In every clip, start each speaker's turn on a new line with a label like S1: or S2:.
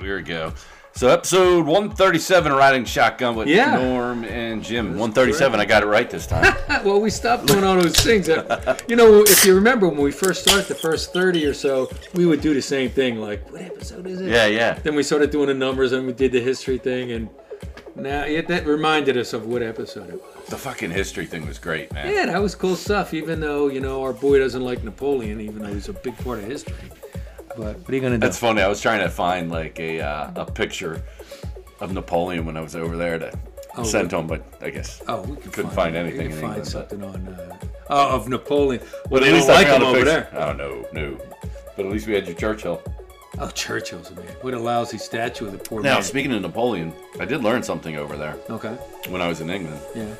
S1: here we go. So episode 137, riding shotgun with
S2: Yeah.
S1: Norm and Jim. 137, I got it right this time.
S2: Well, we stopped doing all those things. That, you know, if you remember when we first started the first 30 or so, we would do the same thing. Like, what episode is it?
S1: yeah, yeah.
S2: Then we started doing the numbers and we did the history thing. And now it, that reminded us of what episode it was.
S1: The fucking history thing was great, man.
S2: Yeah, that was cool stuff, even though, you know, our boy doesn't like Napoleon, even though he's a big part of history. But what are you going to do?
S1: That's funny. I was trying to find like a uh, a picture of Napoleon when I was over there to
S2: Oh,
S1: send to him, but I guess.
S2: Oh, we could
S1: Couldn't find
S2: it.
S1: anything
S2: We
S1: in
S2: could find
S1: England, but-
S2: something on uh, oh, of Napoleon. Well,
S1: But
S2: they don't like
S1: found
S2: him
S1: a
S2: over
S1: picture.
S2: there.
S1: Oh no, no. But at least we had your Churchill.
S2: Oh, Churchill's a man. What a lousy statue of the poor
S1: Now
S2: man.
S1: speaking of Napoleon, I did learn something over there
S2: Okay.
S1: when I was in England.
S2: Yeah.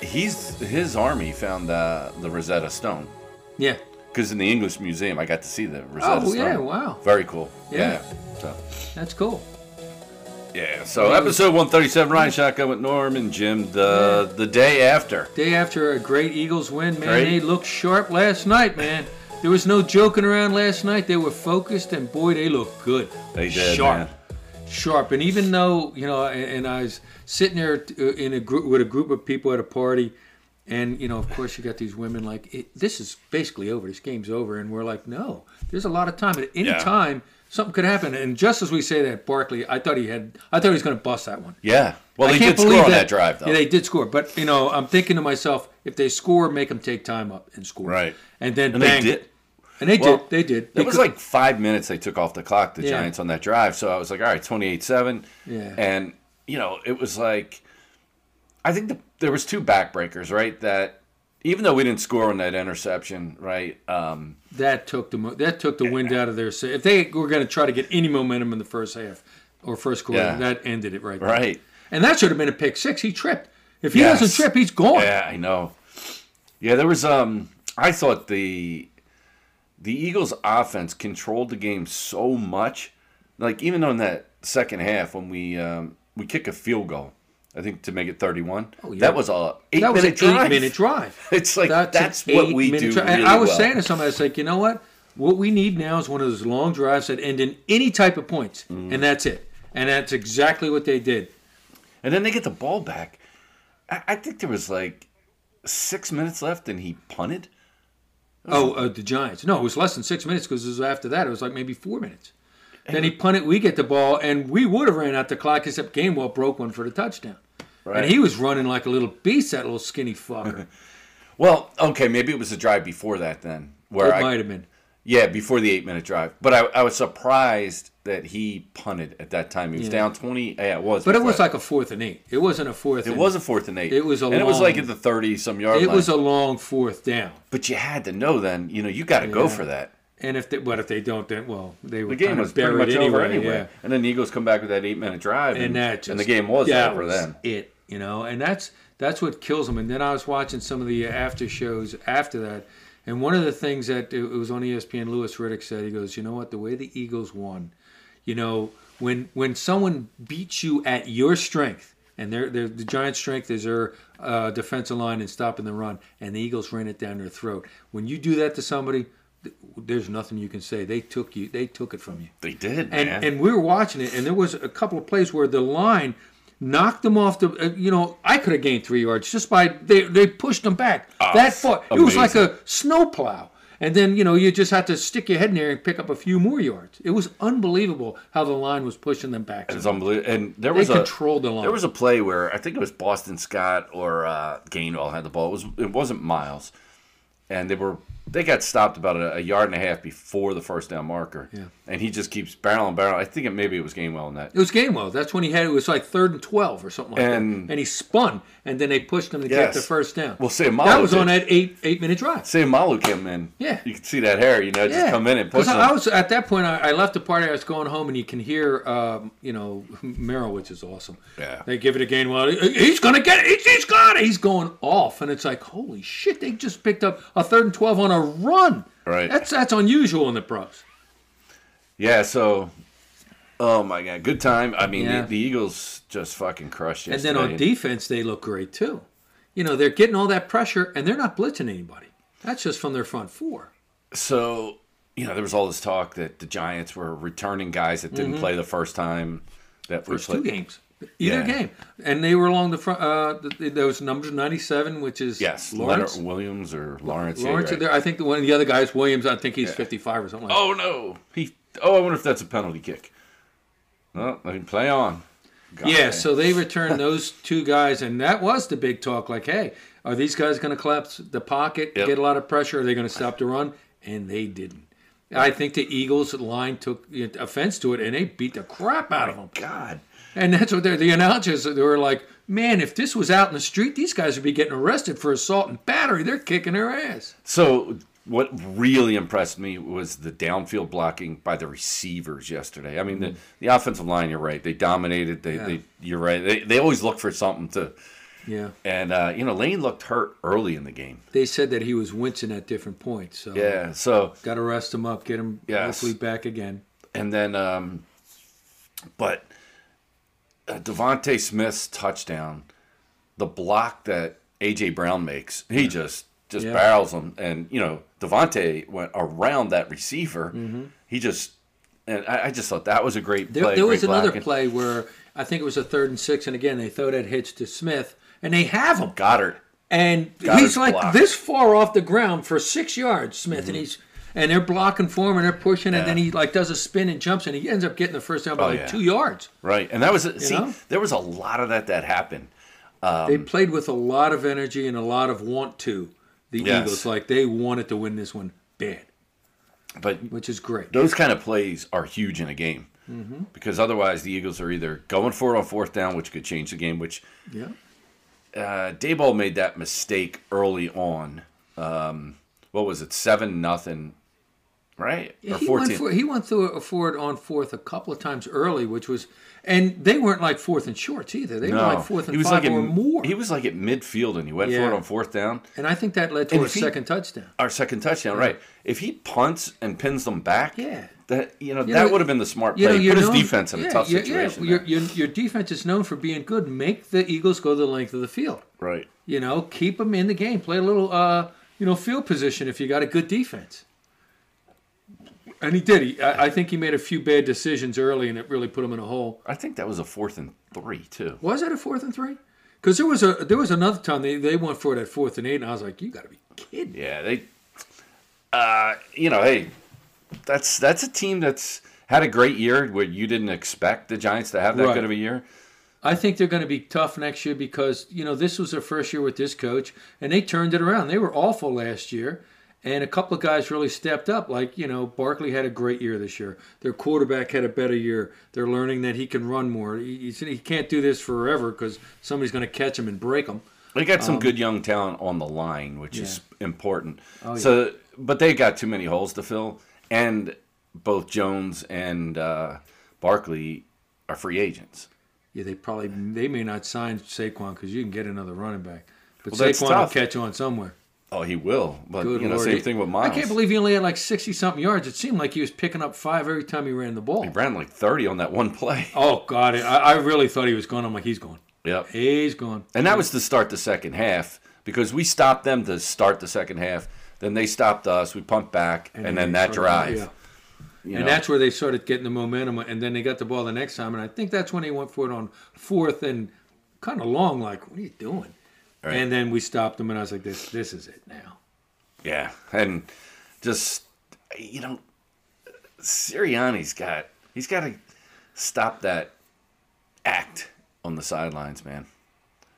S1: He's his army found uh, the Rosetta Stone
S2: Yeah.
S1: because in the English Museum I got to see the Rosetta
S2: Oh
S1: Stone.
S2: yeah! Wow,
S1: Very cool.
S2: Yeah.
S1: Yeah. So
S2: that's cool.
S1: yeah. So episode 137, Ryan Shotgun with Norm and Jim. The the day after.
S2: Day after a great Eagles win, man,
S1: Great.
S2: they looked sharp last night, man. There was no joking around last night. They were focused, and boy, they looked good.
S1: They did,
S2: sharp,
S1: man.
S2: sharp. And even though you know, and, and I was sitting there uh, in a group with a group of people at a party, and you know, of course, you got these women like, it, this is basically over. This game's over, and we're like, no, there's a lot of time. At any
S1: Yeah.
S2: time, something could happen. And just as we say that, Barkley, I thought he had, I thought he was going to bust that one.
S1: Yeah. Well,
S2: I
S1: they
S2: can't
S1: did score
S2: believe
S1: on that drive though.
S2: Yeah, they did score, but you know, I'm thinking to myself, if they score, make them take time up and score.
S1: Right.
S2: And then
S1: and
S2: bang.
S1: they did.
S2: And they
S1: Well,
S2: did. They did.
S1: It was
S2: Because-
S1: like five minutes they took off the clock, the
S2: Yeah.
S1: Giants on that drive. So I was like, all right, 28 7.
S2: Yeah.
S1: And, you know, it was like, I think the, there was two backbreakers, right? That even though we didn't score on that interception, right? Um,
S2: that took the mo- that took the wind out of their sail. If they were going to try to get any momentum in the first half or first quarter,
S1: Yeah.
S2: that ended it right. there.
S1: right.
S2: And that should have been a pick six. He tripped. If he
S1: Yes.
S2: doesn't trip, he's gone.
S1: Yeah, I know. Yeah, there was, um, I thought the, the Eagles offense controlled the game so much. Like, even on that second half when we, um, we kick a field goal. I think to make it 31.
S2: Oh, yeah.
S1: That was a eight
S2: that was an
S1: minute drive.
S2: eight minute drive.
S1: It's like
S2: That's,
S1: that's,
S2: an
S1: what we
S2: eight-minute
S1: do.
S2: drive.
S1: Really
S2: and I was
S1: well.
S2: saying to somebody, I was like, you know what? What we need now is one of those long drives that end in any type of points,
S1: Mm.
S2: and that's it. And that's exactly what they did.
S1: and then they get the ball back. I, I think there was like six minutes left, and he punted.
S2: Oh, uh, the Giants. No, it was less than six minutes because it was after that. It was like maybe four minutes. Then he punted. We get the ball, and we would have ran out the clock except Gainwell broke one for the touchdown.
S1: Right.
S2: And he was running like a little beast, that little skinny fucker.
S1: Well, okay, maybe it was the drive before that then, where
S2: it
S1: I
S2: might have been.
S1: yeah before the eight minute drive. But I, I was surprised that he punted at that time. He was
S2: Yeah.
S1: down twenty. Yeah, it was.
S2: But it
S1: before
S2: was
S1: that.
S2: like a fourth and eight. It wasn't a fourth.
S1: it was a fourth and eight.
S2: It was a
S1: and it was
S2: long-
S1: like at the thirty some yard
S2: It
S1: line.
S2: was a long fourth down.
S1: but you had to know then. You know, you got to go
S2: Yeah.
S1: for that.
S2: And if they, but if they don't, then well, they were
S1: The game
S2: kind
S1: was
S2: of
S1: pretty
S2: buried
S1: much
S2: anyway.
S1: over anyway.
S2: yeah.
S1: And then the Eagles come back with that eight minute drive, and,
S2: and that just,
S1: and the game was
S2: that
S1: over
S2: was
S1: then.
S2: It, you know, and that's that's what kills them. And then I was watching some of the uh, after shows after that, and one of the things that it was on E ESPN. Lewis Riddick said he goes, you know what, the way the Eagles won, you know, when when someone beats you at your strength. And their, their, the Giants' strength is their uh, defensive line and stopping the run, and the Eagles ran it down their throat. When you do that to somebody, th- there's nothing you can say. They took you, they took it from you.
S1: They did,
S2: and
S1: man.
S2: and we were watching it, and there was a couple of plays where the line knocked them off the. Uh, you know, I could have gained three yards just by they they pushed them back
S1: Oh,
S2: that far. It was like a snowplow, and then you know you just had to stick your head in there and pick up a few more yards. It was unbelievable how the line was pushing them back.
S1: It was unbelievable. And there
S2: They
S1: was a
S2: controlled the line.
S1: There was a play where I think it was Boston Scott or uh, Gainwell had the ball. It was it wasn't Miles, and they were they got stopped about a, a yard and a half before the first down marker.
S2: Yeah.
S1: And he just keeps barreling, barreling. I think it maybe it was Gainwell in that.
S2: It was Gainwell. That's when he had it was like third and twelve or something like
S1: And-
S2: that, and he spun, and then they pushed him to
S1: Yes.
S2: get the first down.
S1: Well, Sam
S2: that
S1: Mahler
S2: was on
S1: did.
S2: that eight eight minute drive.
S1: Sam Malu came in.
S2: Yeah.
S1: You could see that hair. You know, just come in and push
S2: 'cause I, I
S1: him.
S2: was at that point. I, I left the party. I was going home, and you can hear, um, you know, Merrill, which is awesome.
S1: Yeah.
S2: They give it a gain. Well, he's gonna get it. He's, he's got it. He's going off, and it's like, holy shit! They just picked up a third and twelve on a run.
S1: Right.
S2: That's that's unusual in the pros.
S1: Yeah. So. Oh my God! Good time. I mean,
S2: Yeah.
S1: the, the Eagles just fucking crushed
S2: And
S1: yesterday.
S2: then on defense, they look great too. You know, they're getting all that pressure, and they're not blitzing anybody. That's just from their front four.
S1: So you know, there was all this talk that the Giants were returning guys that didn't play the first time. That were
S2: Mm-hmm. First two
S1: played.
S2: games, either
S1: Yeah.
S2: game, and they were along the front. Uh, th- th- there was number ninety-seven, which is
S1: Yes,
S2: Lawrence.
S1: Leonard Williams or Lawrence. yeah,
S2: Lawrence,
S1: you're right.
S2: there. I think the one of the other guys, Williams. I think he's fifty-five or something. like that.
S1: Oh no, he. Oh, I wonder if that's a penalty kick. Well, I can play on. God.
S2: Yeah, so they returned those two guys, and that was the big talk. Like, hey, are these guys going to collapse the pocket,
S1: Yep.
S2: get a lot of pressure? Are they going to stop the run? And they didn't. I think the Eagles line took offense to it, and they beat the crap out of them.
S1: oh, God.
S2: And that's what they're, the announcers they were like. Man, if this was out in the street, these guys would be getting arrested for assault and battery. They're kicking their ass.
S1: So what really impressed me was the downfield blocking by the receivers yesterday. I mean, the, the offensive line. You're right. They dominated. They. they you're right. They, they always look for something to.
S2: Yeah,
S1: And uh, you know, Lane looked hurt early in the game.
S2: they said that he was wincing at different points. So
S1: Yeah. So
S2: got to rest him up, get him
S1: Yes.
S2: hopefully back again.
S1: and then, um, but uh, Devonte Smith's touchdown, the block that AJ Brown makes, he just just
S2: Yeah.
S1: barrels him, and you know Devonte went around that receiver. He just and I, I just thought that was a great
S2: Mm-hmm. There,
S1: play.
S2: there was
S1: great
S2: another
S1: block. And
S2: play where I think it was a third and six, and again they throw that hitch to Smith, and they have him,
S1: Goddard.
S2: and
S1: Goddard's
S2: he's like
S1: blocked.
S2: this far off the ground for six yards, Smith,
S1: Mm-hmm.
S2: and he's and they're blocking for him, and they're pushing, and then he like does a spin and jumps, and he ends up getting the first down by
S1: Oh,
S2: like
S1: yeah.
S2: two yards.
S1: Right, and that was see
S2: know?
S1: there was a lot of that that happened. Um,
S2: they played with a lot of energy and a lot of want to. The
S1: Yes.
S2: Eagles, like they wanted to win this one bad,
S1: But
S2: which is great.
S1: those kind of plays are huge in a game
S2: Mm-hmm.
S1: because otherwise the Eagles are either going for it on fourth down, which could change the game. Which
S2: Yeah,
S1: uh, Dayball made that mistake early on. Um, what was it, seven nothing, right? or
S2: he went,
S1: fourteen?
S2: for, he went through a forward on fourth a couple of times early, which was, and they weren't like fourth and shorts either. They were like fourth and
S1: he was
S2: five
S1: like
S2: or
S1: at,
S2: more.
S1: He was like at midfield, and he went for
S2: Yeah.
S1: it on fourth down.
S2: and I think that led to
S1: And
S2: a
S1: if he-
S2: second touchdown.
S1: Our second touchdown, right? If he punts and pins them back,
S2: Yeah.
S1: that you know
S2: You
S1: that
S2: know,
S1: would have been the smart
S2: You
S1: play.
S2: know, you're
S1: Put his
S2: known-
S1: defense in
S2: yeah,
S1: a tough
S2: yeah,
S1: situation,
S2: Yeah, your,
S1: there.
S2: your, your defense is known for being good. Make the Eagles go the length of the field.
S1: right?
S2: You know, keep them in the game. Play a little, uh, you know, field position if you got a good defense. And he did. He, I, I think he made a few bad decisions early, and it really put him in a hole.
S1: I think that was a fourth and three too.
S2: Was it a fourth and three? Because there was a there was another time they, they went for it at fourth and eight, and I was like, you got to be kidding. me."
S1: Yeah, they. Uh, you know, hey, that's that's a team that's had a great year where you didn't expect the Giants to have that
S2: Right.
S1: good of a year.
S2: I think they're going to be tough next year because you know this was their first year with this coach, and they turned it around. They were awful last year, and a couple of guys really stepped up. Like you know, Barkley had a great year this year. Their quarterback had a better year. They're learning that he can run more. He, he's- he can't do this forever because somebody's going to catch him and break him.
S1: They got
S2: Um,
S1: some good young talent on the line, which is important.
S2: Oh,
S1: So, but they got too many holes to fill, and both Jones and uh, Barkley are free agents.
S2: Yeah, they probably they may not sign Saquon because you can get another running back, but
S1: Well, that's
S2: Saquon
S1: tough.
S2: will catch on somewhere.
S1: Oh, he will, but
S2: Good
S1: you know,
S2: lord.
S1: same thing with Miles.
S2: I can't believe he only had like sixty something yards. It seemed like he was picking up five every time he ran the ball.
S1: he ran like thirty on that one play.
S2: Oh God, I, I really thought he was gone. I'm like, he's gone.
S1: Yep.
S2: He's gone.
S1: And that was to start the second half because we stopped them to start the second half. Then they stopped us. We pumped back, and, then
S2: they
S1: that
S2: sort of-
S1: drive.
S2: yeah.
S1: you
S2: And
S1: know.
S2: that's where they started getting the momentum, and then they got the ball the next time, and I think that's when they went for it on fourth and kind of long. Like, what are you doing? And then we stopped them, and I was like, this, this is it now.
S1: yeah, and just you know, Sirianni's got he's got to stop that act on the sidelines, man.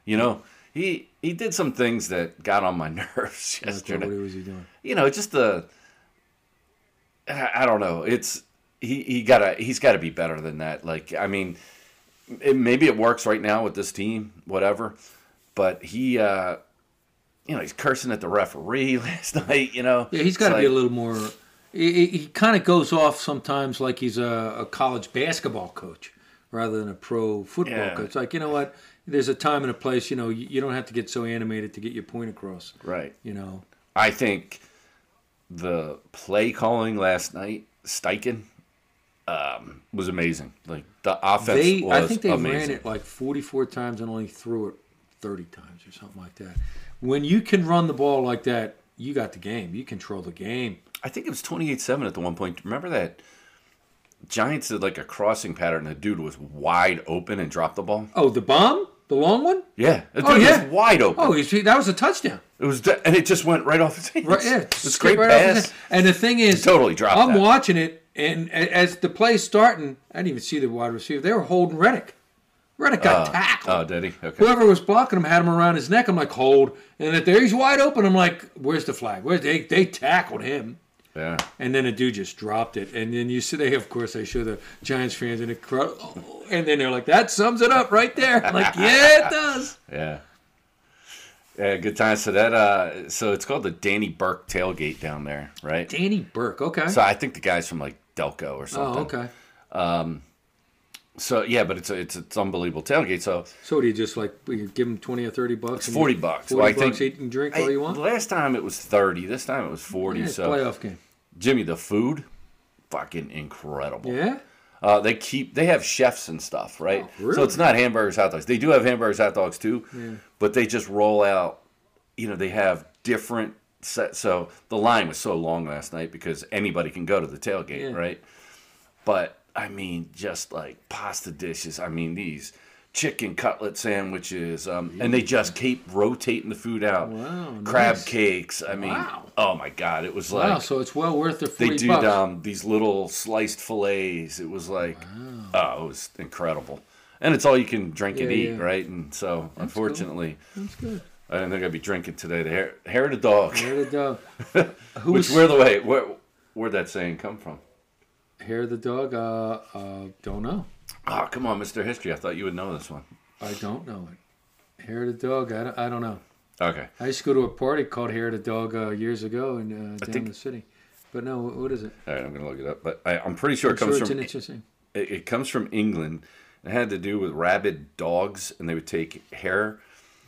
S1: You know, he he did some things that got on my nerves
S2: I thought, what
S1: yesterday.
S2: was he doing?
S1: you know, just the I I don't know. It's he he gotta he's gotta be better than that. Like I mean, it, maybe it works right now with this team, whatever. But he, uh you know, he's cursing at the referee last night. You know,
S2: Yeah,
S1: It's
S2: he's got to be
S1: like-
S2: a little more. He, he- he kind of goes off sometimes like he's a, a college basketball coach rather than a pro football
S1: Yeah.
S2: coach. Like, you know what? There's a time and a place. You know, you, you don't have to get so animated to get your point across.
S1: right.
S2: You know,
S1: I think the play calling last night, Steichen, um, was amazing. Like the offense
S2: they
S1: was
S2: I think they
S1: amazing.
S2: ran it like 44 times and only threw it 30 times or something like that. When you can run the ball like that, you got the game. You control the game.
S1: I think it was 28-7 at the one point. Remember that Giants did like a crossing pattern. The dude was wide open and dropped the ball.
S2: Oh, the bomb, the long one.
S1: Yeah, the dude
S2: Oh, yeah.
S1: was wide open.
S2: Oh, you see, that was a touchdown.
S1: It was, de- and it just went right off his hands.
S2: Right, yeah,
S1: it was a
S2: straight
S1: great
S2: right off his
S1: pass.
S2: hand. And the thing is,
S1: Totally dropped
S2: I'm
S1: that.
S2: watching it, and a- as the play's starting, I didn't even see the wide receiver. They were holding Reddick. Reddick got tackled.
S1: Oh, did he? Okay.
S2: Whoever was blocking him had him around his neck. I'm like, hold. And if there he's wide open, I'm like, where's the flag? Where they they tackled him.
S1: yeah.
S2: And then a dude just dropped it. And then you see, they, of course, they show the Giants fans in a crowd. Oh, and then they're like, that sums it up right there. I'm like, yeah, it does.
S1: Yeah. Yeah, good time. So that uh so it's called the Danny Burke tailgate down there, right?
S2: Danny Burke. Okay.
S1: So I think the guy's from like Delco or
S2: oh,
S1: something.
S2: okay.
S1: So yeah, but it's a, it's it's unbelievable tailgate. So
S2: So what do you just like? We give them twenty or thirty bucks. and you-
S1: 40 bucks.
S2: Forty
S1: Well, I
S2: bucks.
S1: think-
S2: eat and drink all
S1: Hey,
S2: you want.
S1: Last time it was 30, this time it was 40.
S2: Yeah, it's a
S1: so
S2: playoff game.
S1: Jimmy, the food fucking incredible.
S2: Yeah.
S1: Uh, they keep they have chefs and stuff, right?
S2: Oh, really?
S1: So it's not hamburgers, hot dogs. They do have hamburgers, hot dogs too, but they just roll out. You know, they have different sets. So the line was so long last night because anybody can go to the tailgate,
S2: Yeah.
S1: right? But I mean, just like pasta dishes. I mean, these chicken cutlet sandwiches, um, and they just keep rotating the food out.
S2: Wow,
S1: Crab
S2: nice.
S1: cakes. I mean,
S2: Wow.
S1: oh my god, it was like
S2: Wow. So it's well worth the forty
S1: they did
S2: bucks.
S1: um, these little sliced fillets. It was like, oh, it was incredible. And it's all you can drink and
S2: Yeah,
S1: eat,
S2: yeah.
S1: right? And so, unfortunately,
S2: That's good.
S1: I don't think I'd be drinking today. The hair, hair of the dog.
S2: Hair of the dog. Who
S1: Which,
S2: was
S1: where the way, where, where'd that saying come from?
S2: hair of the dog? Uh, uh, don't know.
S1: Oh, come on, Mr. History. I thought you would know this one.
S2: I don't know it. Hair of the dog. I don't, I don't know.
S1: Okay.
S2: I used to go to a party called Hair of the Dog uh, years ago in uh, down
S1: think-
S2: in the city. But no, what- what is it?
S1: All right, I'm going to look it up. But I, I'm pretty sure
S2: I'm
S1: it comes
S2: sure it's
S1: from
S2: an interesting.
S1: it, it comes from England. It had to do with rabid dogs, and they would take hair.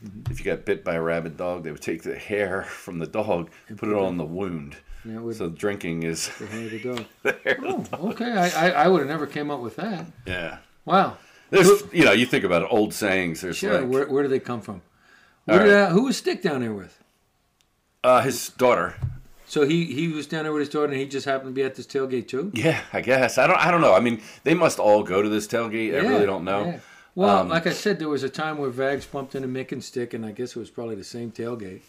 S2: Mm-hmm.
S1: If you got bit by a rabid dog, they would take the hair from the dog, put it on the wound.
S2: And that would
S1: So drinking is
S2: the hair of the dog. oh, okay. I, I, I would have never came up with that.
S1: yeah.
S2: Wow.
S1: There's you know you think about it, old sayings. There's
S2: Sure.
S1: like
S2: where, where do they come from? Where did, uh, who was Stick down there with?
S1: uh, his daughter.
S2: So he, he was down there with his daughter, and he just happened to be at this tailgate too.
S1: Yeah, I guess I don't I don't know. I mean, they must all go to this tailgate. I really don't know.
S2: yeah. Well,
S1: Um,
S2: like I said, there was a time where Vags bumped into Mick and Stick, and I guess it was probably the same tailgate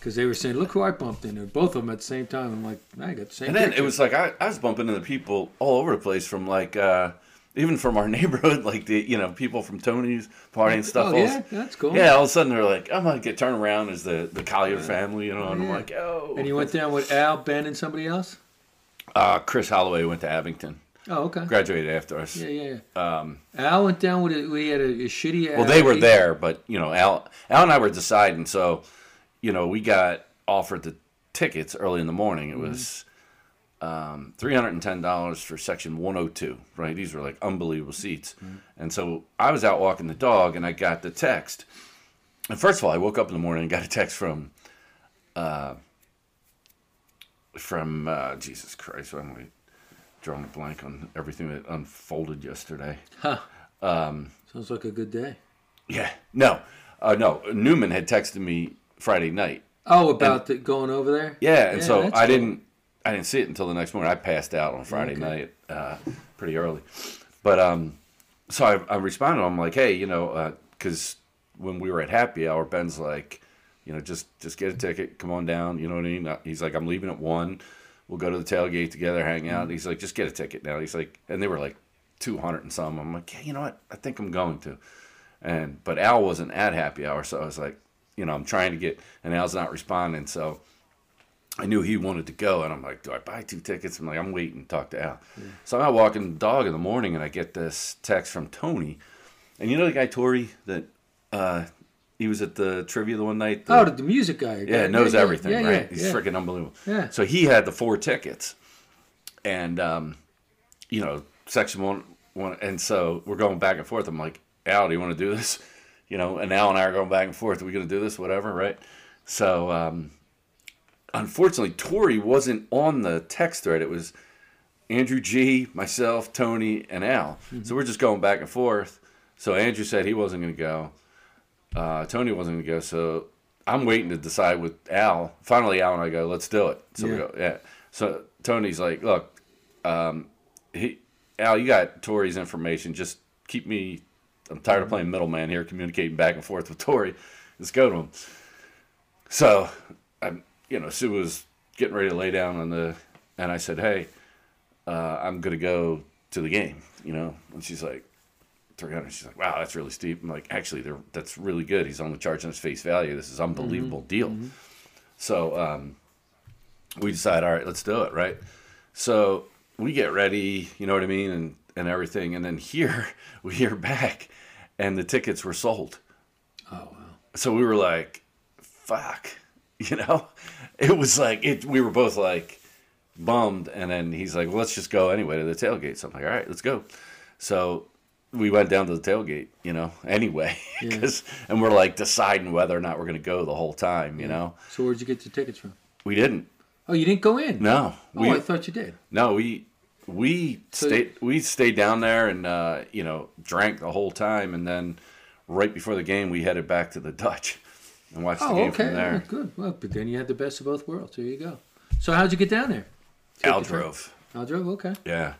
S2: because they were saying, "Look who I bumped into!" Both of them at the same time. I'm like, "I got the same."
S1: And then it
S2: picture."
S1: was like I, I was bumping into people all over the place from like uh, even from our neighborhood, like the you know people from Tony's party and stuff.
S2: Oh,
S1: all-
S2: yeah, that's cool.
S1: Yeah, all of a sudden they're like, I'm gonna get turned around as the the Collier family, you know, and I'm
S2: Yeah.
S1: like, oh.
S2: And you went down with Al, Ben, and somebody else.
S1: uh, Chris Holloway went to Abington,
S2: Oh, okay.
S1: graduated after us.
S2: Yeah, yeah, yeah. Al went down with a, we had a, a shitty.
S1: um, Well, they were there, but you know, Al, Al and I were deciding. So, you know, we got offered the tickets early in the morning. It was um, three hundred and ten dollars for section one hundred two. Right, these were like unbelievable seats. And so I was out walking the dog, and I got the text. And first of all, I woke up in the morning and got a text from, uh, from uh, Jesus Christ. I'm like drawing a blank on everything that unfolded yesterday.
S2: Sounds like a good day.
S1: Yeah. No. Uh, no. Newman had texted me Friday night.
S2: Oh, about the, going over there.
S1: Yeah, and so
S2: that's
S1: I
S2: cool.
S1: didn't. I didn't see it until the next morning. I passed out on Friday
S2: Okay.
S1: night, uh, pretty early. But um, so I, I responded. I'm like, hey, you know, because when we were at happy hour, Ben's like, you know, just just get a ticket, come on down. You know what I mean? Uh, He's like, I'm leaving at one. We'll go to the tailgate together, hang
S2: Mm-hmm.
S1: out. He's like, just get a ticket now. He's like, and they were like, two hundred and some. I'm like, hey, you know what? I think I'm going to. And but Al wasn't at happy hour, so I was like, you know, I'm trying to get, and Al's not responding, so. I knew he wanted to go, and I'm like, do I buy two tickets? I'm like, I'm waiting to talk to Al. So I'm out walking the dog in the morning, and I get this text from Tony, and you know the guy Tori that uh, he was at the trivia the one night.
S2: Oh,
S1: The-
S2: the, the music guy.
S1: yeah, knows everything,
S2: yeah,
S1: right?
S2: Yeah,
S1: He's
S2: yeah.
S1: freaking unbelievable.
S2: Yeah.
S1: So he had the four tickets, and um, you know, section one, one, and so we're going back and forth. I'm like, Al, do you want to do this? You know, and Al and I are going back and forth. Are we going to do this? Whatever, right? So, um, unfortunately, Tori wasn't on the text thread. It was Andrew G, myself, Tony, and Al.
S2: Mm-hmm.
S1: So we're just going back and forth. So Andrew said he wasn't going to go. Uh, Tony wasn't going to go. So I'm waiting to decide with Al. Finally, Al and I go, let's do it. So we
S2: Yeah.
S1: go, yeah. So Tony's like, look, um, he, Al, you got Tori's information. Just keep me. I'm tired of playing middleman here, communicating back and forth with Tori. Let's go to him. So, I'm, you know, Sue was getting ready to lay down on the, and I said, hey, uh, I'm gonna go to the game, you know. And she's like, 300. She's like, wow, that's really steep. I'm like, actually, they're, that's really good. He's only charging his face value. This is unbelievable deal. So um, we decide, all right, let's do it, right? So we get ready, you know what I mean, and and everything. And then here we hear back, and the tickets were sold.
S2: Oh wow.
S1: So we were like, fuck, you know. It was like it. We were both like bummed, and then he's like, well, let's just go anyway to the tailgate. So I'm like, all right, let's go. So we went down to the tailgate, you know, anyway, 'cause- and we're like deciding whether or not we're gonna go the whole time, you know.
S2: So where'd you get your tickets from?
S1: We didn't.
S2: Oh, you didn't go in.
S1: No,
S2: Oh,
S1: we
S2: I thought you did.
S1: no we we stayed we stayed down there and uh, you know drank the whole time, and then right before the game we headed back to the Dutch and watched the
S2: Oh,
S1: game
S2: okay.
S1: from
S2: Oh,
S1: there.
S2: good. Well, but then you had the best of both worlds. There you go. So how'd you get down there?
S1: Al
S2: Ticket from-
S1: drove,
S2: I drove. Okay.
S1: yeah.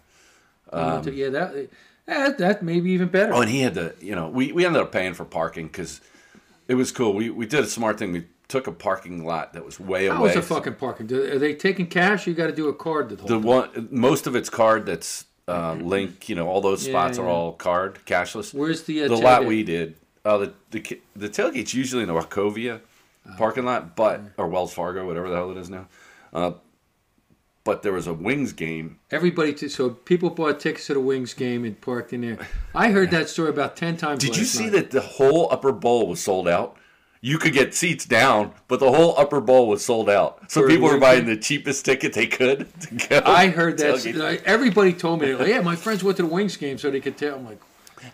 S2: Um, yeah, that, that that may be even better.
S1: Oh, and he had to, you know, we, we ended up paying for parking because it was cool. We we did a smart thing. We took a parking lot that was way
S2: How
S1: away.
S2: was the fucking parking? Do- Are they taking cash? You got to do a card. The whole
S1: the one most of its card that's uh, link you know all those
S2: Yeah,
S1: spots are
S2: yeah.
S1: all card cashless
S2: Where's the, uh,
S1: the lot
S2: tailgate?
S1: we did uh, the, the ki- the tailgate's usually in the wachovia
S2: Uh-huh.
S1: parking lot but or wells fargo whatever the hell it is now uh, but there was a wings game
S2: Everybody, t- so people bought tickets to the Wings game and parked in there. I heard that story about ten times.
S1: did you
S2: last
S1: see
S2: night.
S1: that the whole upper bowl was sold out you could get seats down, but the whole upper bowl was sold out. So
S2: For a
S1: people were
S2: wing
S1: buying the cheapest ticket they could to go.
S2: I heard that.
S1: tailgate.
S2: like, everybody told me, like, yeah, my friends went to the Wings game so they could tell. I'm like,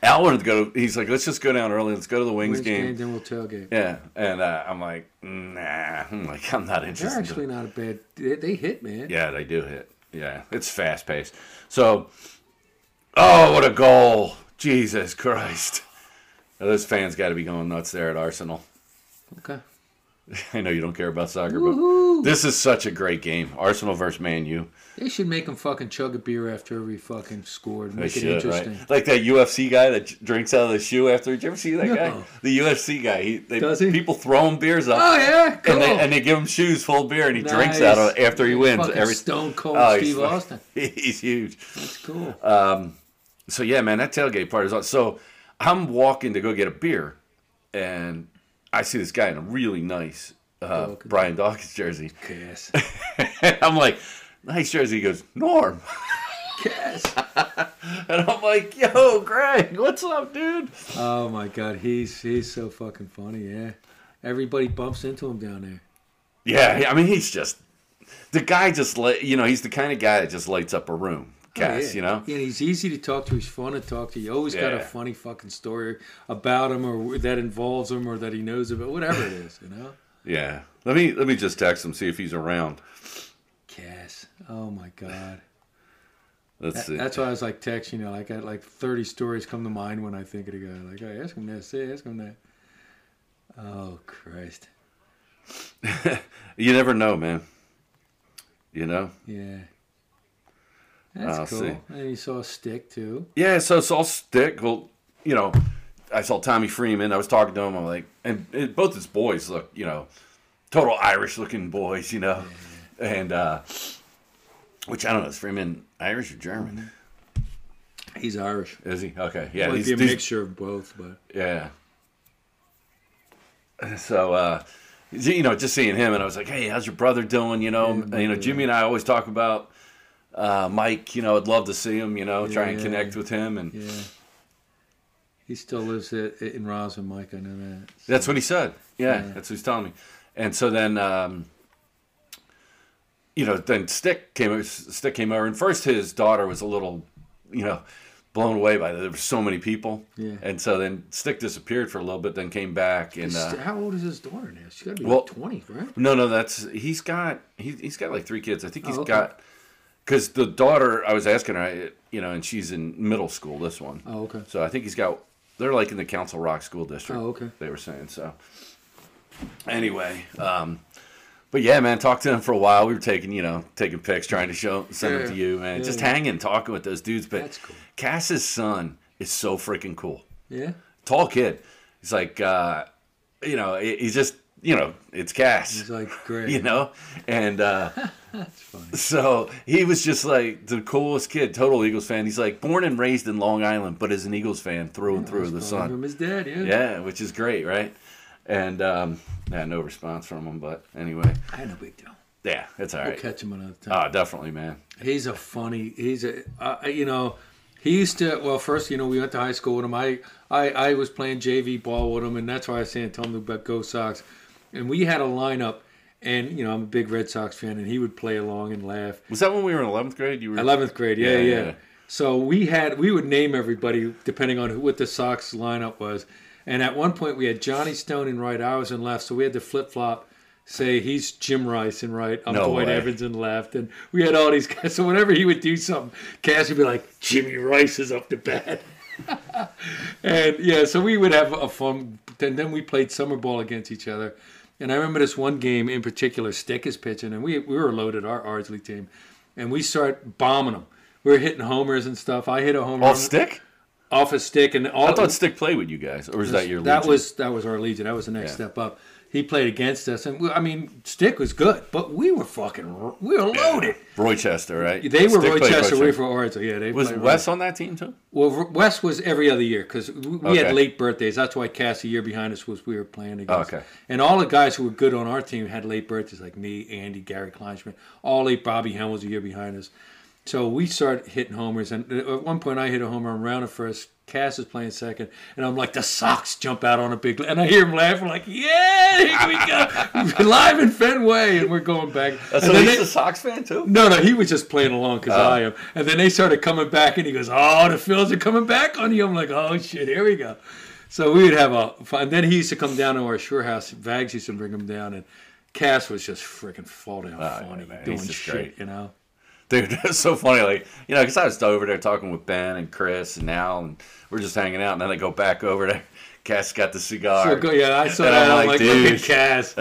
S1: Al wanted to go. He's like, let's just go down early. Let's go to the Wings,
S2: Wings
S1: game.
S2: game, then we'll tailgate.
S1: Yeah, and uh, I'm like, nah. I'm like, I'm not
S2: They're
S1: interested.
S2: actually not a bad. They, they hit, man.
S1: yeah, they do hit. Yeah, it's fast paced. So, oh, what a goal! Jesus Christ! Now, those fans got to be going nuts there at Arsenal.
S2: Okay.
S1: I know you don't care about soccer,
S2: Woohoo!
S1: but this is such a great game. Arsenal versus Man U.
S2: They should make them fucking chug a beer after every fucking scored.
S1: They
S2: Make it
S1: should,
S2: interesting.
S1: right? Like that UFC guy that j- drinks out of the shoe after. Did you ever see that
S2: No.
S1: guy? The UFC guy. He, they,
S2: Does he?
S1: People throw him beers up.
S2: Oh yeah, cool.
S1: And they, and they give him shoes full of beer, and he drinks out
S2: Nice.
S1: of it after he wins.
S2: Fucking
S1: Every
S2: Stone Cold
S1: Oh, he's Uh,
S2: Steve
S1: fucking-
S2: Austin.
S1: He's huge.
S2: It's cool.
S1: So yeah, man, that tailgate part is on. So I'm walking to go get a beer, and I see this guy in a really nice uh,
S2: Dawkins.
S1: Brian Dawkins jersey.
S2: Cass.
S1: I'm like, nice jersey. He goes, Norm,
S2: Cass.
S1: and I'm like, Yo, Greg, what's up, dude?
S2: Oh my god, he's he's so fucking funny. Yeah, everybody bumps into him down there.
S1: Yeah, I mean, he's just the guy. Just li- you know, he's the kind of guy that just lights up a room.
S2: Oh,
S1: Cass,
S2: yeah.
S1: you know.
S2: And he's easy to talk to. He's fun to talk to. You always got a
S1: Yeah.
S2: funny fucking story about him, or that involves him, or that he knows about, whatever it is. You know,
S1: Yeah. Let me let me just text him see if he's around.
S2: Cass. Oh my god.
S1: Let's
S2: That-
S1: see.
S2: That's why I was like texting. You know, like I got like thirty stories come to mind when I think of the guy. Like, I ask him this, say, ask him that. Oh Christ.
S1: You never know, man. You know?
S2: Yeah. That's
S1: I'll
S2: cool.
S1: see.
S2: And he saw a stick too.
S1: Yeah, so so I'll stick. Well, you know, I saw Tommy Freeman. I was talking to him. I'm like, and it, both his boys look, you know, total Irish looking boys, you know, and uh which I don't know, is Freeman Irish or German?
S2: He's Irish.
S1: Is he? Okay, yeah,
S2: Mm-hmm. Might
S1: these-
S2: be a
S1: these-
S2: mixture of both, but
S1: yeah. So, uh, you know, just seeing him, and I was like, "Hey, how's your brother doing?" You know,
S2: Yeah,
S1: you know,
S2: yeah.
S1: Jimmy and I always talk about uh, Mike. You know, I'd love to see him. You know, try and
S2: Yeah.
S1: connect with him, and
S2: yeah. He still lives at, in Roslyn, Mike. I know that.
S1: That's what he said. Yeah,
S2: Yeah.
S1: that's what he's telling me. And so then, um, you know, then Stick came Stick came over, and first his daughter was a little, you know, blown away by that. There were so many people.
S2: Yeah.
S1: And so then Stick disappeared for a little bit, then came back, and
S2: He's-
S1: uh,
S2: How old is his daughter now? She's got to be
S1: Well-
S2: like twenty, right?
S1: no, no, that's he's got he, he's got like three kids. I think he's
S2: Oh, okay.
S1: got because the daughter I was asking her, I, you know, and she's in middle school. This one.
S2: Oh, okay.
S1: So I think he's got. They're like in the Council Rock School District.
S2: Oh, okay.
S1: They were saying so. Anyway, um, But yeah, man, talked to him for a while. We were taking, you know, taking pics, trying to show, send
S2: Yeah,
S1: them to you, man.
S2: yeah,
S1: Just
S2: yeah.
S1: hanging, talking with those dudes. But
S2: That's cool.
S1: Cass's son is so freaking cool.
S2: Yeah.
S1: Tall kid. He's like, uh, you know, he- he's just, you know, it's Cass.
S2: He's like, great.
S1: you know, and uh,
S2: That's funny.
S1: so he was just like the coolest kid, total Eagles fan. He's like born and raised in Long Island, but is an Eagles fan through and through. The
S2: Probably
S1: son,
S2: From his dad, yeah.
S1: yeah, which is great, right? And um, yeah, no response from him, but anyway,
S2: I had no big deal.
S1: yeah, it's all
S2: We'll
S1: right.
S2: catch him another time.
S1: Ah, definitely, man.
S2: He's a funny. He's a uh, you know, he used to. Well, first you know we went to high school with him. I I I was playing JV ball with him, and that's why I was saying tell him to bet Go Sox. And we had a lineup, and you know I'm a big Red Sox fan, and he would play along and laugh.
S1: Was that when we were in eleventh grade? You were Oh,
S2: Eleventh grade, yeah,
S1: Yeah,
S2: yeah,
S1: yeah.
S2: So we had we would name everybody depending on who, what the Sox lineup was, and at one point we had Johnny Stone in right, I was in left, so we had to flip flop. Say he's Jim Rice in right, I'm
S1: No
S2: Dwight
S1: way.
S2: Evans in left, and we had all these guys. So whenever he would do something, Cass would be like, "Jimmy Rice is up to bat," and yeah, so we would have a fun. Then then we played summer ball against each other, and I remember this one game in particular. Stick is pitching, and we we were loaded our Ardsley team, and we start bombing them. We were hitting homers and stuff. I hit a home
S1: off
S2: run
S1: stick.
S2: off a stick, and all
S1: I thought stick played with you guys, or is that your?
S2: that
S1: legion?
S2: was that was our legion. That was the next
S1: Yeah.
S2: step up. He played against us, and we, I mean, Stick was good, but we were fucking r- we were loaded.
S1: Rochester, right?
S2: They were
S1: Stick played
S2: Rochester. We were from Ardsley. Yeah, they
S1: Was
S2: played
S1: Wes on that team too?
S2: well, West was every other year because we we
S1: Okay.
S2: had late birthdays. That's why Cass a year behind us was we were playing against.
S1: Okay.
S2: And all the guys who were good on our team had late birthdays, like me, Andy, Gary Kleinschmidt. All eight. Bobby Helm was a year behind us. So we start hitting homers, and uh, at one point I hit a homer on round of first. Cass is playing second, and I'm like, the Sox jump out on a big, and I hear him laughing like, "Yeah, here we go, We're live in Fenway," and we're going back.
S1: So
S2: and then
S1: he's
S2: they-
S1: a Sox fan too.
S2: no, no, he was just playing along because
S1: Oh.
S2: I am. And then they started coming back, and he goes, "Oh, the fields are coming back on you." I'm like, "Oh shit, here we go." So we would have a fun. And then he used to come down to our shore house. Vags used to bring him down, and Cass was just freaking fall down funny,
S1: Oh, man, he's
S2: doing
S1: just
S2: shit,
S1: great.
S2: you know.
S1: Dude, that's so funny. Like, you know, because I was over there talking with Ben and Chris and Al, and we're just hanging out. And then I go back over there. Cass got the cigar.
S2: So go, yeah, I saw
S1: And I'm
S2: that. I'm
S1: like,
S2: like, look
S1: dude.
S2: at Cass.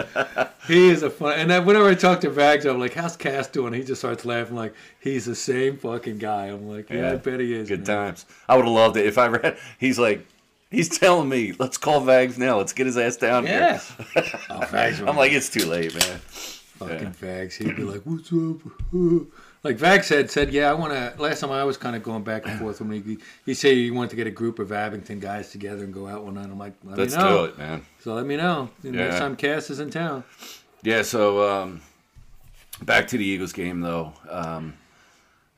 S2: He is a fun. And then whenever I talk to Vags, I'm like, "How's Cass doing?" He just starts laughing, like he's the same fucking guy. I'm like, "Yeah, I bet he is."
S1: Good
S2: man."
S1: times. I would have loved it if I read. He's like, he's telling me, let's call Vags now. Let's get his ass down
S2: Yeah.
S1: here.
S2: oh, Vags.
S1: I'm like, it's too late, man.
S2: Fucking Vags. He'd be like, what's up? Like Vags had said, yeah, I want to. Last time I was kind of going back and forth when he, he said he wanted to get a group of Abington guys together and go out one night. I'm like, let
S1: Let's
S2: me know.
S1: do it, man.
S2: So let me know. The
S1: Yeah.
S2: Next time Cass is in town.
S1: Yeah, so um, back to the Eagles game, though. Um,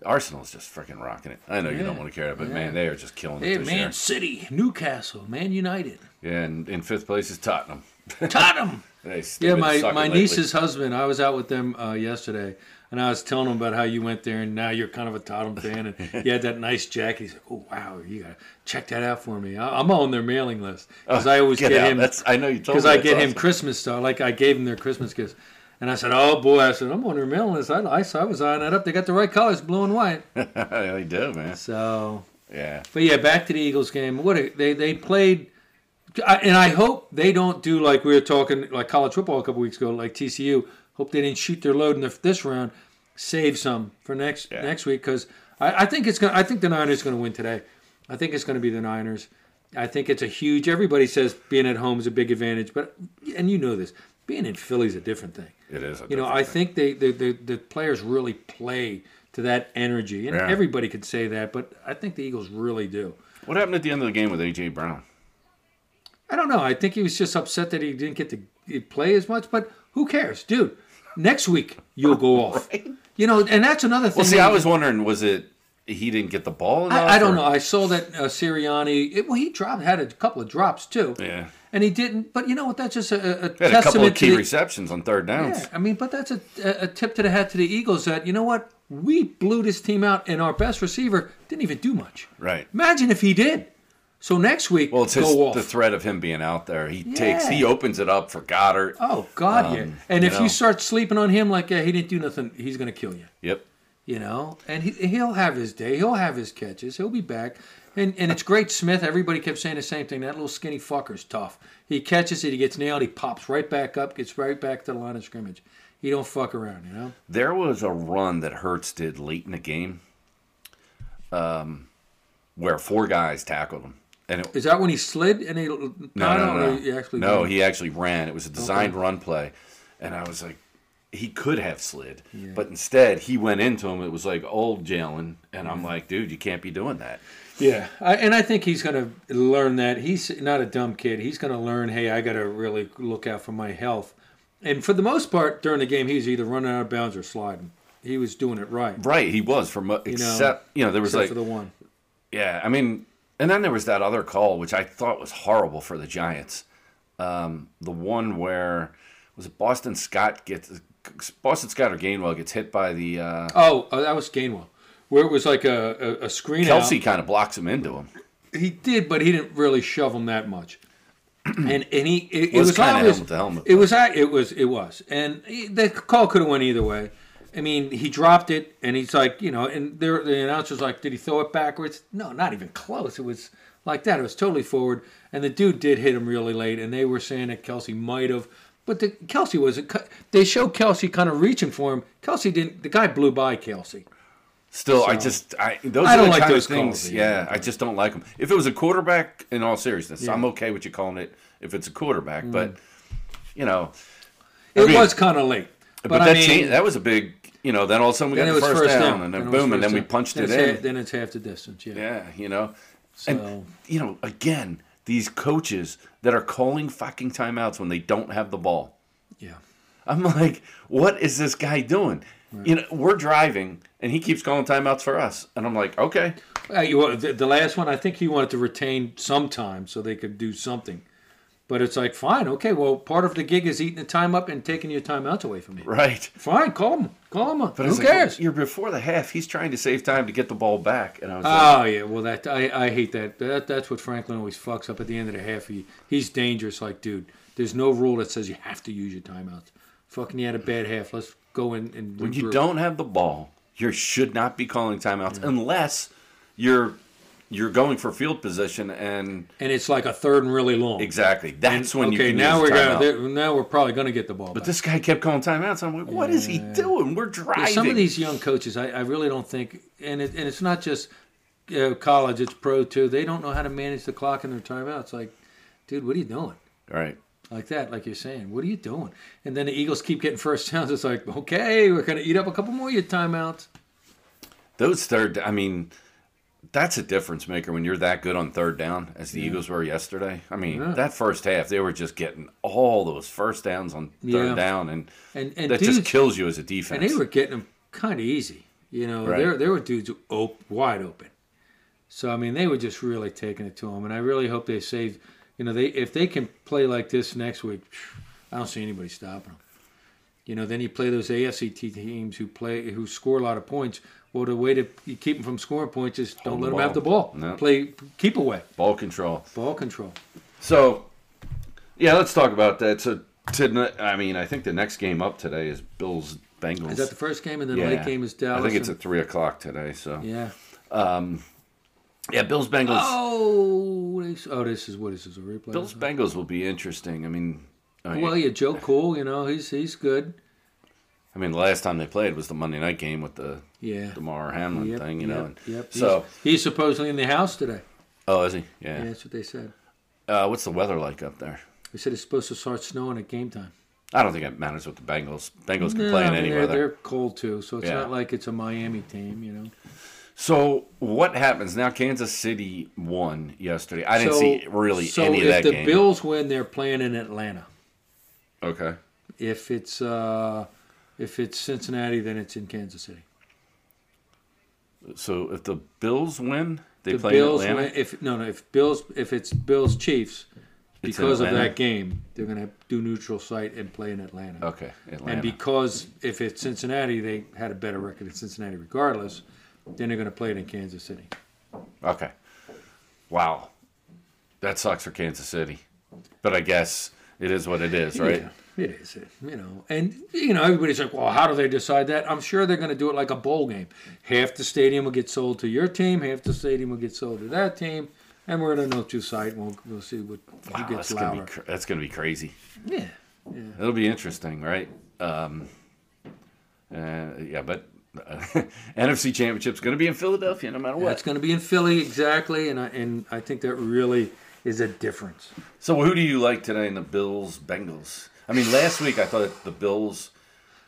S1: Arsenal's just freaking rocking it. I know you don't
S2: Yeah,
S1: want to care, but
S2: yeah.
S1: man, they are just killing it
S2: Hey,
S1: this
S2: Man City, Newcastle, Man United,
S1: year. Yeah, and in fifth place is Tottenham.
S2: Tottenham.
S1: They-
S2: yeah,
S1: they've been
S2: my,
S1: sucking
S2: my
S1: lately.
S2: niece's husband, I was out with them uh, yesterday, and I was telling him about how you went there, and now you're kind of a Tottenham fan, and you had that nice jacket. He's like, oh, wow, you got to check that out for me. I, I'm on their mailing list because I always
S1: Uh, Get
S2: get,
S1: out.
S2: him.
S1: That's I know you told me.
S2: because I
S1: that's
S2: get him
S1: awesome.
S2: Christmas stuff. Like I gave him their Christmas gifts, and I said, "Oh boy!" I said, "I'm on their mailing list. I, I, saw- I was eyeing that up. They got the right colors, blue and white."
S1: they do, man.
S2: So,
S1: Yeah,
S2: but yeah, back to the Eagles game. What a, they they played, I- and I hope they don't do like we were talking like college football a couple weeks ago, like TCU. Hope they didn't shoot their load in the, this round. Save some for next
S1: Yeah.
S2: next week because I, I think it's gonna. I think the Niners going to win today. I think it's going to be the Niners. I think it's a huge. Everybody says being at home is a big advantage, but and you know this, being in Philly is a different thing.
S1: it is. a
S2: You know,
S1: different
S2: I
S1: thing.
S2: think they the, the the players really play to that energy, and
S1: Yeah.
S2: everybody could say that, but I think the Eagles really do.
S1: What happened at the end of the game with AJ Brown?
S2: I don't know. I think he was just upset that he didn't get to play as much, but who cares, dude? Next week you'll go off. You know, and that's another thing.
S1: Well, see,
S2: that-
S1: I was wondering, was it he didn't get the ball? Enough,
S2: I, I don't
S1: or-
S2: know. I saw that uh, Sirianni. It, well, he dropped had a couple of drops too.
S1: Yeah.
S2: And he didn't, but you know what? That's just a, a
S1: He
S2: testament
S1: had a couple of
S2: to
S1: key
S2: the-
S1: receptions on third downs.
S2: Yeah, I mean, but that's a, a a tip to the hat to the Eagles that, you know what? We blew this team out, and our best receiver didn't even do much.
S1: Right.
S2: Imagine if he did. So next week,
S1: Well, it's
S2: go
S1: his,
S2: off.
S1: the threat of him being out there. He takes,
S2: Yeah.
S1: he opens it up for Goddard.
S2: oh, God, yeah.
S1: Um,
S2: And
S1: you
S2: if
S1: know.
S2: you start sleeping on him like, yeah, he didn't do nothing, he's going to kill you,
S1: Yep.
S2: you know? And he, he'll have his day. He'll have his catches. He'll be back. And, and it's great, Smith. Everybody kept saying the same thing. That little skinny fucker's tough. He catches it, he gets nailed, he pops right back up, gets right back to the line of scrimmage. he don't fuck around, you know.
S1: There was a run that Hertz did late in the game, um, where four guys tackled him, and it,
S2: Is that when he slid and he? No,
S1: no, no, no,
S2: He actually
S1: no,
S2: did.
S1: he actually ran. It was a designed run play, and I was like, he could have slid,
S2: Yeah.
S1: but instead he went into him. It was like old Jalen, and
S2: Mm-hmm.
S1: I'm like, dude, you can't be doing that.
S2: Yeah, I, and I think he's going to learn that he's not a dumb kid. He's going to learn, hey, I got to really look out for my health. And for the most part, during the game, he was either running out of bounds or sliding. He was doing it right,
S1: Right, he was from except you know there was
S2: except
S1: like
S2: for the one.
S1: Yeah, I mean, and then there was that other call which I thought was horrible for the Giants. Um, the one where was it Boston Scott gets Boston Scott or Gainwell gets hit by the uh,
S2: Oh, oh, that was Gainwell, where it was like a, a, a screen
S1: Kelsey kind of blocks him into him.
S2: out. He did, but he didn't really shove him that much. And and he it, it
S1: Was
S2: was,
S1: kinda
S2: obvious.
S1: helmet to helmet,
S2: It was I- it was it was, and he- the call could have went either way. I mean, he dropped it, and he's like, you know, and there, the announcer's like, did he throw it backwards? No, not even close. It was like that. It was totally forward, and the dude did hit him really late, and they were saying that Kelsey might have, but the Kelsey was. They showed Kelsey kind of reaching for him. Kelsey didn't. The guy blew by Kelsey.
S1: Still, I just I those
S2: I
S1: are
S2: don't
S1: the
S2: like
S1: kind
S2: those
S1: of things.
S2: calls either.
S1: yeah, I just don't like them. If it was a quarterback, in all seriousness, I'm okay with you calling it if it's a quarterback,
S2: Mm.
S1: but you know, I
S2: It
S1: mean-
S2: was kind of late, but,
S1: but,
S2: I
S1: that
S2: mean,
S1: changed. That was a big. You know, then all of a sudden we got
S2: then
S1: the
S2: it was
S1: first,
S2: first
S1: down,
S2: down,
S1: and then
S2: it was
S1: boom, and
S2: first
S1: then we
S2: down.
S1: punched
S2: Then
S1: it
S2: it's
S1: in.
S2: half- then it's half the distance. Yeah.
S1: Yeah, you know.
S2: So-
S1: And you know, again, these coaches that are calling fucking timeouts when they don't have the ball.
S2: yeah.
S1: I'm like, what is this guy doing? You know, we're driving and he keeps calling timeouts for us. And I'm like, okay.
S2: Uh, you, want- the, the last one, I think he wanted to retain some time so they could do something. But it's like, fine, okay, well, part of the gig is eating the time up and taking your timeouts away from me.
S1: Right.
S2: Fine, call him. Call him.
S1: But
S2: Who
S1: it's like,
S2: cares?
S1: you're before the half. He's trying to save time to get the ball back. And I was like,
S2: Oh yeah, well that I, I hate that. that. That's what Franklin always fucks up at the end of the half. He he's dangerous. Like dude, there's no rule that says you have to use your timeouts. Fucking, you had a bad half. Let's go in and
S1: when you
S2: regroup.
S1: don't have the ball, you should not be calling timeouts unless you're you're going for field position and
S2: And it's like a third and really long.
S1: exactly that's when you
S2: okay,
S1: can
S2: now
S1: use
S2: we're
S1: a
S2: gonna,
S1: timeout.
S2: there- now we're probably gonna get the ball.
S1: But this guy kept calling timeouts. I'm like, what is he doing? We're driving.
S2: Yeah, some of these young coaches, I, I really don't think, and it, and it's not just uh, college; it's pro too. They don't know how to manage the clock in their timeouts. Like, dude, what are you doing?
S1: All right.
S2: Like that, like you're saying, what are you doing? And then the Eagles keep getting first downs. It's like, okay, we're gonna eat up a couple more of your timeouts.
S1: Those third, I mean, that's a difference maker when you're that good on third down as the Eagles were yesterday. I mean,
S2: Yeah.
S1: that first half, they were just getting all those first downs on third
S2: Yeah.
S1: down, and,
S2: And and
S1: that
S2: dudes,
S1: just kills you as a
S2: and
S1: defense.
S2: they were getting them kind of easy. You know,
S1: Right.
S2: there there were dudes op- wide open. So I mean, they were just really taking it to them, and I really hope they save. You know, they if they can play like this next week, phew, I don't see anybody stopping them. You know, then you play those AFC te- teams who play who score a lot of points. Well, the way to you keep them from scoring points is don't
S1: the
S2: let them
S1: ball.
S2: have the ball.
S1: No.
S2: Play keep away,
S1: Ball control.
S2: ball control.
S1: So, yeah, let's talk about that. So, to, I mean, I think the next game up today is Bills Bengals.
S2: Is that the first game, and then
S1: yeah.
S2: the late game is Dallas.
S1: I think it's
S2: and-
S1: at three o'clock today. So, yeah,
S2: yeah.
S1: Bills Bengals.
S2: Oh, they- oh, this is what is this a replay?
S1: Bills Bengals will be interesting. I mean, I mean,
S2: Well, yeah, Joe Cool, you know, he's he's good.
S1: I mean, the last time they played was the Monday night game with the
S2: Yeah.
S1: Demar Hamlin
S2: Yep,
S1: thing, you know.
S2: yep,
S1: And
S2: yep.
S1: So,
S2: he's, he's supposedly in the house today.
S1: oh, is he?
S2: Yeah.
S1: Yeah.
S2: that's what they said.
S1: Uh, what's the weather like up there?
S2: They said it's supposed to start snowing at game time.
S1: I don't think it matters with the Bengals. Bengals can
S2: No,
S1: play
S2: I
S1: in
S2: mean,
S1: any
S2: they're,
S1: weather.
S2: they're cold too, so it's
S1: Yeah.
S2: not like it's a Miami team, you know.
S1: So, what happens now? Kansas City won yesterday. I didn't see really
S2: so
S1: any
S2: if
S1: of that
S2: the
S1: game.
S2: Bills win, they're playing in Atlanta.
S1: okay.
S2: If it's uh, if it's Cincinnati, then it's in Kansas City.
S1: So, if the Bills win, they
S2: the
S1: play
S2: Bills
S1: in Atlanta.
S2: win if no no if Bills if it's Bills Chiefs
S1: It's in
S2: because of
S1: Atlanta?
S2: that game, they're gonna do neutral site and play in Atlanta.
S1: Okay, Atlanta.
S2: And because if it's Cincinnati, they had a better record in Cincinnati regardless, then they're going to play it in Kansas City.
S1: Okay. Wow. That sucks for Kansas City. But I guess it is what it is, right?
S2: Yeah, it is. You know, and, you know, everybody's like, well, how do they decide that? I'm sure they're going to do it like a bowl game. Half the stadium will get sold to your team, half the stadium will get sold to that team, and we're going to know two site and we'll, we'll see what
S1: Wow,
S2: who gets
S1: Ah, that's gonna
S2: louder.
S1: be cr- that's gonna be crazy.
S2: yeah.
S1: It'll be interesting, right? Um, Uh, yeah, but uh, NFC Championship's going to be in Philadelphia no matter
S2: Well,
S1: what.
S2: it's going to be in Philly exactly, and I, and I think that really is a difference.
S1: So who do you like today in the Bills Bengals? I mean, last week I thought the Bills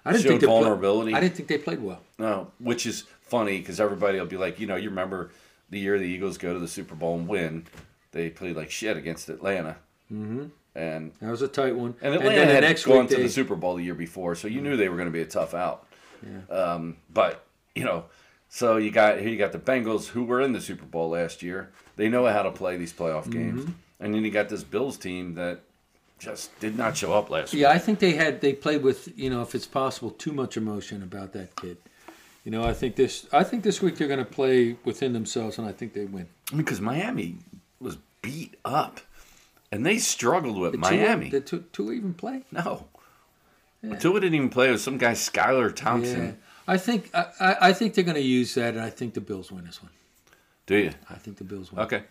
S2: I didn't
S1: Showed
S2: think they pla-
S1: vulnerability.
S2: I didn't think they played well.
S1: No, uh, which is funny because everybody will be like, you know, you remember the year the Eagles go to the Super Bowl and win, they played like shit against Atlanta, mm-hmm. and
S2: That was a tight one.
S1: and Atlanta had gone
S2: week
S1: to
S2: they-
S1: the Super Bowl the year before, so you knew they were going to be a tough out. Um, but you know, so you got here you got the Bengals who were in the Super Bowl last year. They know how to play these playoff games, and then you got this Bills team that just did not show up last week.
S2: Yeah, I think they had they played with you know if it's possible too much emotion about that kid. You know, I think this I think this week they're going to play within themselves, and I think they win.
S1: because Miami was beat up, and they struggled with
S2: Did Tua-
S1: Miami.
S2: did Tua, Tua e, even play?
S1: No. Tua didn't even play with some guy, Skylar Thompson.
S2: Yeah, I think I, I, I think they're going to use that, and I think the Bills win this one.
S1: Do you?
S2: I think the Bills win.
S1: Okay.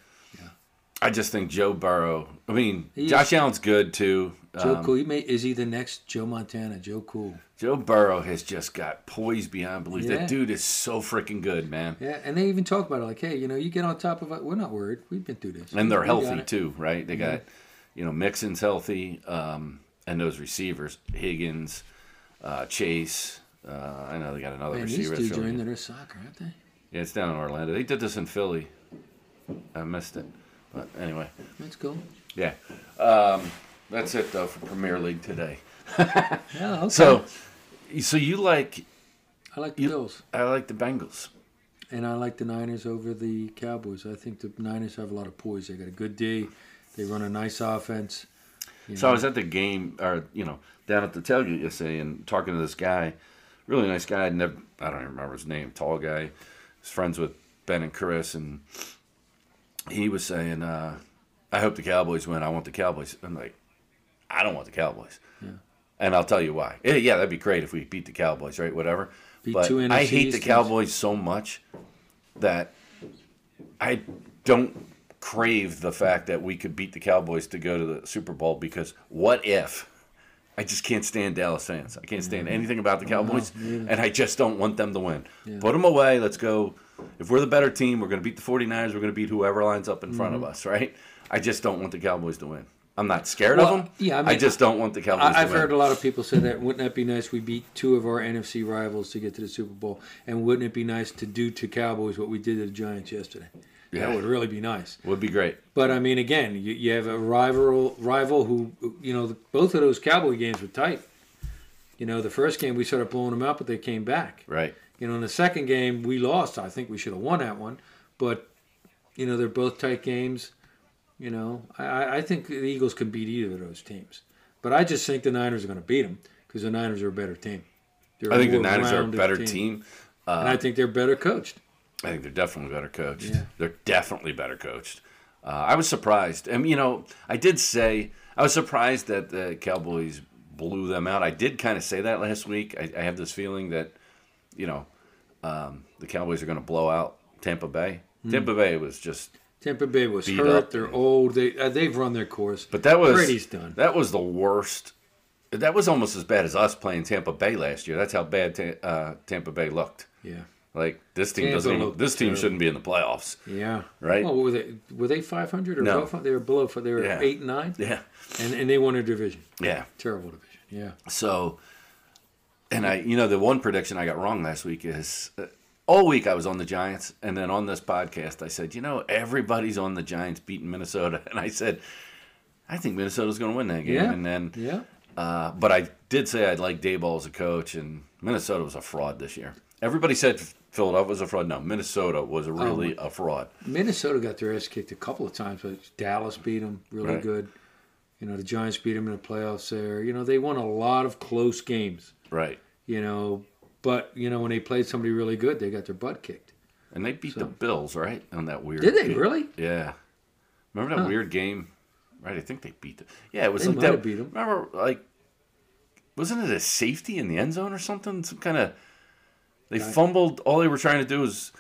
S1: I just think Joe Burrow. I mean,
S2: He is-
S1: Josh Allen's good too.
S2: Joe
S1: Um,
S2: Cool, he may, is he the next Joe Montana? Joe Cool.
S1: Joe Burrow has just got poise beyond belief.
S2: Yeah.
S1: That dude is so freaking good, man.
S2: Yeah, and they even talk about it like, hey, you know, you get on top of it. We're not worried. We've been through this.
S1: And they're
S2: We got
S1: healthy
S2: it.
S1: too, right? They got, you know, Mixon's healthy, um, and those receivers, Higgins, uh, Chase. Uh, I know they got another
S2: Man, these
S1: receiver. that's
S2: dudes are
S1: really
S2: into
S1: good.
S2: their soccer, aren't they?
S1: Yeah, it's down in Orlando. They did this in Philly. I missed it, but anyway.
S2: That's cool.
S1: Yeah. Um, that's it though for Premier League today.
S2: Yeah, okay.
S1: So, so you like
S2: I like the
S1: you-
S2: Bills.
S1: I like the Bengals.
S2: And I like the Niners over the Cowboys. I think the Niners have a lot of poise. They got a good D. They run a nice offense.
S1: So I was at the game, or you know, down at the tailgate yesterday, and talking to this guy, really nice guy. I'd never, I don't even remember his name. Tall guy, was friends with Ben and Chris, and he was saying, uh, "I hope the Cowboys win. I want the Cowboys." I'm like, "I don't want the Cowboys," and I'll tell you why. Yeah, yeah, that'd be great if we beat the Cowboys, right? Whatever.
S2: Beat
S1: but
S2: two
S1: I
S2: NFC
S1: hate the
S2: teams.
S1: Cowboys so much that I don't crave the fact that we could beat the Cowboys to go to the Super Bowl because what if? I just can't stand Dallas fans. I can't
S2: Mm-hmm.
S1: stand anything about the Cowboys, and I just don't want them to win. Put 'em Put them away. Let's go. If we're the better team, we're going to beat the 49ers. We're going to beat whoever lines up in front
S2: Mm-hmm.
S1: of us, right? I just don't want the Cowboys to win. I'm not scared
S2: Well,
S1: of them.
S2: yeah, I
S1: I,
S2: mean,
S1: just don't want the Cowboys
S2: I,
S1: to
S2: I've
S1: win.
S2: heard a lot of people say that. Wouldn't that be nice? We beat two of our NFC rivals to get to the Super Bowl. And wouldn't it be nice to do to Cowboys what we did to the Giants yesterday?
S1: Yeah.
S2: That would really be nice.
S1: Would be great.
S2: But I mean, again, you, you have a rival rival who, you know, both of those Cowboy games were tight. You know, the first game we started blowing them out, but they came back.
S1: Right.
S2: You know, in the second game we lost. I think we should have won that one, but you know they're both tight games. You know, I- I, I think the Eagles could beat either of those teams, but I just think the Niners are going to beat them because the Niners are a better team. They're
S1: I think the
S2: more
S1: Niners are a
S2: rounded
S1: better team. uh,
S2: and I think they're better coached.
S1: I think they're definitely better coached.
S2: Yeah.
S1: They're definitely better coached. Uh, I was surprised. And, you know, I did say I was surprised that the Cowboys blew them out. I did kind of say that last week. I, I have this feeling that, you know, um, the Cowboys are going to blow out Tampa Bay.
S2: Hmm.
S1: Tampa Bay was just.
S2: Tampa Bay was
S1: Beat
S2: hurt.
S1: up.
S2: They're old. They uh, they've run their course.
S1: But that was.
S2: Brady's done.
S1: That was the worst. That was almost as bad as us playing Tampa Bay last year. That's how bad ta- uh, Tampa Bay looked.
S2: yeah,
S1: Like this team
S2: Tampa
S1: doesn't. Even,
S2: looked
S1: this team
S2: terrible.
S1: shouldn't be in the playoffs.
S2: yeah.
S1: Right.
S2: Well, were they were they five hundred or
S1: No.
S2: no. They were below. fi- They were
S1: Yeah.
S2: eight and nine,
S1: Yeah.
S2: and and they won their division.
S1: Yeah.
S2: Terrible division. Yeah.
S1: So, and I, you know, the one prediction I got wrong last week is uh, all week I was on the Giants, and then on this podcast I said, you know, everybody's on the Giants beating Minnesota, and I said, I think Minnesota's going to win that game,
S2: Yeah.
S1: and then,
S2: Yeah.
S1: uh, but I did say I'd like Dayball as a coach, and Minnesota was a fraud this year. Everybody said Philadelphia was a fraud. No, Minnesota was really
S2: Oh.
S1: a fraud.
S2: Minnesota got their ass kicked a couple of times, but Dallas beat them really
S1: Right.
S2: good. You know, the Giants beat them in the playoffs there. You know, they won a lot of close games,
S1: Right.
S2: you know, but, you know, when they played somebody really good, they got their butt kicked.
S1: And they beat the Bills, right? On that weird.
S2: Did they
S1: game.
S2: really?
S1: Yeah. Remember that weird game? Right, I think they beat them. Yeah, it was
S2: They
S1: like
S2: might
S1: that.
S2: have beat 'em.
S1: Remember, like, wasn't it a safety in the end zone or something? Some kind of. They fumbled. All they were trying to do was,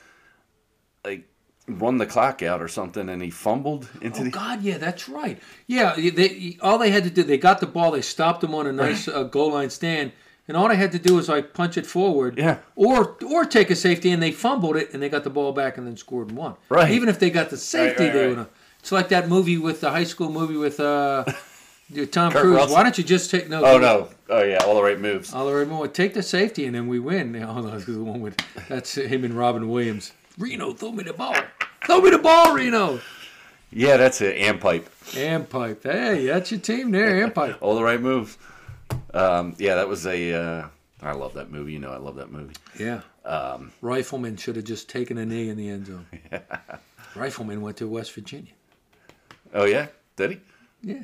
S1: like, run the clock out or something, and he fumbled into
S2: Oh,
S1: the.
S2: God, yeah, that's right. Yeah, they all they had to do, they got the ball, they stopped them on a nice uh, goal line stand, and all they had to do was like punch it forward,
S1: Yeah.
S2: or or take a safety, and they fumbled it, and they got the ball back, and then scored and won.
S1: Right.
S2: Even if they got the safety,
S1: right,
S2: they
S1: right.
S2: would. have It's like that movie with the high school movie with uh, Tom
S1: Kurt
S2: Cruise.
S1: Russell?
S2: Why don't you just take no?
S1: Oh no! Oh yeah! All the right moves.
S2: Oliver Moore, take the safety, and then we win. Oh, no, the one with that's him and Robin Williams. Reno, throw me the ball. Throw me the ball, Reno.
S1: Yeah, that's it. And pipe.
S2: And pipe. Hey, that's your team there. And pipe.
S1: All the right moves. Um, yeah, that was a. Uh, I love that movie. You know, I love that movie.
S2: Yeah.
S1: Um,
S2: Rifleman should have just taken a knee in the end zone. Rifleman went to West Virginia.
S1: Oh yeah, did he?
S2: Yeah.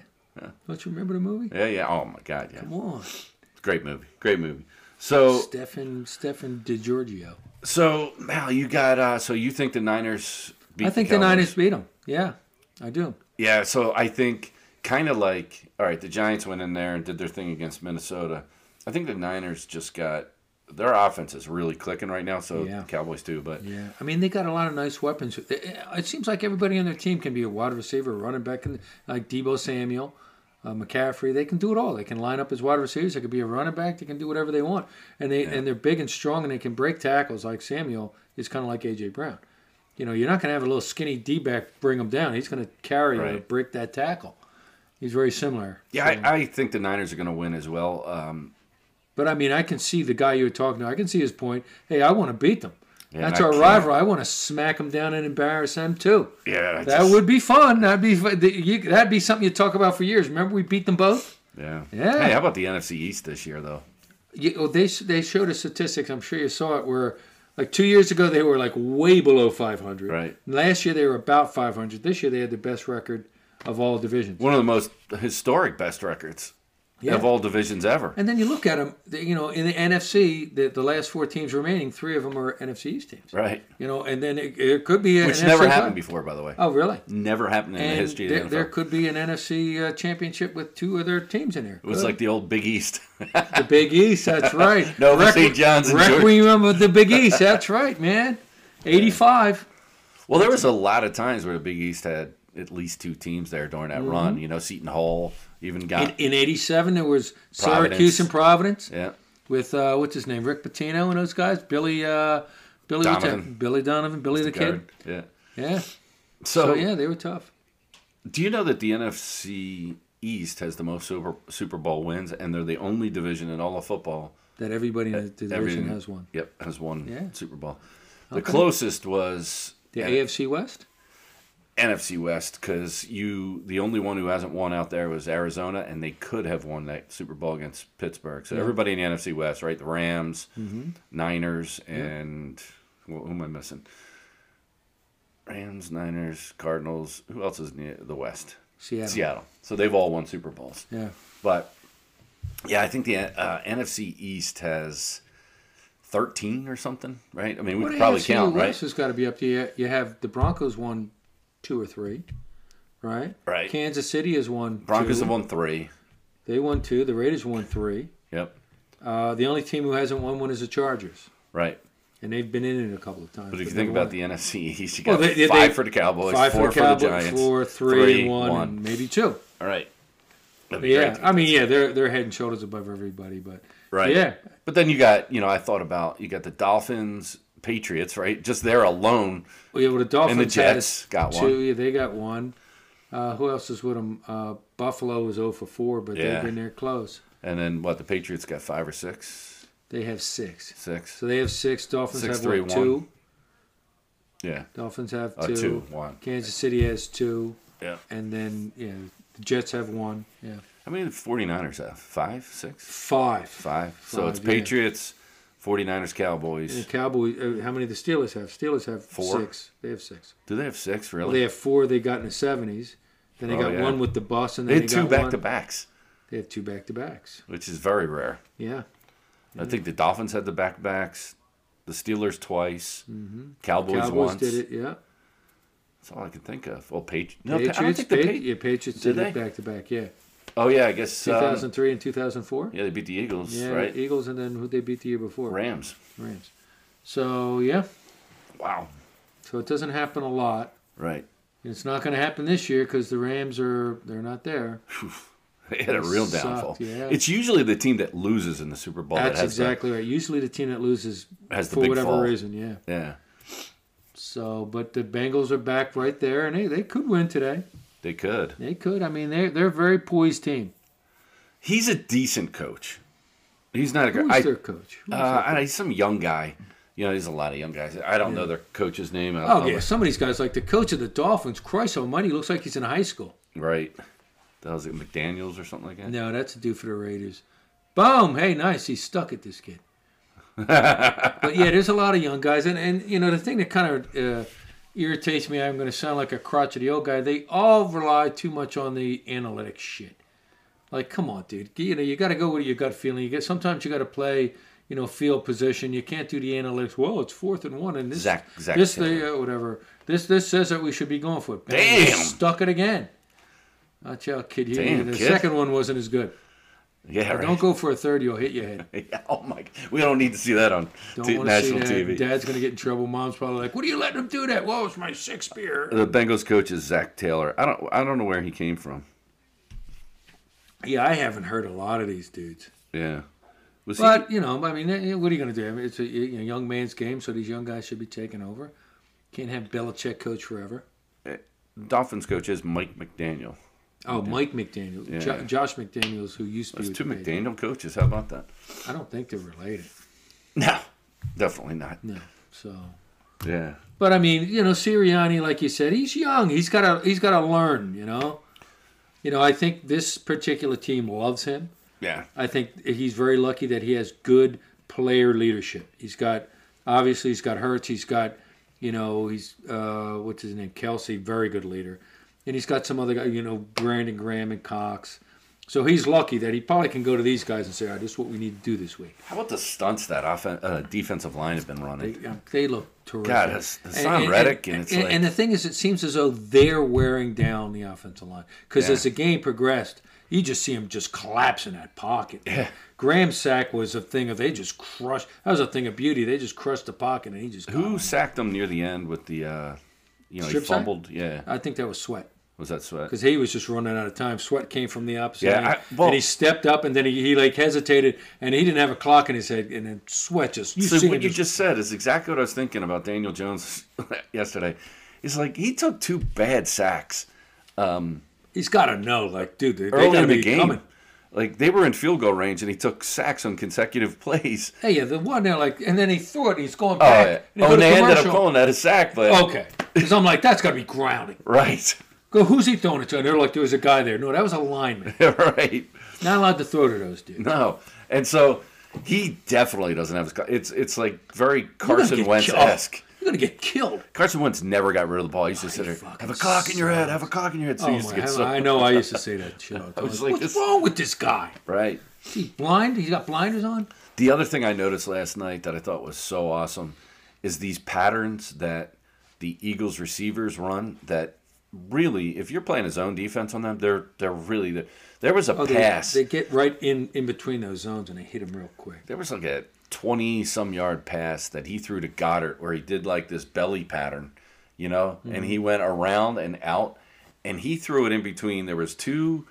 S2: Don't you remember the movie?
S1: Yeah, yeah. Oh my God, yeah.
S2: Come on.
S1: Great movie. Great movie. So,
S2: Stefan Stefan DiGiorgio.
S1: so Mal, you got. Uh, so you think the Niners? Beat
S2: I think the
S1: Cowboys.
S2: Niners beat him. Yeah, I do.
S1: Yeah, so I think kind of like all right, the Giants went in there and did their thing against Minnesota. I think the Niners just got their offense is really clicking right now. So
S2: Yeah.
S1: the Cowboys too, but
S2: Yeah, I mean they got a lot of nice weapons. It- It seems like everybody on their team can be a wide receiver, a running back, and like Debo Samuel, uh, McCaffrey. They can do it all. They can line up as wide receivers. They can be a running back. They can do whatever they want, and they and they're big and strong, and they can break tackles. Like Samuel is kind of like AJ Brown. You know, you're not going to have a little skinny D back bring him down. He's going to carry him and
S1: Right.
S2: break that tackle. He's very similar.
S1: yeah, I, I think the Niners are going to win as well. Um,
S2: But I mean, I can see the guy you were talking to. I can see his point. Hey, I want to beat them.
S1: Yeah,
S2: That's
S1: I
S2: our
S1: can't-
S2: rival. I want to smack them down and embarrass them too.
S1: yeah, I
S2: That
S1: just-
S2: would be fun. That'd be fu- the- you- that'd be something you talk about for years. Remember, we beat them both.
S1: yeah,
S2: Yeah.
S1: Hey, how about the NFC East this year though?
S2: You, oh, they they showed us statistics. I'm sure you saw it. Where like two years ago they were like way below 500.
S1: Right.
S2: Last year they were about 500. This year they had the best record of all divisions.
S1: One of the most historic best records
S2: Yeah.
S1: of all divisions ever.
S2: And then you look at them. You know, in the NFC, the, the last four teams remaining, three of them are NFC East teams.
S1: Right,
S2: You know, and then it, it could be an
S1: which
S2: NFC
S1: never happened
S2: title.
S1: before, by the way.
S2: Oh, really?
S1: Never happened in the
S2: And
S1: history of the
S2: there,
S1: NFL.
S2: there could be an NFC uh, championship with two other teams in there.
S1: it was like the old Big East.
S2: the Big East. That's right.
S1: No, but
S2: Requ-
S1: St. John's and Georgia-
S2: Requiem of the Big East. That's right, man. Eighty-five.
S1: Well, there was a lot of times where the Big East had at least two teams there during that
S2: Mm-hmm.
S1: run. You know, Seton Hall even got
S2: In, in eighty-seven, there was
S1: Providence.
S2: Syracuse and Providence
S1: yeah.
S2: with uh, what's his name, Rick Pitino and those guys. Billy, uh, Billy, what's that-
S1: Donovan.
S2: Billy Donovan, Billy the, Kid.
S1: guard. Yeah.
S2: Yeah.
S1: So,
S2: So yeah, they were tough.
S1: do you know that the NFC East has the most Super Super Bowl wins, and they're the only division in all of football
S2: That everybody in the division
S1: everything-
S2: has one.
S1: Yep, has won
S2: Yeah.
S1: Super Bowl. The closest was
S2: The
S1: N-
S2: AFC West.
S1: NFC West because you the only one who hasn't won out there was Arizona, and they could have won that Super Bowl against Pittsburgh. So everybody in the NFC West, right? The Rams,
S2: Mm-hmm.
S1: Niners, and wh- who am I missing? Rams, Niners, Cardinals. Who else is in the- the West?
S2: Seattle.
S1: Seattle. So they've all won Super Bowls.
S2: Yeah.
S1: But yeah, I think the uh, NFC East has thirteen or something, right? I mean, we
S2: Well,
S1: could
S2: the
S1: probably
S2: AFC
S1: count,
S2: West
S1: right?
S2: has got to be up to you. You have the Broncos won two or three, right?
S1: Right.
S2: Kansas City has won.
S1: Broncos
S2: two.
S1: have won three.
S2: They won two. The Raiders won three.
S1: Yep.
S2: Uh, the only team who hasn't won one is the Chargers,
S1: Right.
S2: and they've been in it a couple of times.
S1: But if you
S2: they've
S1: think about
S2: won.
S1: the NFC East, you
S2: Well,
S1: got
S2: they- they-
S1: five
S2: they-
S1: for the Cowboys,
S2: five
S1: four
S2: for the Cowboys,
S1: Giants,
S2: four, three,
S1: three,
S2: one, and maybe two.
S1: All right. That'd
S2: But
S1: be
S2: yeah,
S1: great.
S2: I mean, yeah, they're they're head and shoulders above everybody, but
S1: Right.
S2: yeah,
S1: But then you got, you know, I thought about you got the Dolphins, Patriots, right? Just there alone.
S2: well, yeah, well, the Dolphins had
S1: Jets got
S2: two,
S1: one.
S2: Yeah, they got one. Uh, who else is with them? Uh, Buffalo was 0 for 4, but
S1: Yeah.
S2: they've been there close.
S1: And then what? The Patriots got five or six,
S2: They have six.
S1: six.
S2: So they have six. Dolphins
S1: Six,
S2: have
S1: three,
S2: what,
S1: one.
S2: two.
S1: Yeah.
S2: Dolphins have
S1: Uh,
S2: two.
S1: two, one.
S2: Kansas City has two,
S1: Yeah.
S2: and then yeah, the Jets have one. Yeah,
S1: How many did the 49ers have? Five, six,
S2: five.
S1: five. so
S2: Five,
S1: it's
S2: yeah.
S1: Patriots, 49ers, Cowboys.
S2: And the Cowboys. Uh, how many do the Steelers have? Steelers have
S1: Four.
S2: six. They have six.
S1: Do they have six
S2: Well,
S1: really?
S2: they have four. They got in the seventies. Then they
S1: Oh,
S2: got
S1: yeah.
S2: one with the bus, and
S1: they
S2: then
S1: had
S2: got
S1: two back
S2: one-
S1: to backs,
S2: They have two back to backs.
S1: which is very rare.
S2: Yeah.
S1: I think the Dolphins had the back to backs, the Steelers twice, Cowboys,
S2: Mm-hmm. Cowboys
S1: once.
S2: did it. Yeah.
S1: That's all I can think of. Well, Patri- no, Pa- I
S2: Patriots.
S1: don't think the
S2: Pa-
S1: Pa-
S2: yeah, Patriots
S1: Did
S2: did, it
S1: they?
S2: back to back. Yeah.
S1: Oh yeah, I guess.
S2: Two
S1: um,
S2: thousand three and two thousand four.
S1: yeah, they beat the Eagles,
S2: Yeah,
S1: right?
S2: Eagles, and then who they beat the year before?
S1: Rams.
S2: Rams. So yeah,
S1: Wow.
S2: so it doesn't happen a lot.
S1: Right.
S2: It's not going to happen this year because the Rams are they're not there.
S1: They had a real
S2: sucked,
S1: downfall.
S2: yeah.
S1: It's usually the team that loses in the Super Bowl
S2: That's
S1: that has the-
S2: exactly right. Usually the team that loses
S1: Has the
S2: for
S1: big
S2: whatever
S1: fall.
S2: reason, yeah.
S1: yeah,
S2: So, but the Bengals are back right there, and hey, they could win today.
S1: they could.
S2: They could. I mean, they're they're a very poised team.
S1: He's a decent coach. He's not a good.
S2: Who's
S1: I,
S2: their coach? Who's their-
S1: uh, I, he's some young guy. You know, there's a lot of young guys. I don't know their coach's name. I-
S2: oh
S1: I'm
S2: yeah, some of these guys, like the coach of the Dolphins, Christ Almighty, looks like he's in high school.
S1: a- right. That was it, McDaniel's or something like that.
S2: No, that's a do for the Raiders. Boom! Hey, nice. He's stuck at this kid. but yeah, there's a lot of young guys, and and you know the thing that kind of uh, irritates me. I'm going to sound like a crotchety old guy. They all rely too much on the analytics shit. Like, come on, dude. You know you got to go with your gut feeling. You get sometimes you got to play. You know, field position. You can't do the analytics. Well, it's fourth and one, and this,
S1: Zach- Zach
S2: this,
S1: Taylor.
S2: the, uh, whatever. This, this says that we should be going for it. Bang,
S1: Damn.
S2: he's Stuck it again. I tell kid, you,
S1: Damn,
S2: the
S1: kid.
S2: second one wasn't as good.
S1: Yeah, right.
S2: Don't go for a third; you'll hit your head.
S1: Yeah, oh my! God. We don't need to see that on
S2: Don't
S1: t-
S2: want to see
S1: national
S2: that.
S1: TV.
S2: Dad's gonna get in trouble. Mom's probably like, "What are you letting him do that?" Whoa, it's my six beer.
S1: The Bengals coach is Zach Taylor. I don't. I don't know where he came from.
S2: Yeah, I haven't heard a lot of these dudes,
S1: Yeah. Was
S2: but you know, I mean, eh, what are you gonna do? I mean, it's a you know, young man's game, so these young guys should be taking over. Can't have Belichick coach forever.
S1: he Dolphins coach is Mike McDaniel?
S2: Oh, Mike McDaniel,
S1: Yeah.
S2: jo- Josh McDaniels, who used to
S1: There's
S2: be
S1: two
S2: with the
S1: McDaniel coaches. How about that?
S2: Patriots. I don't think they're related.
S1: No, definitely not.
S2: No, so.
S1: Yeah.
S2: But I mean, you know, Sirianni, like you said, he's young. He's got to he's got to learn. You know, you know. I think this particular team loves him.
S1: Yeah.
S2: I think he's very lucky that he has good player leadership. He's got obviously he's got Hurts. He's got you know he's uh, what's his name Kelsey, very good leader, and he's got some other guy you know Brandon Graham and Cox. So he's lucky that he probably can go to these guys and say, "All right, this is what we need to do this week."
S1: How about the stunts that offen- uh, defensive line have been
S2: They,
S1: running?
S2: um, they look terrific.
S1: God, it's- it's on Reddick, and it's
S2: and,
S1: like-
S2: and the thing is, it seems as though they're wearing down the offensive line because
S1: Yeah.
S2: as the game progressed, you just see him just collapse in that pocket. Yeah. Graham's sack was a thing of they just crushed. That was a thing of beauty. They just crushed the pocket, and he just.
S1: Who sacked him near the end with the, uh, you know,
S2: um, Strip
S1: he
S2: sack?
S1: fumbled? Yeah.
S2: I think that was Sweat
S1: Was that sweat?
S2: because he was just running out of time. Sweat came from the opposite
S1: Yeah,
S2: end,
S1: I- well-
S2: and he stepped up, and then he, he like hesitated, and he didn't have a clock in his head, and then Sweat just. You
S1: So
S2: see
S1: what
S2: him
S1: you
S2: just-
S1: just said is exactly what I was thinking about Daniel Jones yesterday. It's like he took two bad sacks
S2: he's got to know, like, dude, they, they
S1: early
S2: got to
S1: in the
S2: be
S1: game.
S2: coming.
S1: Like they were in field goal range, and he took sacks on consecutive plays.
S2: Hey, yeah, the one there, like, and then he threw it. He's going
S1: Oh,
S2: back.
S1: yeah.
S2: he
S1: oh
S2: put
S1: and
S2: a
S1: they ended up
S2: commercial. Oh.
S1: calling that a sack, but
S2: Okay, because I'm like, that's got to be grounding.
S1: right,
S2: Go, who's he throwing it to? And they're like, there was a guy there. No, that was a lineman.
S1: right,
S2: Not allowed to throw to those dudes.
S1: no, and so he definitely doesn't have his. co- It's it's like very
S2: You're gonna
S1: Carson
S2: get
S1: Wentz
S2: killed.
S1: esque.
S2: You're gonna get killed.
S1: Carson Wentz never got rid of the ball. He used to sit there,
S2: Oh, fucking
S1: have a cock in your head, have a cock in your head. So
S2: Oh
S1: he used to
S2: my,
S1: get
S2: hell,
S1: so
S2: I know. I used to say that shit. All the time.
S1: was
S2: Like,
S1: like
S2: What's
S1: this-
S2: wrong with this guy?
S1: right.
S2: Is he blind? He's got blinders on.
S1: The other thing I noticed last night that I thought was so awesome is these patterns that the Eagles receivers run that really if you're playing a zone defense on them they're they're really the, there was a
S2: Oh, they,
S1: pass
S2: They get right in in between those zones and they hit him real quick.
S1: there was like a 20 some yard pass that he threw to Goddard where he did like this belly pattern you know and
S2: Mm-hmm.
S1: he went around and out and he threw it in between there was two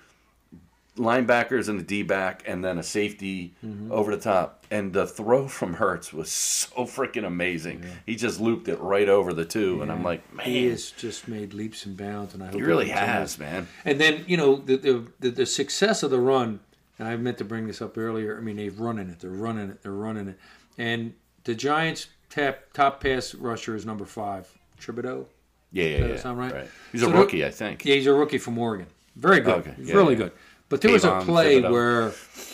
S1: linebackers and a D back and then a safety
S2: Mm-hmm.
S1: over the top. And the throw from Hertz was so freaking amazing. He just looped it right over the two, and I'm like, man,
S2: He
S1: he,
S2: has just made leaps and bounds, and I hope
S1: really
S2: continues.
S1: has, man.
S2: And then you know the the, the the success of the run, and I meant to bring this up earlier. I mean they've running it, they're running it, they're running it, and the Giants' tap, top pass rusher is number five, Thibodeau.
S1: Yeah, yeah,
S2: Does that
S1: yeah.
S2: sound right?
S1: He's
S2: So
S1: a
S2: the-
S1: rookie, I think.
S2: Yeah, he's a rookie from Oregon. Very good,
S1: Okay, yeah,
S2: really
S1: yeah.
S2: good. But there was a
S1: Kayvon
S2: play
S1: Thibodeau.
S2: where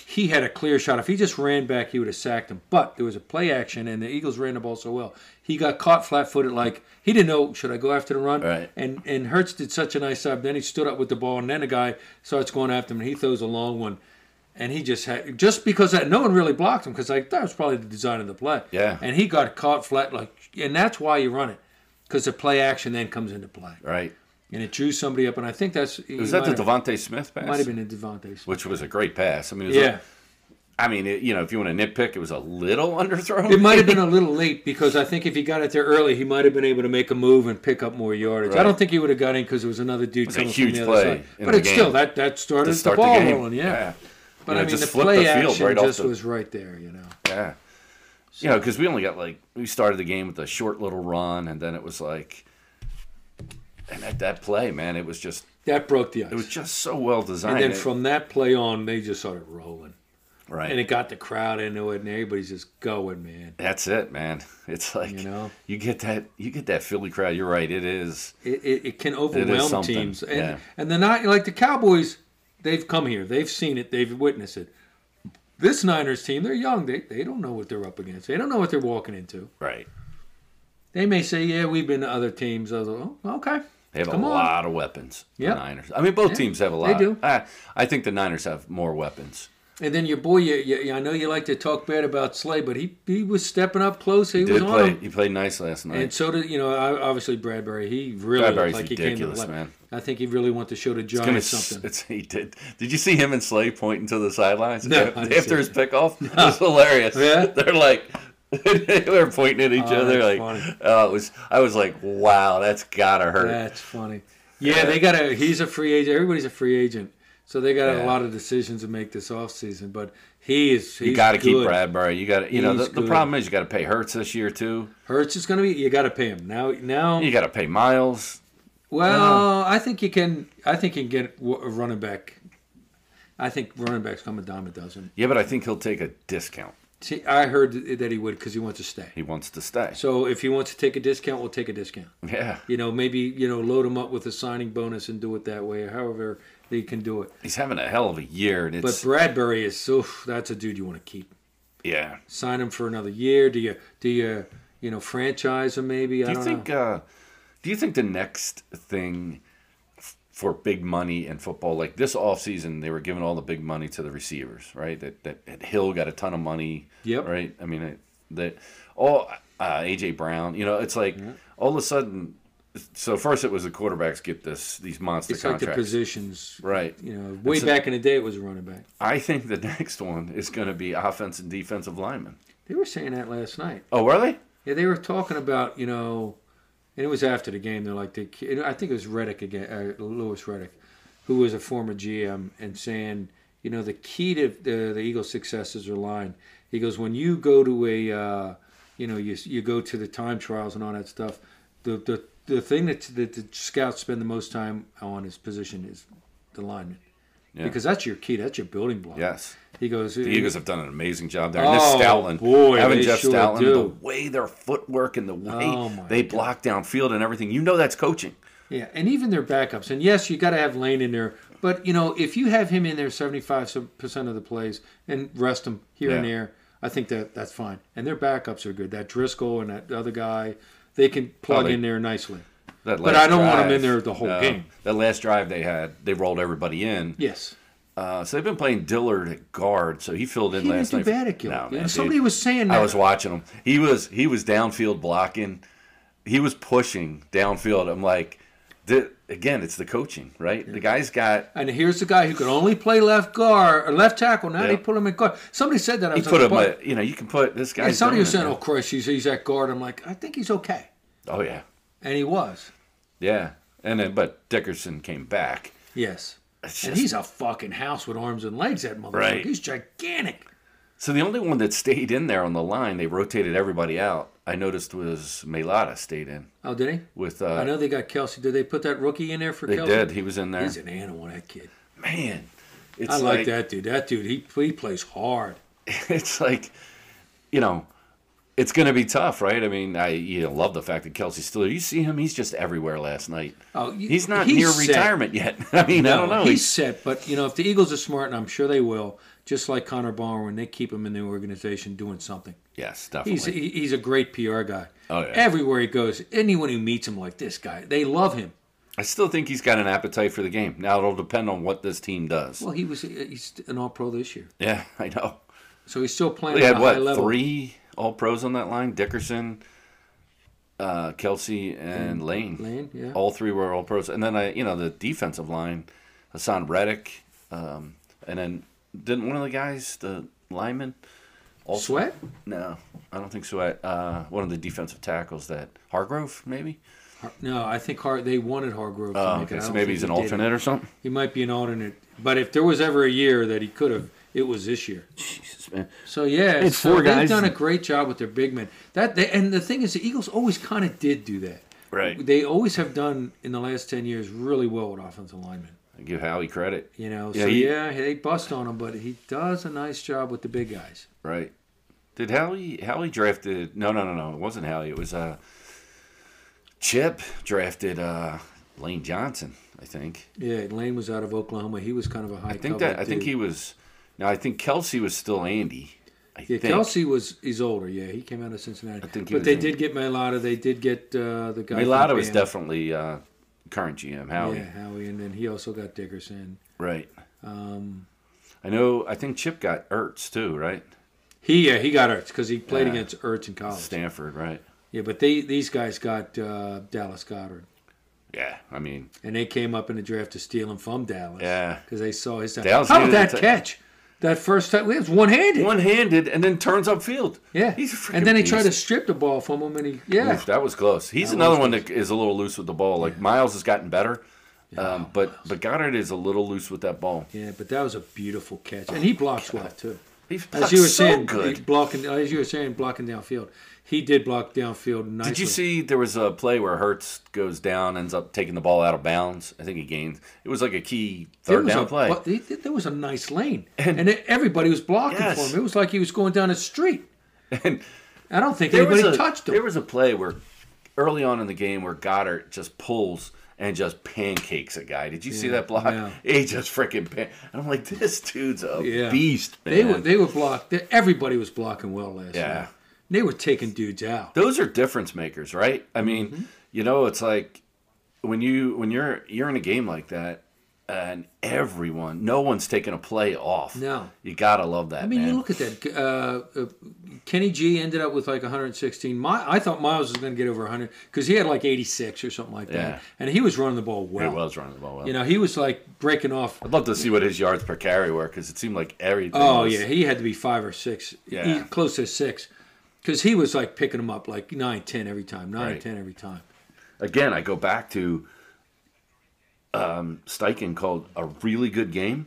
S2: he had a clear shot. If he just ran back, he would have sacked him. But there was a play action, and the Eagles ran the ball so well. He got caught flat-footed, like he didn't know should I go after the run.
S1: Right.
S2: And and Hertz did such a nice job. Then he stood up with the ball, and then the guy starts going after him, and he throws a long one. And he just had just because that no one really blocked him because like that was probably the design of the play.
S1: Yeah.
S2: And he got caught flat like, and that's why you run it because the play action then comes into play
S1: Right.
S2: and it drew somebody up. And I think that's
S1: Was that the Devontae Smith pass?
S2: might have been a Devontae. Smith.
S1: Which was a great pass. I mean, it was
S2: Yeah,
S1: I mean, it, you know, if you want to nitpick, it was a little underthrown.
S2: It might have been a little late because I think if he got it there early, he might have been able to make a move and pick up more yardage. I
S1: Right.
S2: don't think he would have got in because there was another dude
S1: was a
S2: coming
S1: huge
S2: from the
S1: play
S2: other side.
S1: in
S2: But
S1: the
S2: it's still
S1: game
S2: that that started
S1: to start
S2: the
S1: the
S2: ball
S1: game.
S2: rolling, yeah. But
S1: You know,
S2: I mean,
S1: just
S2: the
S1: flip
S2: play
S1: the field
S2: action
S1: right off
S2: just
S1: the-
S2: was right there, you know.
S1: Yeah. You know, because we only got like we started the game with a short little run, and then it was like, and at that play, man, it was just
S2: That broke the ice.
S1: it was just so well designed.
S2: and then
S1: It-
S2: from that play on, they just started rolling,
S1: right,
S2: and it got the crowd into it, and everybody's just going, man.
S1: that's it, man. It's like
S2: You know?
S1: you get that you get that Philly crowd. You're right. It is
S2: It, it, it can overwhelm
S1: something,
S2: teams, and
S1: yeah.
S2: and they're not like the Cowboys. They've come here, they've seen it, they've witnessed it. This Niners team, they're young. They they don't know what they're up against. They don't know what they're walking into.
S1: right.
S2: They may say, "Yeah, we've been to other teams." I was like, "Oh, okay."
S1: They have
S2: Come
S1: a
S2: on.
S1: lot of weapons. Yeah,
S2: Yep.
S1: Niners. I mean, both teams have a lot.
S2: do.
S1: I, I think the Niners have more weapons.
S2: And then your boy, you, you, I know you like to talk bad about Slay, but he he was stepping up close. He,
S1: He
S2: was
S1: did play.
S2: on him.
S1: He played nice last night.
S2: And so did you know, I- obviously Bradbury. He really looked
S1: Bradbury's
S2: like he
S1: ridiculous,
S2: came to the
S1: man.
S2: man. I think he really wanted to show the
S1: Gonna
S2: Giants
S1: s-
S2: something.
S1: It's, he did. Did you see him and Slay pointing to the sidelines
S2: No, I
S1: after,
S2: didn't see
S1: after
S2: it.
S1: his pickoff? It was hilarious.
S2: Yeah?
S1: They're like they were pointing at each other like
S2: that's funny.
S1: oh it was I was like, Wow, that's gotta hurt.
S2: That's funny. Yeah, they got a. He's a free agent. Everybody's a free agent, so they got
S1: Yeah.
S2: a lot of decisions to make this offseason. But he is. He's
S1: you gotta keep
S2: good.
S1: Bradbury. You gotta you know the,
S2: He's
S1: the
S2: good.
S1: problem is you gotta pay Hertz this year too.
S2: Hurts is going to be. You got to pay him now. Now,
S1: You gotta pay Miles.
S2: well, I think you can. I think you can get w- a running back. I think running backs come a dime a dozen.
S1: Yeah, but I think he'll take a discount.
S2: See, I heard that he would because he wants to stay.
S1: He wants to stay.
S2: So if he wants to take a discount, we'll take a discount.
S1: Yeah.
S2: You know, maybe you know, load him up with a signing bonus and do it that way, or however they can do it.
S1: He's having a hell of a year and
S2: But
S1: it's
S2: Bradbury is so. That's a dude you want to keep.
S1: yeah.
S2: sign him for another year? Do you do you you know franchise him maybe? I
S1: Do you
S2: don't
S1: think?
S2: know.
S1: Uh, do you think the next thing f- for big money in football, like this offseason, they were giving all the big money to the receivers, right? That that, that Hill got a ton of money.
S2: Yep.
S1: Right. I mean, it, that all uh, AJ Brown. You know, it's like all of a sudden. So first, it was the quarterbacks get this these monster
S2: It's like the
S1: contracts,
S2: positions.
S1: right?
S2: You know, way
S1: It's a-
S2: back in the day, it was a running back.
S1: I think the next one is going to be offense and defensive linemen.
S2: They were saying that last night.
S1: Oh, were they?
S2: Yeah, they were talking about you know, and it was after the game. They're like, they, I think it was Reddick again, uh, Lewis Reddick, who was a former GM, and saying you know the key to the, the Eagles' success is their line. He goes when you go to a uh, you know you you go to the time trials and all that stuff. The the the thing that that the scouts spend the most time on is position is the lineman.
S1: Yeah.
S2: Because that's your key. That's your building block.
S1: Yes.
S2: He goes.
S1: The Eagles have done an amazing job there. And this
S2: Oh,
S1: Stoutland,
S2: boy,
S1: having
S2: they
S1: Jeff
S2: sure
S1: Stoutland,
S2: do.
S1: the way their footwork and the way
S2: Oh, my
S1: they block downfield and everything, you know that's coaching.
S2: Yeah, and even their backups. And yes, you got to have Lane in there, but you know if you have him in there seventy five percent of the plays and rest him here and
S1: Yeah.
S2: there, I think that that's fine. And their backups are good. That Driscoll and that other guy, they can plug
S1: they-
S2: in there nicely.
S1: That
S2: But
S1: last
S2: I don't want 'em
S1: drive,
S2: in there the whole game.
S1: That last drive they had, they rolled everybody in.
S2: Yes,
S1: Uh, so they've been playing Dillard at guard, so he filled in
S2: he didn't
S1: last
S2: do
S1: night.
S2: bad at Gil.
S1: No,
S2: You
S1: man,
S2: know,
S1: dude.
S2: somebody was saying that.
S1: I was watching him. He was he was downfield blocking. He was pushing downfield. I'm like, th- again, it's the coaching, right? The guy's got
S2: and here's the guy who could only play left guard or left tackle. Now
S1: Yeah.
S2: they put him at guard. Somebody said that. I
S1: he
S2: was
S1: put him.
S2: like, "Boy."
S1: At, you know, you can put this guy.
S2: And somebody was saying, "Oh, Christ, he's, he's at guard." I'm like, I think he's okay,
S1: oh yeah,
S2: and he was.
S1: Yeah, and then but Dickerson came back.
S2: Yes.
S1: It's
S2: And
S1: just-
S2: he's a fucking house with arms and legs, that motherfucker.
S1: Right.
S2: He's gigantic.
S1: so the only one that stayed in there on the line, they rotated everybody out. I noticed was Melata stayed in
S2: Oh, did he?
S1: with.
S2: I
S1: Uh,
S2: know they got Kelsey. Did they put that rookie in there for
S1: they
S2: Kelsey?
S1: did. He was in there.
S2: He's an animal, that kid.
S1: Man, it's
S2: I like,
S1: like,
S2: that dude. That dude, he, he plays hard.
S1: It's like, you know, it's going to be tough, right? I mean, I you know, love the fact that Kelsey's still. You see him; he's just everywhere last night.
S2: Oh, you-
S1: he's not
S2: he's
S1: near
S2: set.
S1: retirement yet. I mean, I don't know.
S2: He's
S1: He's,
S2: set, but, you know, if the Eagles are smart, and I'm sure they will, just like Connor Barwin, they keep him in the organization doing something.
S1: yes, definitely.
S2: He's, he, he's a great PR guy.
S1: Oh, yeah.
S2: Everywhere he goes, anyone who meets him like this guy, they love him.
S1: I still think he's got an appetite for the game. Now it'll depend on what this team does.
S2: Well, he was he's an All Pro this year,
S1: yeah, I know.
S2: so he's still playing
S1: They
S2: at
S1: had
S2: a high
S1: what
S2: level.
S1: three all pros on that line: Dickerson, uh, Kelsey, and Lane.
S2: Lane, yeah.
S1: All three were all pros, and then I, you know, the defensive line: Hassan Reddick, um, and then didn't one of the guys, the lineman? Also-
S2: Sweat?
S1: No, I don't think so. Uh, one of the defensive tackles that Hargrove maybe.
S2: Har- No, I think Har- they wanted Hargrove to
S1: Oh,
S2: make
S1: okay,
S2: it. I
S1: so
S2: don't
S1: maybe
S2: think
S1: he's an
S2: he did it.
S1: alternate or something.
S2: He might be an alternate, but if there was ever a year that he could have, it was this year.
S1: Jesus, man.
S2: So yeah,
S1: It's
S2: so
S1: four
S2: they've
S1: guys.
S2: done a great job with their big men. That they, and the thing is, the Eagles always kind of did do that.
S1: Right.
S2: They always have done in the last ten years really well with offensive linemen.
S1: I give Howie credit.
S2: You know,
S1: Yeah,
S2: so
S1: he-
S2: yeah, they bust on him, but he does a nice job with the big guys.
S1: Right. Did Howie Howie drafted? No, no, no, no. It wasn't Howie. It was uh, Chip drafted uh, Lane Johnson. I think.
S2: Yeah, Lane was out of Oklahoma. He was kind of a high.
S1: I think that I think he was. Now I think Kelsey was still Andy. I
S2: Yeah,
S1: think
S2: Kelsey was. He's older. Yeah, he came out of Cincinnati. I
S1: think he
S2: but
S1: was
S2: they
S1: in-
S2: did get Melada. They did get uh, the guy. from
S1: Milata was
S2: Bama.
S1: definitely uh, current GM. Howie,
S2: Yeah, Howie, and then he also got Dickerson.
S1: right?
S2: Um,
S1: I know. I think Chip got Ertz too, right?
S2: he yeah he got Ertz because he played
S1: Yeah.
S2: against Ertz in college.
S1: Stanford, right?
S2: Yeah, but they these guys got uh, Dallas Goddard,
S1: Yeah. I mean,
S2: and they came up in the draft to steal him from Dallas.
S1: Yeah.
S2: because they saw his.
S1: Dallas
S2: How about
S1: needed
S2: that
S1: to-
S2: catch? That first time, it was one handed.
S1: one-handed and then turns upfield.
S2: Yeah,
S1: He's a freaking
S2: and then they tried to
S1: beast.
S2: strip the ball from him, and he yeah.
S1: Oof, that was close. He's
S2: That
S1: another
S2: was
S1: one that is a little loose with the ball. Like Miles has gotten better, um, but but Goddard is a little loose with that ball.
S2: Yeah, but that was a beautiful catch, and he blocks well too.
S1: He's
S2: As you were
S1: so
S2: saying,
S1: good.
S2: he blocking as you were saying, blocking downfield, he did block downfield nicely.
S1: Did you see there was a play where Hertz goes down, ends up taking the ball out of bounds? I think he gained. It was like a key
S2: There
S1: third
S2: was
S1: down
S2: a,
S1: play.
S2: but he- There was a nice lane, and, it- everybody was blocking
S1: Yes.
S2: for him. It was like he was going down a street.
S1: And
S2: I don't think
S1: There was,
S2: anybody
S1: a,
S2: touched him.
S1: there was a play where early on in the game where Goddard just pulls and just pancakes a guy. Did you see that block?
S2: yeah.
S1: He just freaking pan. I'm like, this dude's a
S2: Yeah.
S1: beast, man.
S2: They were they were blocked. they- Everybody was blocking well last
S1: Yeah.
S2: night. They were taking dudes out.
S1: those are difference makers, right? I mean,
S2: Mm-hmm.
S1: you know, it's like when you when you're you're in a game like that and everyone, no one's taking a play off.
S2: No.
S1: You gotta love that.
S2: I mean,
S1: man.
S2: you look at that. Uh, uh, Kenny G ended up with like 116. My, I thought Miles was going to get over 100 because he had like 86 or something like that,
S1: Yeah.
S2: and he was running the ball
S1: He
S2: well.
S1: was running the ball well.
S2: You know, he was like breaking off.
S1: I'd love to see what his yards per carry were because it seemed like everything.
S2: Oh
S1: was-
S2: yeah, he had to be five or six.
S1: Yeah.
S2: He, close to six, because he was like picking them up like nine, ten every time, nine,
S1: Right.
S2: ten every time.
S1: Again, I go back to um, Steichen called a really good game,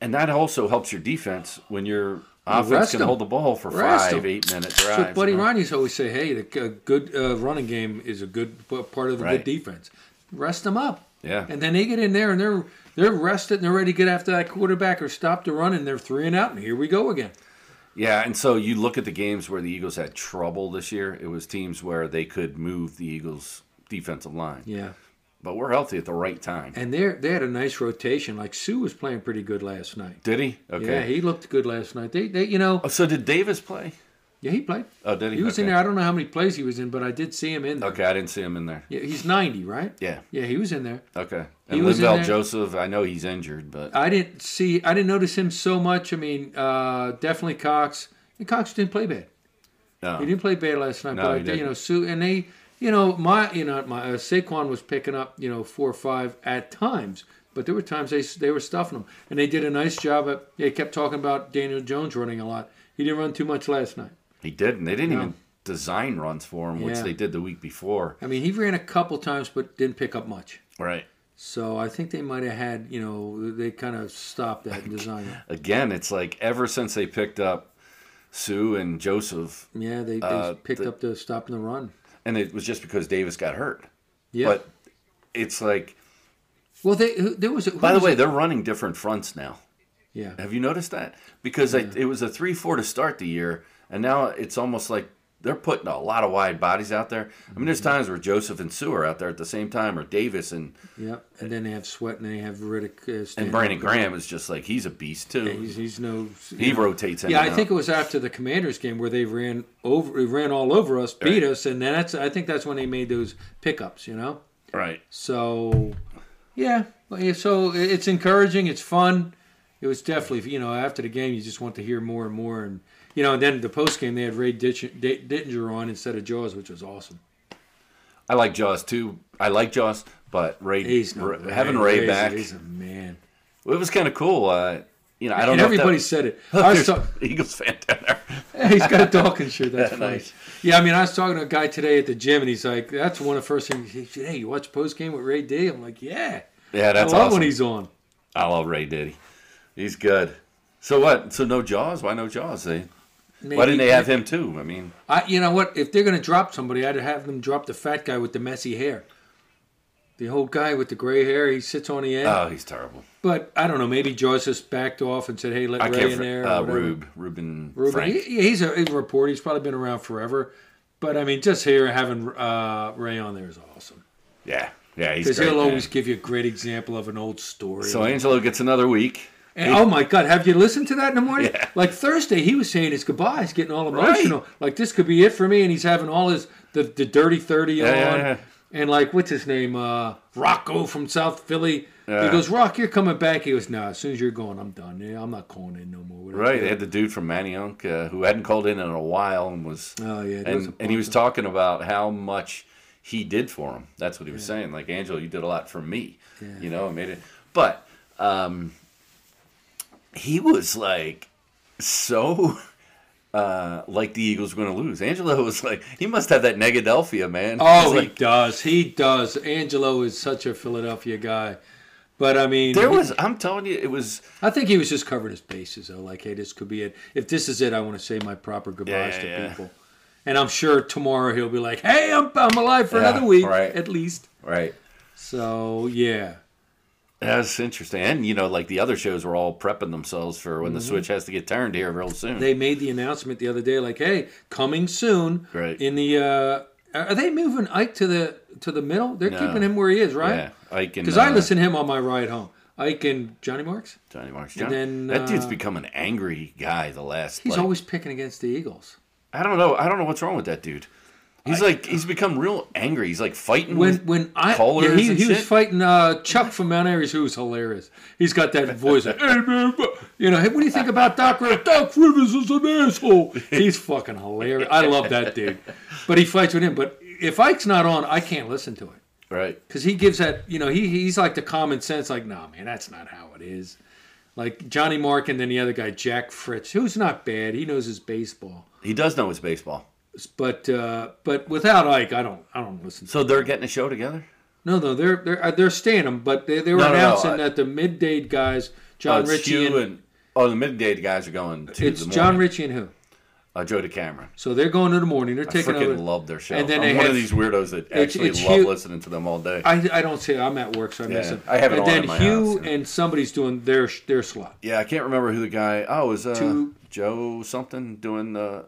S1: and that also helps your defense when your offense
S2: rest
S1: can
S2: him.
S1: hold the ball for
S2: Rest
S1: five,
S2: him.
S1: eight minute
S2: That's
S1: drives.
S2: what Buddy
S1: you know?
S2: Ronnie's always say. Hey, the, a good uh, running game is a good p- part of a
S1: Right.
S2: good defense. Rest them up.
S1: Yeah.
S2: And then they get in there and they're they're rested and they're ready to get after that quarterback or stop the run and they're three and out and here we go again.
S1: Yeah, and so you look at the games where the Eagles had trouble this year. It was teams where they could move the Eagles' defensive line.
S2: Yeah.
S1: But we're healthy at the right time.
S2: And they they had a nice rotation. Like Sue was playing pretty good last night.
S1: Did he?
S2: Yeah,
S1: Okay.
S2: he looked good last night. They they you know
S1: oh, so did Davis play?
S2: yeah he played.
S1: Oh, did he?
S2: He was in
S1: Okay.
S2: there. I don't know how many plays he was in, but I did see him in there.
S1: Okay, I didn't see him in there.
S2: Yeah, he's 90, right?
S1: Yeah.
S2: Yeah, he was in there.
S1: Okay.
S2: He
S1: And
S2: was in
S1: Linval
S2: there.
S1: Joseph, I know he's injured, but
S2: I didn't see. I didn't notice him so much. I mean, uh, definitely Cox. And Cox didn't play bad. He
S1: no.
S2: didn't play bad last night.
S1: No,
S2: but I
S1: he
S2: think, you
S1: didn't.
S2: know, Sue and they, you know, my, you know, my uh, Saquon was picking up, you know, four or five at times. But there were times they they were stuffing him, and they did a nice job. At, they kept talking about Daniel Jones running a lot. He didn't run too much last night.
S1: he didn't. They didn't
S2: No.
S1: even design runs for him, which
S2: Yeah.
S1: they did the week before.
S2: I mean, he ran a couple times, but didn't pick up much.
S1: Right.
S2: So I think they might have had, you know, they kind of stopped that design.
S1: Again, it's like ever since they picked up Sue and Joseph,
S2: Yeah, they, they
S1: Uh,
S2: picked up the stop and the run.
S1: and it was just because Davis got hurt.
S2: Yeah.
S1: But it's like
S2: well, they who, there was. A, who
S1: By the
S2: was
S1: way,
S2: it?
S1: they're running different fronts now.
S2: yeah,
S1: Have you noticed that? Because they, it was a 3 4 to start the year, and now it's almost like they're putting a lot of wide bodies out there. I mean, there's
S2: Mm-hmm.
S1: times where Joseph and Sue are out there at the same time, or Davis and,
S2: yeah, and then they have Sweat and they have Riddick. Uh,
S1: and
S2: Stanton.
S1: Brandon Graham is just like, he's a beast too.
S2: He's, he's no.
S1: He rotates in.
S2: yeah, I
S1: and out.
S2: think it was after the Commanders game where they ran over, ran all over us, beat us, and then that's. I think that's when they made those pickups. You know,
S1: Right.
S2: so yeah, well, yeah, so it- it's encouraging. It's fun. It was definitely you know after the game you just want to hear more and more and you know and then the post game they had Ray Ditch- Dit- Dittinger on instead of Jaws, which was awesome.
S1: I like Jaws too. I like Jaws, but Ray,
S2: He's no,
S1: Ra- having Ray, back,
S2: He's a man.
S1: it was kind of cool. Uh, you know, I don't
S2: and
S1: know.
S2: everybody
S1: if
S2: said it.
S1: that,
S2: I was
S1: there's
S2: talk-
S1: an Eagles fan down there.
S2: he's got a Dawkins shirt. That's
S1: Yeah,
S2: funny.
S1: nice.
S2: Yeah, I mean, I was talking to a guy today at the gym, and he's like, "That's one of the first things." He said, "Hey, you watch post game with Ray D?" I'm like, "Yeah,
S1: Yeah, that's
S2: I love
S1: awesome.
S2: when he's on."
S1: I love Ray Diddy. He's good. So what? So no Jaws? Why no Jaws? They, why didn't
S2: Maybe-
S1: they have him too? I mean,
S2: I, you know what? If they're gonna drop somebody, I'd have them drop the fat guy with the messy hair. The old guy with the gray hair, he sits on the end.
S1: oh, he's terrible.
S2: but I don't know. Maybe Jaws just backed off and said, "Hey, let
S1: I
S2: Ray
S1: can't.
S2: in
S1: fr-
S2: there." or
S1: Uh,
S2: whatever.
S1: Rube, Ruben,
S2: Ruben,
S1: Frank.
S2: he- yeah, he's a, he's a reporter. He's probably been around forever. But I mean, just here having uh, Ray on there is awesome
S1: yeah, yeah, he's
S2: because
S1: great.
S2: he'll
S1: man.
S2: always give you a great example of an old story.
S1: So Angelo gets another week.
S2: and, oh my God, have you listened to that in the morning? Like Thursday, he was saying his goodbyes, getting all
S1: Right.
S2: emotional. Like this could be it for me, and he's having all his the, the dirty thirty on.
S1: yeah, yeah.
S2: And like, what's his name? Uh, Rocco from South Philly. He
S1: Yeah.
S2: goes, Rock, you're coming back. He goes, Nah, as soon as you're gone, I'm done. Yeah, I'm not calling in no more.
S1: Right, they had the dude from Maniunk uh, who hadn't called in in a while and was,
S2: Oh yeah. it was
S1: and, and he was talking about how much he did for him. That's what he was saying. Like Angelo, you did a lot for me. You know, I made it. But um, he was like so. Uh, like the Eagles were going to lose. Angelo was like, he must have that negadelphia, man.
S2: Oh,
S1: He's
S2: he
S1: like,
S2: does. He does. Angelo is such a Philadelphia guy. But I mean,
S1: there was. I'm telling you, it was.
S2: I think he was just covering his bases, though. Like, hey, this could be it. If this is it, I want to say my proper goodbyes
S1: Yeah,
S2: to
S1: yeah.
S2: people. And I'm sure tomorrow he'll be like, hey, I'm, I'm alive for
S1: Yeah,
S2: another week,
S1: right.
S2: at least.
S1: Right.
S2: So, yeah.
S1: That's interesting. And, you know, like the other shows were all prepping themselves for when the switch has to get turned here real soon.
S2: Mm-hmm. They made the announcement the other day, like, hey, coming soon.
S1: Right.
S2: In the, uh, are they moving Ike to the to the middle? They're
S1: No.
S2: keeping him where he is, right?
S1: yeah. Ike and
S2: Because I
S1: uh,
S2: listen to him on my ride home. Ike and Johnny Marks.
S1: Johnny Marks.
S2: and
S1: Johnny-
S2: then,
S1: that dude's
S2: uh,
S1: become an angry guy the last
S2: He's
S1: like-
S2: always picking against the Eagles.
S1: I don't know. I don't know what's wrong with that dude. He's like he's become real angry. He's like fighting
S2: When
S1: with
S2: when I
S1: callers
S2: yeah, he,
S1: and
S2: he was
S1: shit?
S2: fighting uh, Chuck from Mount Airies, who was hilarious. He's got that voice, like, hey, man, bu-" you know, hey, what do you think about Doc Rivers? Doc Rivers is an asshole. He's fucking hilarious. I love that dude, but he fights with him. But if Ike's not on, I can't listen to it
S1: right.
S2: because he gives that you know he he's like the common sense, like, nah, man, that's not how it is. Like Johnny Mark and then the other guy, Jack Fritz, who's not bad. He knows his baseball,
S1: He does know his baseball.
S2: but uh, but without Ike, I don't I don't listen. to
S1: So they're getting a show together.
S2: No, no, they're they're uh, they're staying them, but they, they were
S1: No, no, no,
S2: announcing
S1: I-
S2: that the midday guys,
S1: Oh,
S2: John
S1: it's
S2: Ritchie
S1: Hugh
S2: and,
S1: and oh the midday guys are going to
S2: it's
S1: the
S2: John
S1: morning.
S2: Ritchie and who?
S1: uh, Joe DeCameron.
S2: So they're going in the morning. They're
S1: I
S2: taking
S1: freaking
S2: over.
S1: love their show.
S2: and then
S1: I'm
S2: they
S1: one of
S2: had-
S1: these weirdos that
S2: it's-
S1: actually
S2: it's
S1: love
S2: Hugh-
S1: listening to them all day.
S2: I, I don't see. I'm at work, so I miss
S1: Yeah,
S2: it.
S1: I have it
S2: and
S1: on
S2: then
S1: in my
S2: Hugh
S1: house, yeah.
S2: and somebody's doing their sh- their slot.
S1: Yeah, I can't remember who the guy. Oh, it was uh,
S2: Two-
S1: Joe something doing uh,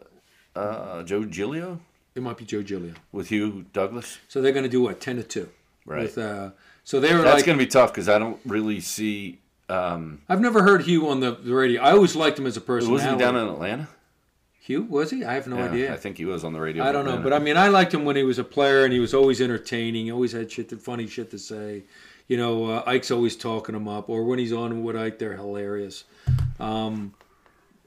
S1: uh, Joe Giglio
S2: It might be Joe Gilio.
S1: with Hugh Douglas.
S2: So they're going to do what ten to two.
S1: Right.
S2: With, uh, so they were
S1: That's
S2: like,
S1: gonna be tough because I don't really see. Um,
S2: I've never heard Hugh on the, the radio. I always liked him as a
S1: was
S2: personality.
S1: he down in Atlanta?
S2: Hugh was he? I have no
S1: Yeah,
S2: idea.
S1: I think he was on the radio.
S2: I don't know, but I mean, I liked him when he was a player, and he was always entertaining. He always had shit, to, funny shit to say. You know, uh, Ike's always talking him up, or when he's on with Ike, they're hilarious. Um,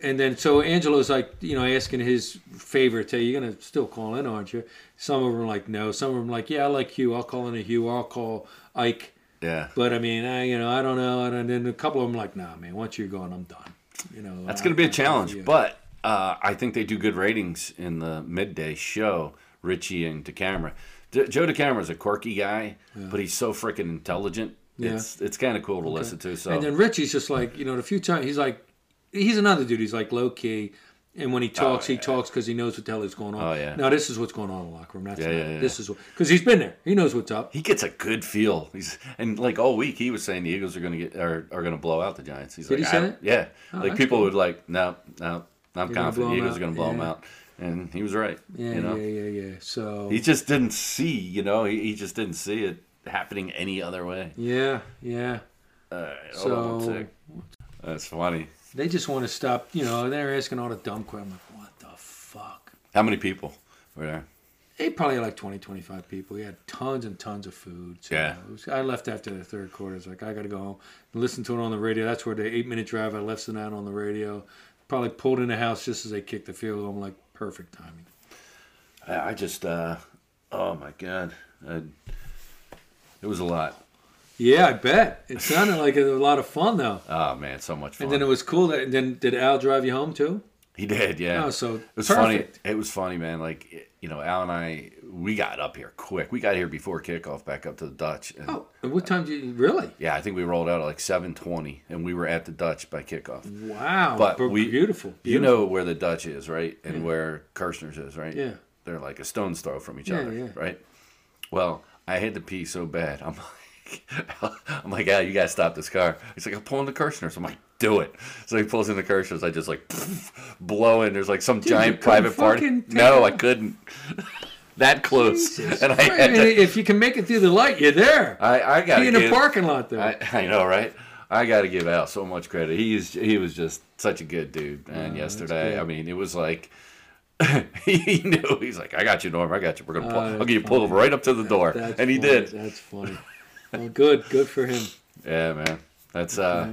S2: and then so Angelo's like, you know, asking his favorite, "Hey, you're gonna still call in, aren't you?" Some of them are like, "No." Some of them are like, "Yeah, I like Hugh. I'll call in a Hugh. I'll call Ike."
S1: yeah,
S2: But I mean, I, you know, I don't know. And then a couple of them are like, "Nah, man. Once you're gone, I'm done." You know,
S1: that's
S2: I-
S1: gonna be a
S2: I'm done for you.
S1: challenge. But uh, I think they do good ratings in the midday show. Richie and DeCamera. D- Joe DeCamera's a quirky guy, but he's so freaking intelligent.
S2: Yeah.
S1: It's it's kind of cool to listen to. So
S2: And then Richie's just like, you know, the few times he's like, he's another dude. He's like low key, and when he talks, he talks because he knows what the hell is going on.
S1: Oh, yeah.
S2: Now this is what's going on in the locker room. That's
S1: Yeah,
S2: not,
S1: yeah, yeah.
S2: This is because he's been there. He knows what's up.
S1: he gets a good feel. He's and like all week he was saying the Eagles are going to get are, are going to blow out the Giants. He's
S2: Did
S1: like,
S2: he say
S1: I-
S2: that?
S1: Yeah, like
S2: that's
S1: people would like, no, no, I'm
S2: gonna blow
S1: confident the
S2: 'em
S1: Eagles
S2: out."
S1: are going to blow them
S2: Yeah.
S1: out, and he was right.
S2: Yeah,
S1: you know,
S2: yeah, yeah, yeah. So
S1: he just didn't see. You know, he, he just didn't see it happening any other way.
S2: yeah, yeah.
S1: Uh, hold on one
S2: So
S1: sec. that's funny.
S2: they just want to stop. You know, they're asking all the dumb questions. I'm like, what the fuck?
S1: How many people were there?
S2: They probably had like 20, 25 people. We had tons and tons of food. So
S1: Yeah.
S2: it was- I left after the third quarter. It's like, I got to go home and listen to it on the radio. That's where the eight minute drive, I left it out on the radio. Probably pulled in the house just as they kicked the field goal. I'm like, perfect timing.
S1: I, I just, uh, oh my god, I, it was a lot.
S2: Yeah, I bet. It sounded like it was a lot of fun though.
S1: Oh man, so much fun.
S2: And then it was cool that and then did Al drive you home too?
S1: he did, yeah.
S2: Oh, so
S1: It was
S2: perfect.
S1: funny. It was funny, man. Like it- you know, Al and I, we got up here quick. We got here before kickoff, back up to the Dutch. And,
S2: Oh, and what time did you really?
S1: Yeah, I think we rolled out at like seven twenty, and we were at the Dutch by kickoff.
S2: Wow.
S1: But
S2: b-
S1: we-
S2: beautiful.
S1: You
S2: beautiful.
S1: know where the Dutch is, right? And where Kirshner's is, right?
S2: Yeah.
S1: They're like a stone's throw from each
S2: Yeah,
S1: other,
S2: yeah.
S1: right? Well, I had to pee so bad. I'm like, I'm like, Al, you gotta stop this car. He's like, I'm pulling the Kirshner's. I'm like, do it. So he pulls in the Kirshner's. I just like blow in. There's like some giant
S2: couldn't
S1: private party.
S2: fucking take
S1: No,
S2: it.
S1: I couldn't. that close.
S2: Jesus
S1: and I
S2: Christ,
S1: had
S2: and
S1: to.
S2: if you can make it through the light, you're there.
S1: I, I got
S2: Be in the parking lot there.
S1: I, I know, right? I got to give Al so much credit. He is, he was just such a good dude. And yesterday,
S2: good.
S1: I mean, it was like he knew. He's like, "I got you, Norm. I got you. We're gonna pull.
S2: Uh,
S1: I'll get you pulled right up to the door."
S2: That's
S1: And he
S2: funny,
S1: did.
S2: That's funny. Well, good, good for him.
S1: Yeah, man. That's uh,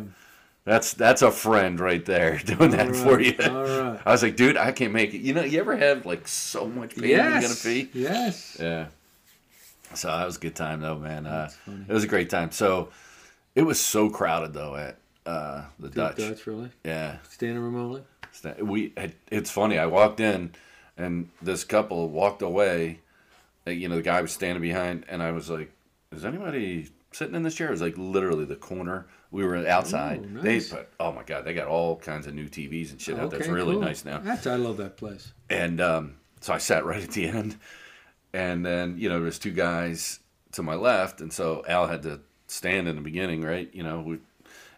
S1: that's that's a friend right there doing that for you.
S2: right, all right.
S1: I was like, dude, I can't make it. You know, you ever have like so much pain you're gonna
S2: Yes.
S1: pee?
S2: Yes.
S1: Yeah. So that was a good time though, man. Uh, it was a great time. So it was so crowded though at uh, the Dutch.
S2: Dutch really
S1: Yeah.
S2: standing remotely.
S1: It's not- We had- it's funny. I walked in, and this couple walked away. Uh, You know, the guy was standing behind, and I was like, "Is anybody sitting in this chair?" It was like literally the corner. We were outside.
S2: Ooh,
S1: They
S2: nice.
S1: put oh my god, they got all kinds of new TVs and shit out. That's
S2: Okay,
S1: really
S2: cool.
S1: nice now.
S2: That's, I love that place.
S1: And um, so I sat right at the end, and then you know there's two guys to my left, and so Al had to stand in the beginning, right? You know, we,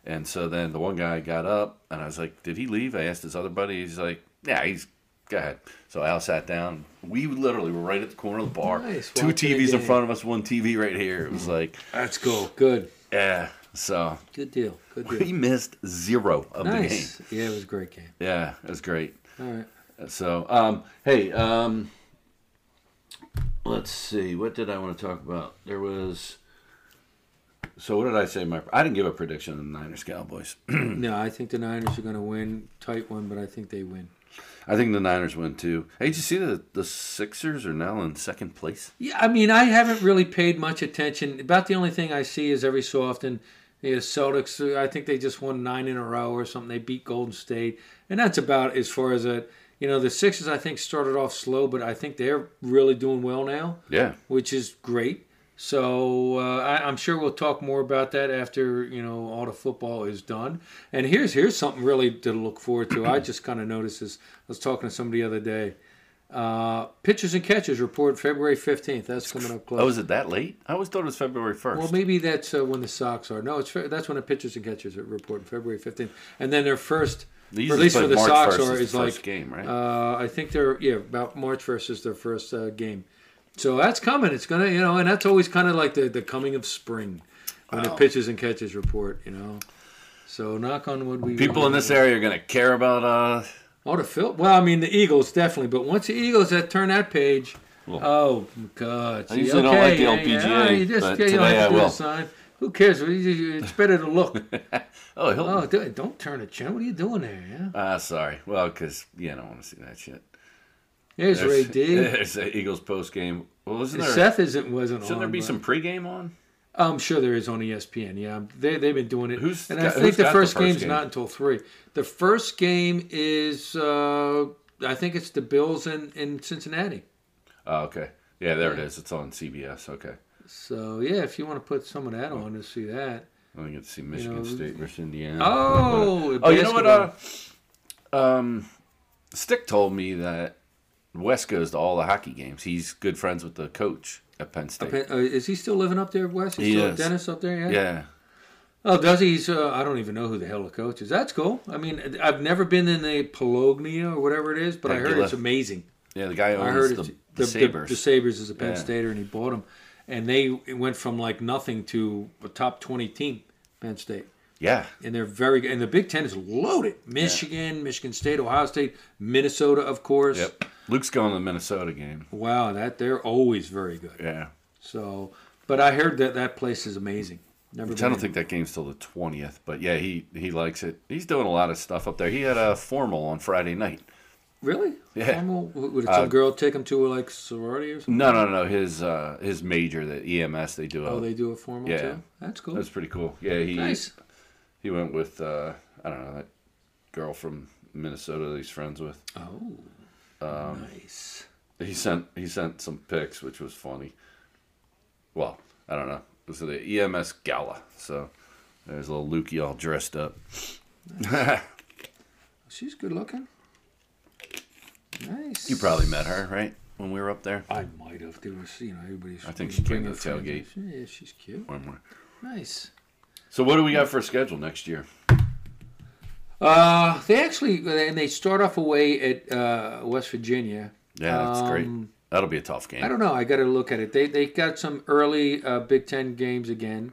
S1: and so then the one guy got up, and I was like, "Did he leave?" I asked his other buddy. He's like, "Yeah, he's go ahead." So Al sat down. We literally were right at the corner of the bar.
S2: Nice,
S1: two
S2: watching the
S1: TVs in Mm-hmm.
S2: game.
S1: front of us, one TV right here. It was like,
S2: That's cool. Good.
S1: yeah. So
S2: Good deal. Good
S1: we
S2: deal.
S1: missed zero of the game.
S2: Nice. Yeah, it was a great game.
S1: Yeah, it was great.
S2: All right.
S1: So, um, hey, um, let's see. What did I want to talk about? There was. So what did I say? My I didn't give a prediction on the Niners Cowboys.
S2: No, I think the Niners are going to win. Tight one, but I think they win.
S1: I think the Niners win too. Hey, did you see that the Sixers are now in second place?
S2: Yeah, I mean, I haven't really paid much attention. About the only thing I see is every so often the Celtics. uh, I think they just won nine in a row or something. They beat Golden State, and that's about as far as it. You know, the Sixers I think started off slow, but I think they're really doing well now,
S1: Yeah,
S2: which is great. So uh, I, I'm sure we'll talk more about that after you know all the football is done. And here's here's something really to look forward to. I just kind of noticed this. I was talking to somebody the other day. Uh, pitchers and catches report February 15th. That's coming up close.
S1: Oh, is it that late? I always thought it was February first.
S2: Well, maybe that's uh, when the Sox are. No, it's fe- that's when the pitchers and catchers are reporting February 15th, and then their first release for the Sox are is like
S1: game, right?
S2: uh, I think they're yeah about March first is their first uh, game, so that's coming. It's gonna you know, and that's always kind of like the the coming of spring when the pitches and catches report. You know, so knock on wood. We
S1: People in this area are gonna care about uh,
S2: Oh, the Phil. Well, I mean the Eagles definitely, but once the Eagles that turn that page.
S1: Well,
S2: oh God!
S1: I
S2: See,
S1: usually don't like the
S2: yeah,
S1: LPGA,
S2: yeah, you just-
S1: but
S2: yeah,
S1: today
S2: you don't have to
S1: I
S2: do the
S1: will.
S2: sign. Who cares? You- you- It's better to look.
S1: oh, Hilton.
S2: oh, do- don't turn a chin. What are you doing there? Yeah,
S1: Ah, sorry. Well, because yeah, I don't want to see that shit.
S2: there's Ray D.
S1: There's the Eagles post game. Well, isn't there?
S2: Seth isn't wasn't
S1: Shouldn't
S2: on. uh,
S1: there be
S2: but-
S1: some pregame on?
S2: I'm sure there is on E ESPN. Yeah, they they've been doing it.
S1: Who's
S2: and I
S1: got-
S2: think
S1: who's
S2: the
S1: got
S2: first,
S1: the first
S2: game's
S1: game?
S2: not until three. The first game is uh, I think it's the Bills in in Cincinnati.
S1: Oh, okay. Yeah, there it is. It's on CBS. Okay.
S2: So yeah, if you want to put some of that on to see that.
S1: I get to see Michigan
S2: know,
S1: State versus Indiana.
S2: Oh,
S1: oh, you know what? Uh,
S2: basketball.
S1: um, Stick told me that West goes to all the hockey games. He's good friends with the coach at Penn State.
S2: Uh, is he still living up there, Wes? He's
S1: He
S2: still
S1: is.
S2: Dennis up there, yeah.
S1: yeah.
S2: Oh, does he? He's, uh, I don't even know who the hell the coach is. That's cool. I mean, I've never been in the Polognia or whatever it is, but I
S1: Heck, you
S2: heard it's
S1: left-
S2: amazing.
S1: Yeah, the guy
S2: I
S1: owns
S2: heard
S1: Oh, the,
S2: it's,
S1: the, Sabres.
S2: The, Sabres is a Penn
S1: Yeah.
S2: Stater, and he bought them, and they went from like nothing to a top twenty team, Penn State,
S1: yeah.
S2: and they're very good. And the Big Ten is loaded: Michigan, Michigan State, Ohio State, Minnesota, of course.
S1: Yep. Luke's going to the Minnesota game.
S2: Wow, that they're always very good.
S1: Yeah.
S2: So, but I heard that that place is amazing. Never
S1: Which
S2: been
S1: I don't
S2: in.
S1: think that game's till the twentieth, but yeah, he he likes it. He's doing a lot of stuff up there. He had a formal on Friday night.
S2: Really?
S1: Yeah. Uh,
S2: Formal? Would would some girl take him to like sorority or something?
S1: No, no, no. His uh, his major, the EMS, they do. A,
S2: Oh, they do a formal
S1: Yeah.
S2: too. That's cool.
S1: that's pretty cool. Yeah, he
S2: nice.
S1: he went with uh, I don't know that girl from Minnesota that he's friends with.
S2: Oh,
S1: um,
S2: nice.
S1: He sent he sent some pics, which was funny. Well, I don't know. It was the EMS gala, so there's little Lukey all dressed up.
S2: She's good looking. Nice.
S1: you probably met her, right? When we were up there.
S2: I might have. There was, you know, everybody's.
S1: I think she came to the
S2: bringing friends. Yeah, she's cute.
S1: One more.
S2: Nice.
S1: So what do we got for a schedule next year?
S2: Uh, they actually and they start off away at uh, West Virginia.
S1: Yeah, that's great.
S2: Um,
S1: That'll be a tough game.
S2: I don't know. I got to look at it. They they got some early uh, Big Ten games again,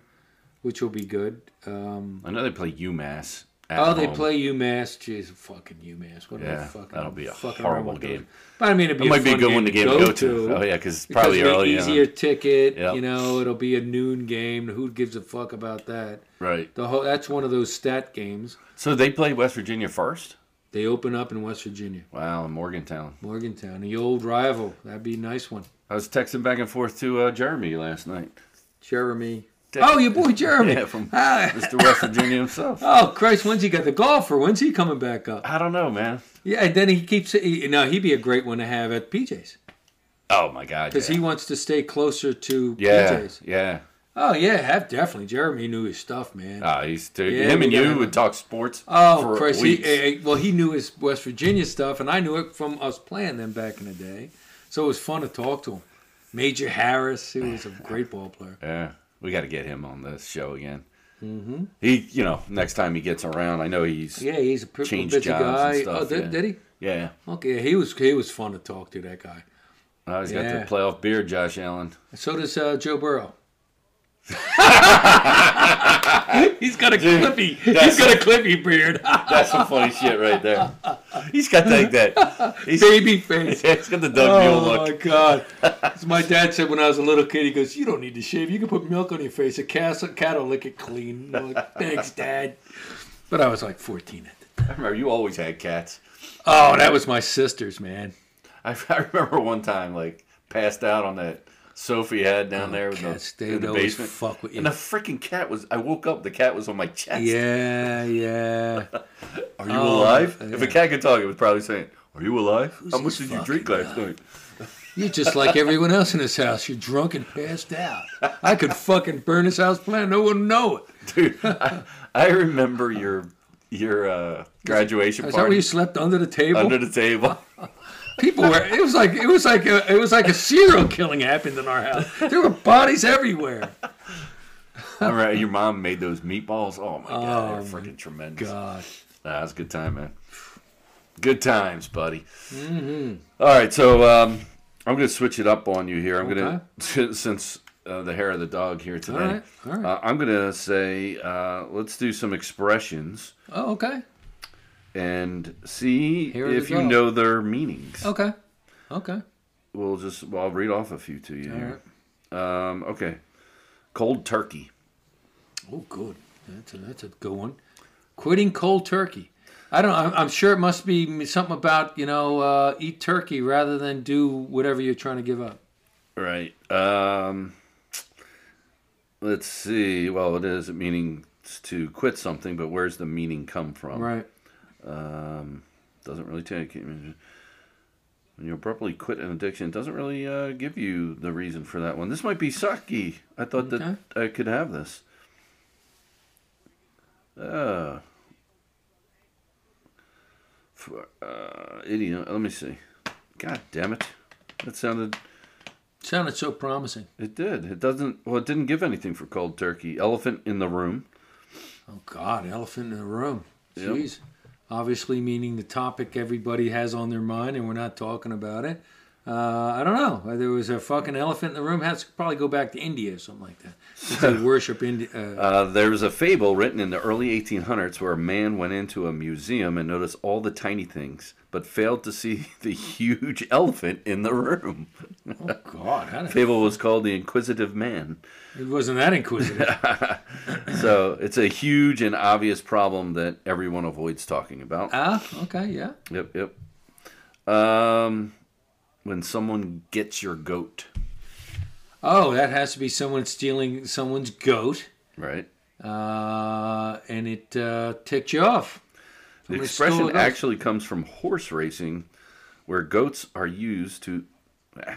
S2: which will be good. Um,
S1: I know they play UMass. At
S2: oh, they
S1: home.
S2: play UMass. Jeez, fucking UMass. What
S1: Yeah,
S2: a fucking
S1: that'll be a
S2: fucking
S1: horrible
S2: horrible
S1: game.
S2: But I mean, it'd be
S1: It might be a
S2: fun
S1: good one to game to go to. Oh yeah, because it's probably
S2: because of the
S1: early. on.
S2: easier ticket.
S1: Yep.
S2: You know, it'll be a noon game. Who gives a fuck about that?
S1: Right.
S2: The whole that's one of those stat games.
S1: So they play West Virginia first.
S2: They open up in West Virginia,
S1: Wow, in Morgantown.
S2: Morgantown, the old rival. That'd be a nice one.
S1: I was texting back and forth to uh, Jeremy last night.
S2: Jeremy.
S1: Dick.
S2: Oh, your boy Jeremy.
S1: Yeah, from
S2: Ah.
S1: Mr. West Virginia himself.
S2: Oh Christ! When's he got the golfer? When's he coming back up?
S1: I don't know, man.
S2: Yeah, and then he keeps. He, now he'd be a great one to have at PJ's
S1: Oh my God.
S2: because
S1: yeah.
S2: he wants to stay closer to
S1: Yeah,
S2: PJ's.
S1: yeah.
S2: Oh yeah, have definitely. Jeremy knew his stuff, man.
S1: Ah, he's too,
S2: Yeah,
S1: him
S2: we
S1: and
S2: gotta
S1: you
S2: have
S1: would
S2: him.
S1: talk sports.
S2: Oh,
S1: for
S2: Christ. He,
S1: weeks.
S2: eh, eh, well, he knew his West Virginia stuff, and I knew it from us playing them back in the day. So it was fun to talk to him. Major Harris, he was a great ball player.
S1: Yeah, we got to get him on the show again. Mm-hmm. He, you know, next time he gets around, I know he's yeah.
S2: Yeah, he's a pretty
S1: Changed
S2: busy
S1: jobs and
S2: guy.
S1: stuff,
S2: oh, did,
S1: yeah.
S2: did he?
S1: yeah.
S2: Okay, he was he was fun to talk to. That guy.
S1: Oh, he's got
S2: Yeah.
S1: the playoff beard, Josh Allen.
S2: So does uh, Joe Burrow. he's got a clippy. He's
S1: that's-
S2: got a clippy beard.
S1: That's some funny shit right there. He's got like that. He's,
S2: Baby face.
S1: yeah, he's got the Doug Mule
S2: Oh
S1: look.
S2: my god! As my dad said when I was a little kid, he goes, "You don't need to shave. You can put milk on your face. A cat, a cat will lick it clean." I'm like, Thanks, Dad. But I was like 14 at the time.
S1: I remember you always had cats.
S2: Oh, that was my sister's man.
S1: I, I remember one time like passed out on that sofa you had down there with the,
S2: Cats, they
S1: in the
S2: Oh, always
S1: basement.
S2: fuck with you.
S1: And the freaking cat was. I woke up. The cat was on my chest.
S2: Yeah, yeah.
S1: Are you
S2: Oh,
S1: alive?
S2: yeah.
S1: If a cat could talk, it was probably saying, "Are you alive? How much
S2: this
S1: did you drink
S2: fucking
S1: last night?"
S2: You're just like everyone else in this house. You're drunk and passed out. I could fucking burn this house plant. No one would know it.
S1: Dude, I, I remember your your uh, graduation
S2: Is that where
S1: party
S2: you slept under the table?
S1: under the table.
S2: People were. It was like it was like a, it was like a serial killing happened in our house. There were bodies everywhere.
S1: All right, your mom made those meatballs. Oh my god,
S2: Oh,
S1: they're freaking tremendous.
S2: God.
S1: Nah, that's a good time, man. Good times, buddy.
S2: Mm-hmm.
S1: All right, so um, I'm going to switch it up on you here. I'm going to since uh, the hair of the dog here today.
S2: right, all right.
S1: Uh, I'm going to say uh, let's do some expressions
S2: Oh, okay.
S1: and see
S2: Hair of the
S1: if you
S2: dog.
S1: know their meanings.
S2: Okay. Okay.
S1: We'll just well, I'll read off a few to you
S2: All right.
S1: here. Um, okay, cold turkey.
S2: Oh, good. That's a, that's a good one. Quitting cold turkey. I don't. I'm, I'm sure it must be something about you know uh, eat turkey rather than do whatever you're trying to give up.
S1: Right. Um, let's see. Well, it is meaning to quit something, but where's the meaning come from?
S2: Right.
S1: Um, doesn't really take. When you abruptly quit an addiction, it doesn't really uh, give you the reason for that one. This might be sake. I thought
S2: Okay.
S1: that I could have this. Uh, for, uh, idiom. Let me see. God damn it. That sounded.
S2: Sounded so promising.
S1: It did. It doesn't. Well, it didn't give anything for cold turkey. Elephant in the room.
S2: Oh God, elephant in the room.
S1: Yep.
S2: Jeez. Obviously, meaning the topic everybody has on their mind, and we're not talking about it. Uh, I don't know. There was a fucking elephant in the room. Has to probably go back to India or something like that. Since They worship India. Uh,
S1: Uh, there was a fable written in the early 1800s where a man went into a museum and noticed all the tiny things, but failed to see the huge elephant in the room.
S2: oh God, how did,
S1: Fable was called the Inquisitive Man.
S2: it wasn't that inquisitive.
S1: So it's a huge and obvious problem that everyone avoids talking about.
S2: Ah, okay, yeah.
S1: Yep, yep. Um, when someone gets your goat,
S2: Oh, that has to be someone stealing someone's goat,
S1: right?
S2: uh, and it uh, ticked you off.
S1: The
S2: Somebody stole a
S1: expression
S2: goat.
S1: actually comes from horse racing, where goats are used to. eh,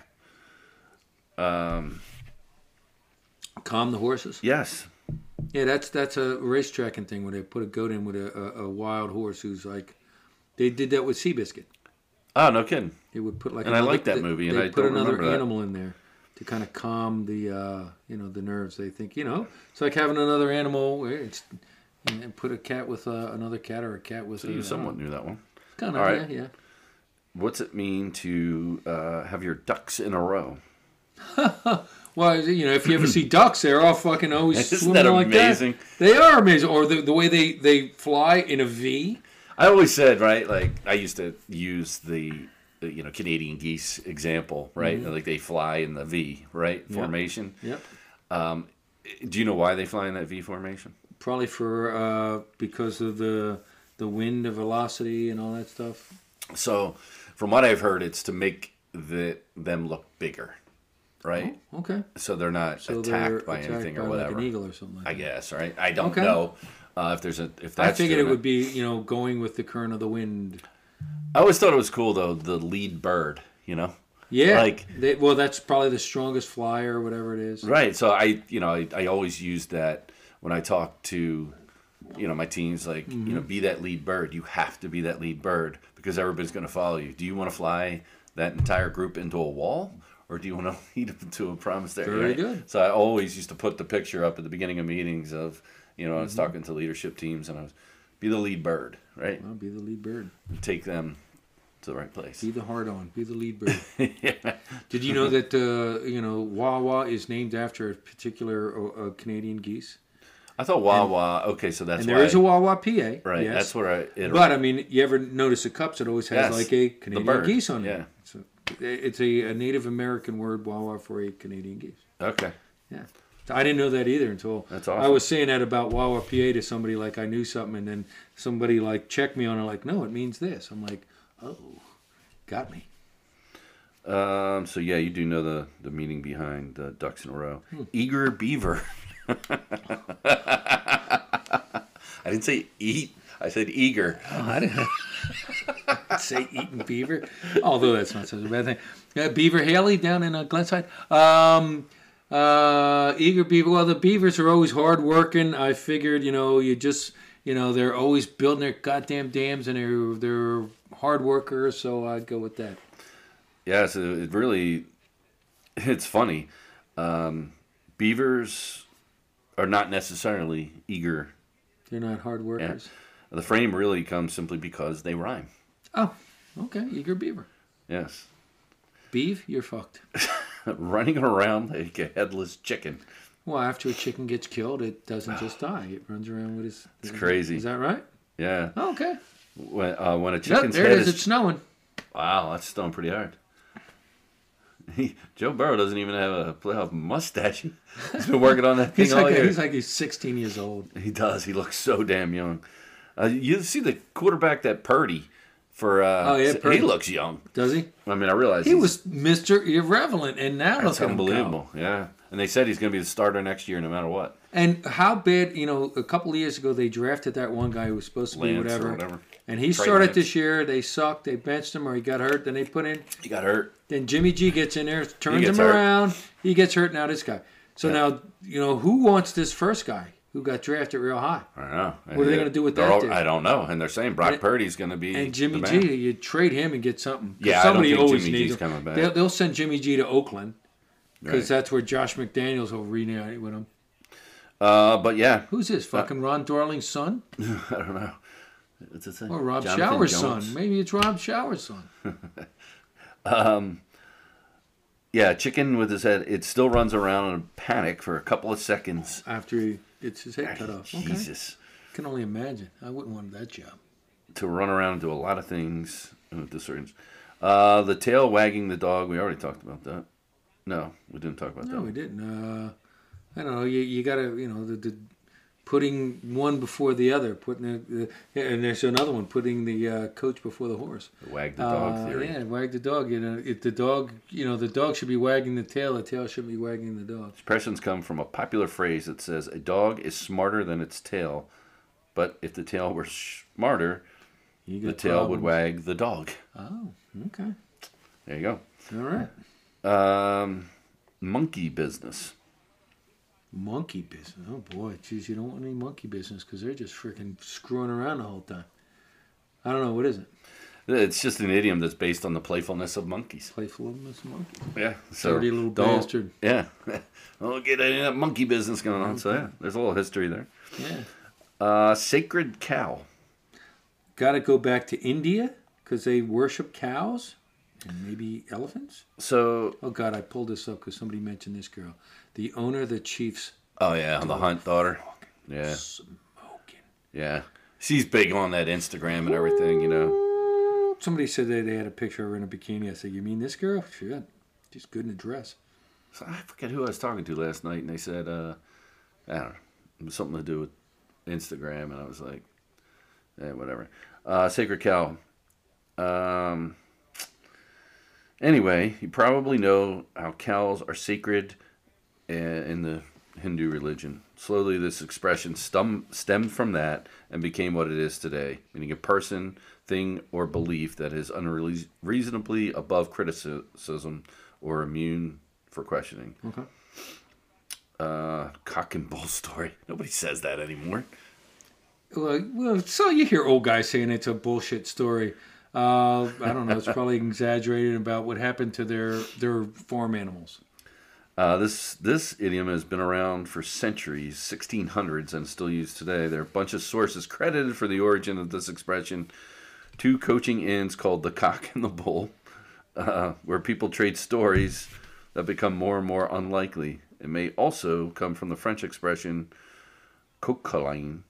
S2: calm the horses.
S1: Yes,
S2: Yeah, that's that's a racetracking thing where they put a goat in with a, a, a wild horse who's like, they did that with Seabiscuit.
S1: Oh, no kidding.
S2: They would put like
S1: And I like that movie, and
S2: they
S1: I
S2: put
S1: don't
S2: another
S1: remember that.
S2: animal in there to kind of calm the uh, you know the nerves. They think you know it's like having another animal. where It's and then put a cat with uh, another cat or a cat with
S1: So you somewhat knew that one.
S2: kind
S1: All
S2: of
S1: right.
S2: yeah, yeah.
S1: What's it mean to uh, have your ducks in a row?
S2: Well, you know, if you ever see ducks, they're all fucking always
S1: Isn't
S2: swimming
S1: that
S2: like
S1: amazing?
S2: that. They are amazing, or the, the way they they fly in a V.
S1: I always said, right? Like I used to use the uh, you know Canadian geese example, right? Like they fly in the V, right formation.
S2: Yep.
S1: Do you know why they fly in that V formation?
S2: probably for uh, because of the the wind the velocity and all that stuff.
S1: So, from what I've heard, it's to make the them look bigger, right?
S2: Okay,
S1: Oh. So they're not
S2: So they're
S1: attacked by
S2: attacked
S1: anything or
S2: by,
S1: whatever.
S2: Like an eagle or something. Like
S1: I
S2: that.
S1: guess, right? I don't
S2: Mm. Okay.
S1: know uh, if there's a if
S2: I
S1: that's.
S2: figured
S1: doing
S2: it would be you know going with the current of the wind.
S1: I always thought it was cool though. The lead bird, you know.
S2: Yeah,
S1: Like-
S2: they, well, that's probably the strongest flyer or whatever it is.
S1: Right. So I, you know, I, I always use that when I talk to, you know, my teams. Like, you
S2: Mm-hmm.
S1: know, be that lead bird. You have to be that lead bird because everybody's going to follow you. Do you want to fly that entire group into a wall, or do you want to lead them to a promised area?
S2: Very
S1: right?
S2: good.
S1: So I always used to put the picture up at the beginning of meetings of, you know, I was
S2: Mm-hmm.
S1: talking to leadership teams and I was, be the lead bird, right?
S2: Well, be the lead bird.
S1: Take them to the right place.
S2: Be the hard on. Be the lead bird.
S1: yeah.
S2: Did you know that uh, you know Wawa is named after a particular uh, uh, Canadian geese?
S1: I thought Wawa. okay, so that's
S2: And
S1: why.
S2: there is a Wawa PA.
S1: right.
S2: Yes.
S1: That's where I. It,
S2: But I mean, you ever notice the cups? It always has
S1: Yes,
S2: like
S1: the
S2: a Canadian
S1: bird,
S2: geese on
S1: yeah.
S2: it. So it's a, a Native American word, Wawa, for a Canadian geese.
S1: okay.
S2: Yeah, So I didn't know that either until
S1: That's awesome.
S2: I was saying that about Wawa PA to somebody like I knew something, and then somebody like checked me on it, like, no, it means this. I'm like, oh, got me.
S1: Um, so yeah, you do know the the meaning behind the ducks in a row.
S2: Hmm.
S1: Eager beaver. I didn't say eat. I said eager.
S2: I didn't say eating beaver, although that's not such a bad thing. Uh, beaver Haley down in uh, Glenside. Um, uh, eager beaver. Well, the beavers are always hard working. I figured, you know, you just, you know, they're always building their goddamn dams and they're they're hard workers. So I'd go with that.
S1: Yeah, so it really, it's funny. Um, beavers are not necessarily eager.
S2: They're not hard workers.
S1: The frame really comes simply because they rhyme.
S2: Oh, okay. Eager beaver.
S1: Yes,
S2: Beef, you're fucked.
S1: running around like a headless chicken.
S2: Well, after a chicken gets killed, it doesn't just die. It runs around with his. It's
S1: crazy.
S2: Is that right?
S1: Yeah,
S2: Oh, okay.
S1: when, uh, when a
S2: Yep,
S1: chicken's
S2: there
S1: head
S2: it is.
S1: is
S2: It's snowing.
S1: Wow, that's stung pretty hard. Joe Burrow doesn't even have a playoff mustache. He's been working on that thing
S2: He's
S1: all
S2: like,
S1: year.
S2: he's like he's 16 years old.
S1: he does. He looks so damn young. Uh, you see the quarterback that Purdy for. Uh,
S2: Oh, yeah, Purdy.
S1: he looks young.
S2: Does he?
S1: I mean, I realize
S2: He
S1: he's-
S2: was Mr. Irrelevant, and now
S1: That's
S2: look at him go.
S1: unbelievable. Yeah, and they said he's going to be the starter next year, no matter what.
S2: And how bad, you know, a couple of years ago they drafted that one guy who was supposed to be
S1: Lance or
S2: whatever,
S1: whatever.
S2: and he
S1: Trey
S2: started
S1: Lance.
S2: this year. They sucked. They benched him, or he got hurt. Then they put in.
S1: He got hurt.
S2: Then Jimmy G gets in there, turns him
S1: gets hurt.
S2: around. He gets hurt. Now this guy. So now you know who wants this first guy who got drafted real high.
S1: I don't know.
S2: What are they gonna do with
S1: They're
S2: that
S1: all-
S2: dude?
S1: I don't know. And they're saying Brock
S2: And-
S1: Purdy's going to be
S2: And
S1: the
S2: Jimmy
S1: man.
S2: G, you trade him and get something. 'Cause
S1: Yeah, I don't think Jimmy G's
S2: him.
S1: coming back.
S2: They'll, they'll send Jimmy G to Oakland because
S1: Right.
S2: that's where Josh McDaniels will reunite with him.
S1: Uh, but yeah,
S2: Who's this? Fucking Ron Darling's son
S1: I don't know. What's it say?
S2: or Rob
S1: Jonathan
S2: Shower's
S1: Jones.
S2: son? Maybe it's Rob Shower's son.
S1: Yeah, chicken with his head. It still runs around in a panic for a couple of seconds.
S2: After he gets his head cut off. Okay.
S1: Jesus.
S2: Can only imagine. I wouldn't want that job.
S1: To run around and do a lot of things with the surgeons. Uh, the tail wagging the dog. We already talked about that. No, we didn't talk about
S2: No,
S1: that.
S2: we didn't. Uh, I don't know. You, you got to, you know, the, the putting one before the other, putting the, the and there's another one putting the uh, coach before the horse.
S1: Wag the dog
S2: Uh,
S1: theory.
S2: Yeah, wag the dog. You know, if the dog, you know, the dog should be wagging the tail. The tail should be wagging the dog.
S1: Expressions come from a popular phrase that says a dog is smarter than its tail, but if the tail were smarter,
S2: You
S1: the
S2: got
S1: tail would
S2: problems.
S1: wag the dog.
S2: Oh, okay,
S1: There you
S2: all right.
S1: go. Um, monkey business.
S2: Monkey business. Oh boy, geez, you don't want any monkey business because they're just freaking screwing around the whole time. I don't know what is it.
S1: It's just an idiom that's based on the playfulness of monkeys.
S2: Playful of this monkey.
S1: Yeah. So
S2: Dirty little
S1: don't-
S2: bastard.
S1: Yeah. don't get any of that monkey business going on. So yeah, there's a little history there.
S2: Yeah.
S1: Uh, sacred cow.
S2: Got to go back to India because they worship cows and maybe elephants.
S1: So
S2: Oh God, I pulled this up because somebody mentioned this girl, the owner of the Chiefs.
S1: Oh yeah, the Hunt daughter. Yeah,
S2: Smoking.
S1: yeah. She's big on that Instagram and everything, you know.
S2: Somebody said that they had a picture of her in a bikini. I said, "You mean this girl? Shit, she's good in a dress."
S1: So I forget who I was talking to last night, and they said, uh, I don't know, it was something to do with Instagram, and I was like, eh, whatever. Uh, Sacred Cow. Um. Anyway, you probably know how cows are sacred i- in the Hindu religion. Slowly, this expression stem, stemmed from that and became what it is today, meaning a person, thing, or belief that is unreasonably above criticism or immune for questioning.
S2: Okay.
S1: Uh, cock and bull story. Nobody says that anymore.
S2: Well, well, so you hear old guys saying it's a bullshit story. Uh, I don't know. It's probably exaggerated about what happened to their their farm animals.
S1: Uh, this this idiom has been around for centuries, 1600s, and still used today. There are a bunch of sources credited for the origin of this expression. Two coaching inns called the Cock and the Bull, uh, where people trade stories that become more and more unlikely. It may also come from the French expression "coqueline,"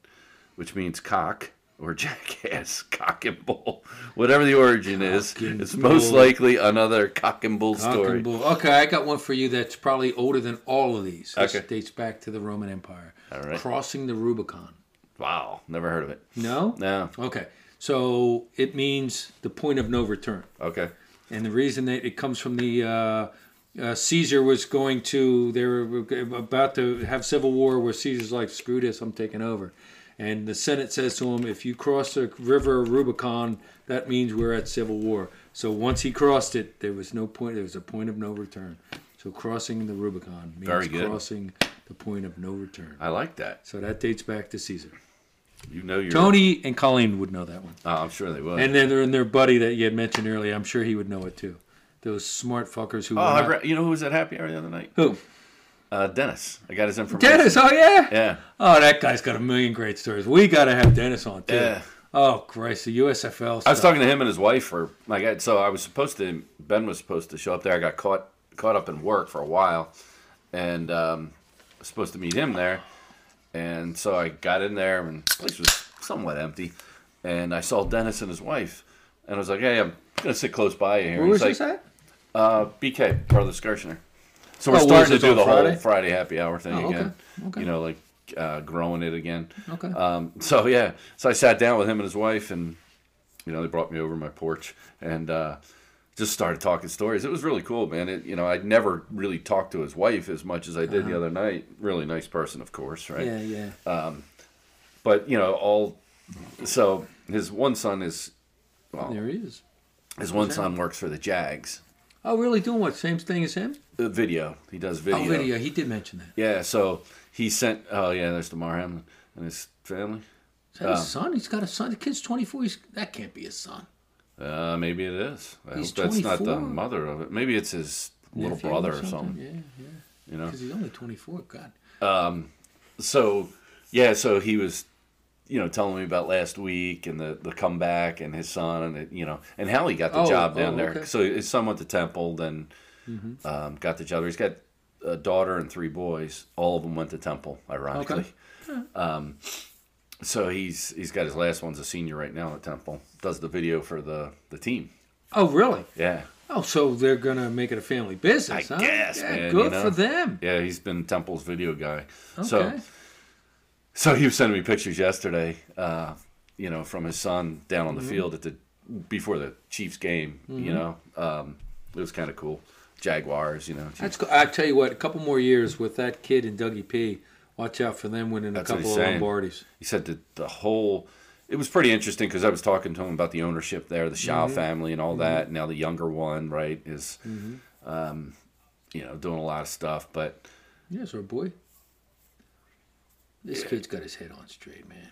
S1: which means cock or jackass, cock and bull. Whatever the origin is,
S2: and
S1: it's most
S2: bull.
S1: likely another cock and bull
S2: Cock and
S1: story.
S2: bull. Okay, I got one for you that's probably older than all of these. This
S1: Okay.
S2: dates back to the Roman Empire.
S1: All right.
S2: Crossing the Rubicon.
S1: Wow, never heard of it.
S2: No?
S1: No.
S2: Okay. So it means the point of no return.
S1: Okay.
S2: And the reason that it comes from the uh, uh, Caesar was going to, they were about to have civil war where Caesar's like, screw this, I'm taking over. And the Senate says to him, if you cross the river Rubicon, that means we're at civil war. So once he crossed it, there was no point, there was a point of no return. So crossing the Rubicon means
S1: Very good.
S2: crossing the point of no return.
S1: I like that.
S2: So that dates back to Caesar.
S1: You know your.
S2: Tony and Colleen would know that one.
S1: Oh, I'm sure they will.
S2: And then and their buddy that you had mentioned earlier, I'm sure he would know it too. Those smart fuckers who.
S1: oh,
S2: were
S1: I
S2: not-
S1: re- you know who was at happy hour the other night?
S2: who?
S1: Uh, Dennis. I got his information.
S2: Dennis. Oh yeah.
S1: Yeah.
S2: Oh, that guy's got a million great stories. We got to have Dennis on too.
S1: Yeah.
S2: Oh Christ, the USFL.
S1: I was talking to him and his wife for my God. So I was supposed to. Ben was supposed to show up there. I got caught caught up in work for a while, and um, I was supposed to meet him there. And so I got in there, and the place was somewhat empty. And I saw Dennis and his wife, and I was like, "Hey, I'm gonna sit close by you here."
S2: Where
S1: He's
S2: was
S1: like,
S2: this at?
S1: Uh, BK, part of the Skirshner. So we're
S2: Oh, was
S1: starting to
S2: this
S1: do
S2: on
S1: the
S2: Friday?
S1: whole Friday happy hour thing
S2: Oh, okay,
S1: again.
S2: okay.
S1: You know, like uh, growing it again.
S2: Okay.
S1: Um, so yeah, so I sat down with him and his wife, and you know they brought me over my porch and uh, just started talking stories. It was really cool, man. It, you know, I'd never really talked to his wife as much as I did the other night. Really nice person, of course, right?
S2: Uh-huh.
S1: Oh.
S2: yeah, yeah.
S1: But you know, all so his one son is well,
S2: there he is.
S1: his one son works for the Jags.
S2: Oh, really? Doing what? Same thing as him?
S1: Uh, video, he does
S2: Oh, video. He did mention that.
S1: Yeah, so he sent. Oh yeah, there's Damar Hamlin and his family.
S2: Is
S1: Oh.
S2: that his son? He's got a son. The kid's 24. He's, that can't be his son.
S1: Uh, maybe it is. I
S2: He's
S1: hope that's not the
S2: 24.
S1: mother of it. Maybe it's his little
S2: Nephew
S1: brother or something.
S2: Yeah, yeah.
S1: You know.
S2: Because he's only 24. God.
S1: So yeah, so he was, you know, telling me about last week and the the comeback and his son and it, you know and how he got the
S2: Oh,
S1: job down
S2: oh,
S1: there.
S2: okay. Mm-hmm.
S1: So his son went to Temple, then um, got the job. He's got a daughter and three boys. All of them went to Temple, ironically. Um,
S2: Okay.
S1: So he's he's got his last one's a senior right now at Temple. Does the video for the the team.
S2: Oh, really?
S1: Yeah,
S2: Oh, so they're gonna make it a family business?
S1: I
S2: huh?
S1: guess,
S2: Yeah,
S1: man,
S2: good
S1: you know?
S2: for them.
S1: yeah. He's been Temple's video guy.
S2: Okay.
S1: So So he was sending me pictures yesterday, uh, you know, from his son down on
S2: Mm-hmm.
S1: the field at the before the Chiefs game. You know, um, it was kind of cool. Jaguars, you know. Chiefs.
S2: That's cool. I tell you what, a couple more years with that kid and Dougie P. Watch out for them winning
S1: That's
S2: a
S1: what he's
S2: couple of
S1: saying.
S2: Lombardies.
S1: he said that the whole it was pretty interesting because I was talking to him about the ownership there, the Shaw
S2: Mm-hmm.
S1: family, and all that. Now the younger one, right, is um,
S2: Mm-hmm.
S1: you know doing a lot of stuff, but
S2: Yes, our boy. This kid's got his head on straight, man.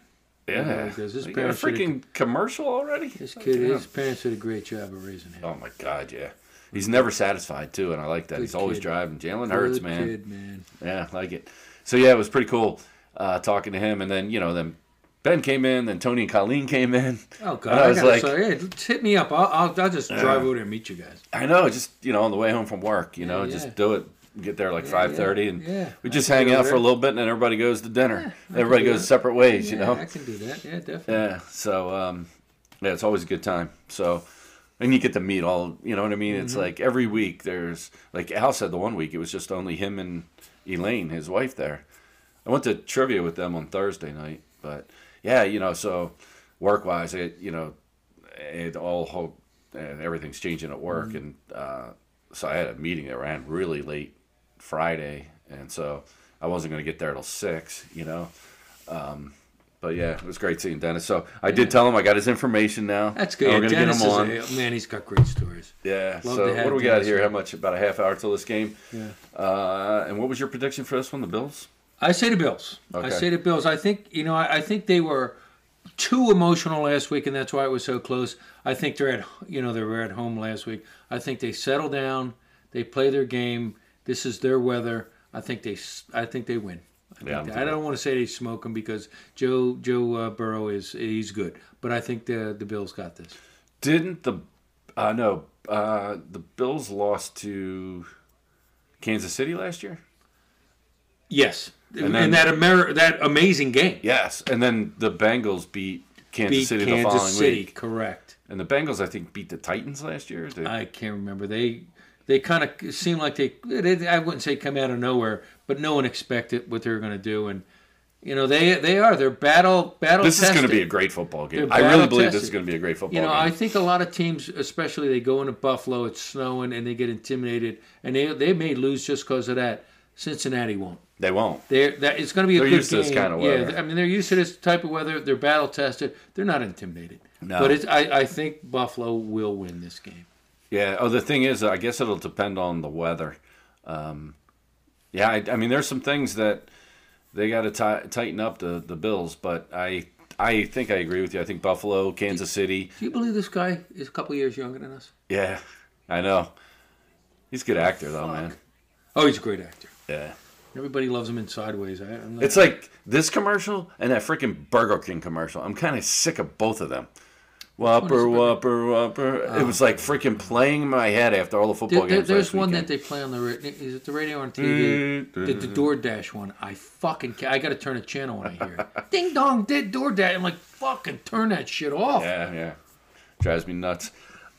S1: yeah,
S2: Yeah, because his
S1: You got a
S2: parents should've-
S1: freaking commercial already.
S2: This
S1: Oh,
S2: kid,
S1: damn.
S2: his parents did a great job of raising him.
S1: Oh my god, yeah. He's never satisfied too, and I like that.
S2: Mm-hmm. Good
S1: He's always
S2: kid.
S1: driving. Jalen Hurts,
S2: Good
S1: man.
S2: kid, man.
S1: Yeah, I like it. So yeah, it was pretty cool uh, talking to him, and then you know, then Ben came in, then Tony and Colleen came in.
S2: Oh God,
S1: And
S2: I,
S1: I was
S2: gotta
S1: like-
S2: say, hey, just hit me up. I'll, I'll, I'll just drive over there and meet you guys.
S1: I know, just you know, on the way home from work, you know,
S2: Yeah, yeah.
S1: just do it. Get there like
S2: Yeah,
S1: five thirty,
S2: yeah,
S1: and
S2: yeah.
S1: we
S2: I
S1: just
S2: can
S1: hang
S2: do
S1: out
S2: that.
S1: for a little bit, and then everybody goes to dinner.
S2: can
S1: everybody
S2: do
S1: goes
S2: that.
S1: separate ways, you
S2: yeah,
S1: know.
S2: I can do that. Yeah, definitely.
S1: Yeah. So um, yeah, it's always a good time. So and you get to meet all you know what I mean? It's like every week there's like Al said the one week it was just only him and Elaine, his wife there. I went to trivia with them on Thursday night, but yeah, you know, so work wise it you know, it all hope and everything's changing at work
S2: Mm-hmm.
S1: and uh, so I had a meeting that ran really late Friday and so I wasn't gonna get there till six, you know. Um, But yeah, it was great seeing Dennis. So I did tell him I got his information now.
S2: That's
S1: And
S2: good.
S1: Oh, We're gonna
S2: Dennis
S1: get him
S2: is
S1: on.
S2: a- man, he's got great stories.
S1: yeah.
S2: Love
S1: so
S2: to have
S1: what do we got
S2: Dennis
S1: here?
S2: on.
S1: How much? About a half hour till this game.
S2: Yeah.
S1: Uh, and what was your prediction for this one? The Bills.
S2: I say the Bills. I
S1: Okay.
S2: say the Bills. I think you know. I, I think they were too emotional last week, and that's why it was so close. I think they're at you know they were at home last week. I think they settle down. They play their game. This is their weather. I think they. s- I think they win. I, think
S1: Yeah, I'm
S2: they-
S1: with
S2: I
S1: you.
S2: don't want to say they smoke them because Joe Joe uh, Burrow is he's good, but I think the the Bills got this.
S1: Didn't the? Uh, no. Uh, the Bills lost to Kansas City last year.
S2: Yes, and,
S1: And then-
S2: that Amer- that amazing game
S1: Yes, and then the Bengals beat Kansas
S2: beat
S1: City the following
S2: Kansas City.
S1: week.
S2: Correct.
S1: And the Bengals, I think, beat the Titans last year. Did-
S2: I can't remember. They they kind of seemed like they, they I wouldn't say come out of nowhere, but no one expected what they were going to do, and you know they they are they're battle battle.
S1: this is going to
S2: tested.
S1: be a great football game.
S2: They're
S1: I really
S2: battle
S1: believe this
S2: tested.
S1: is going to be a great football
S2: You know,
S1: game.
S2: I think a lot of teams, especially they go into Buffalo, it's snowing, and they get intimidated, and they they may lose just because of that. Cincinnati won't.
S1: they won't.
S2: They're, that it's going to be a
S1: They're
S2: good
S1: used to
S2: game.
S1: this kind of weather.
S2: Yeah, I mean they're used to this type of weather. They're battle tested. They're not intimidated.
S1: No.
S2: But it's, I, I think Buffalo will win this game.
S1: Yeah. Oh, the thing is, I guess it'll depend on the weather. Um, yeah, I, I mean, there's some things that they got to ti- tighten up the the Bills, but I I think I agree with you. I think Buffalo, Kansas City.
S2: Do you believe this guy is a couple years younger than us?
S1: Yeah, I know. He's a good actor though, man.
S2: Oh, he's a great actor.
S1: Yeah.
S2: Everybody loves him in Sideways. I, I'm not,
S1: It's like this commercial and that freaking Burger King commercial. I'm kind of sick of both of them. Whopper, whopper, whopper. It was like freaking playing in my head after all the
S2: Oh. there,
S1: football
S2: there-
S1: games.
S2: there's
S1: last
S2: one that
S1: weekend.
S2: they play on the ra- is it the radio or on TV? the,
S1: Mm-hmm.
S2: the DoorDash one. I fucking ca- I got to turn a channel when I hear it. Ding dong, did DoorDash. I'm like fucking turn that shit off.
S1: Yeah, yeah. Drives me nuts.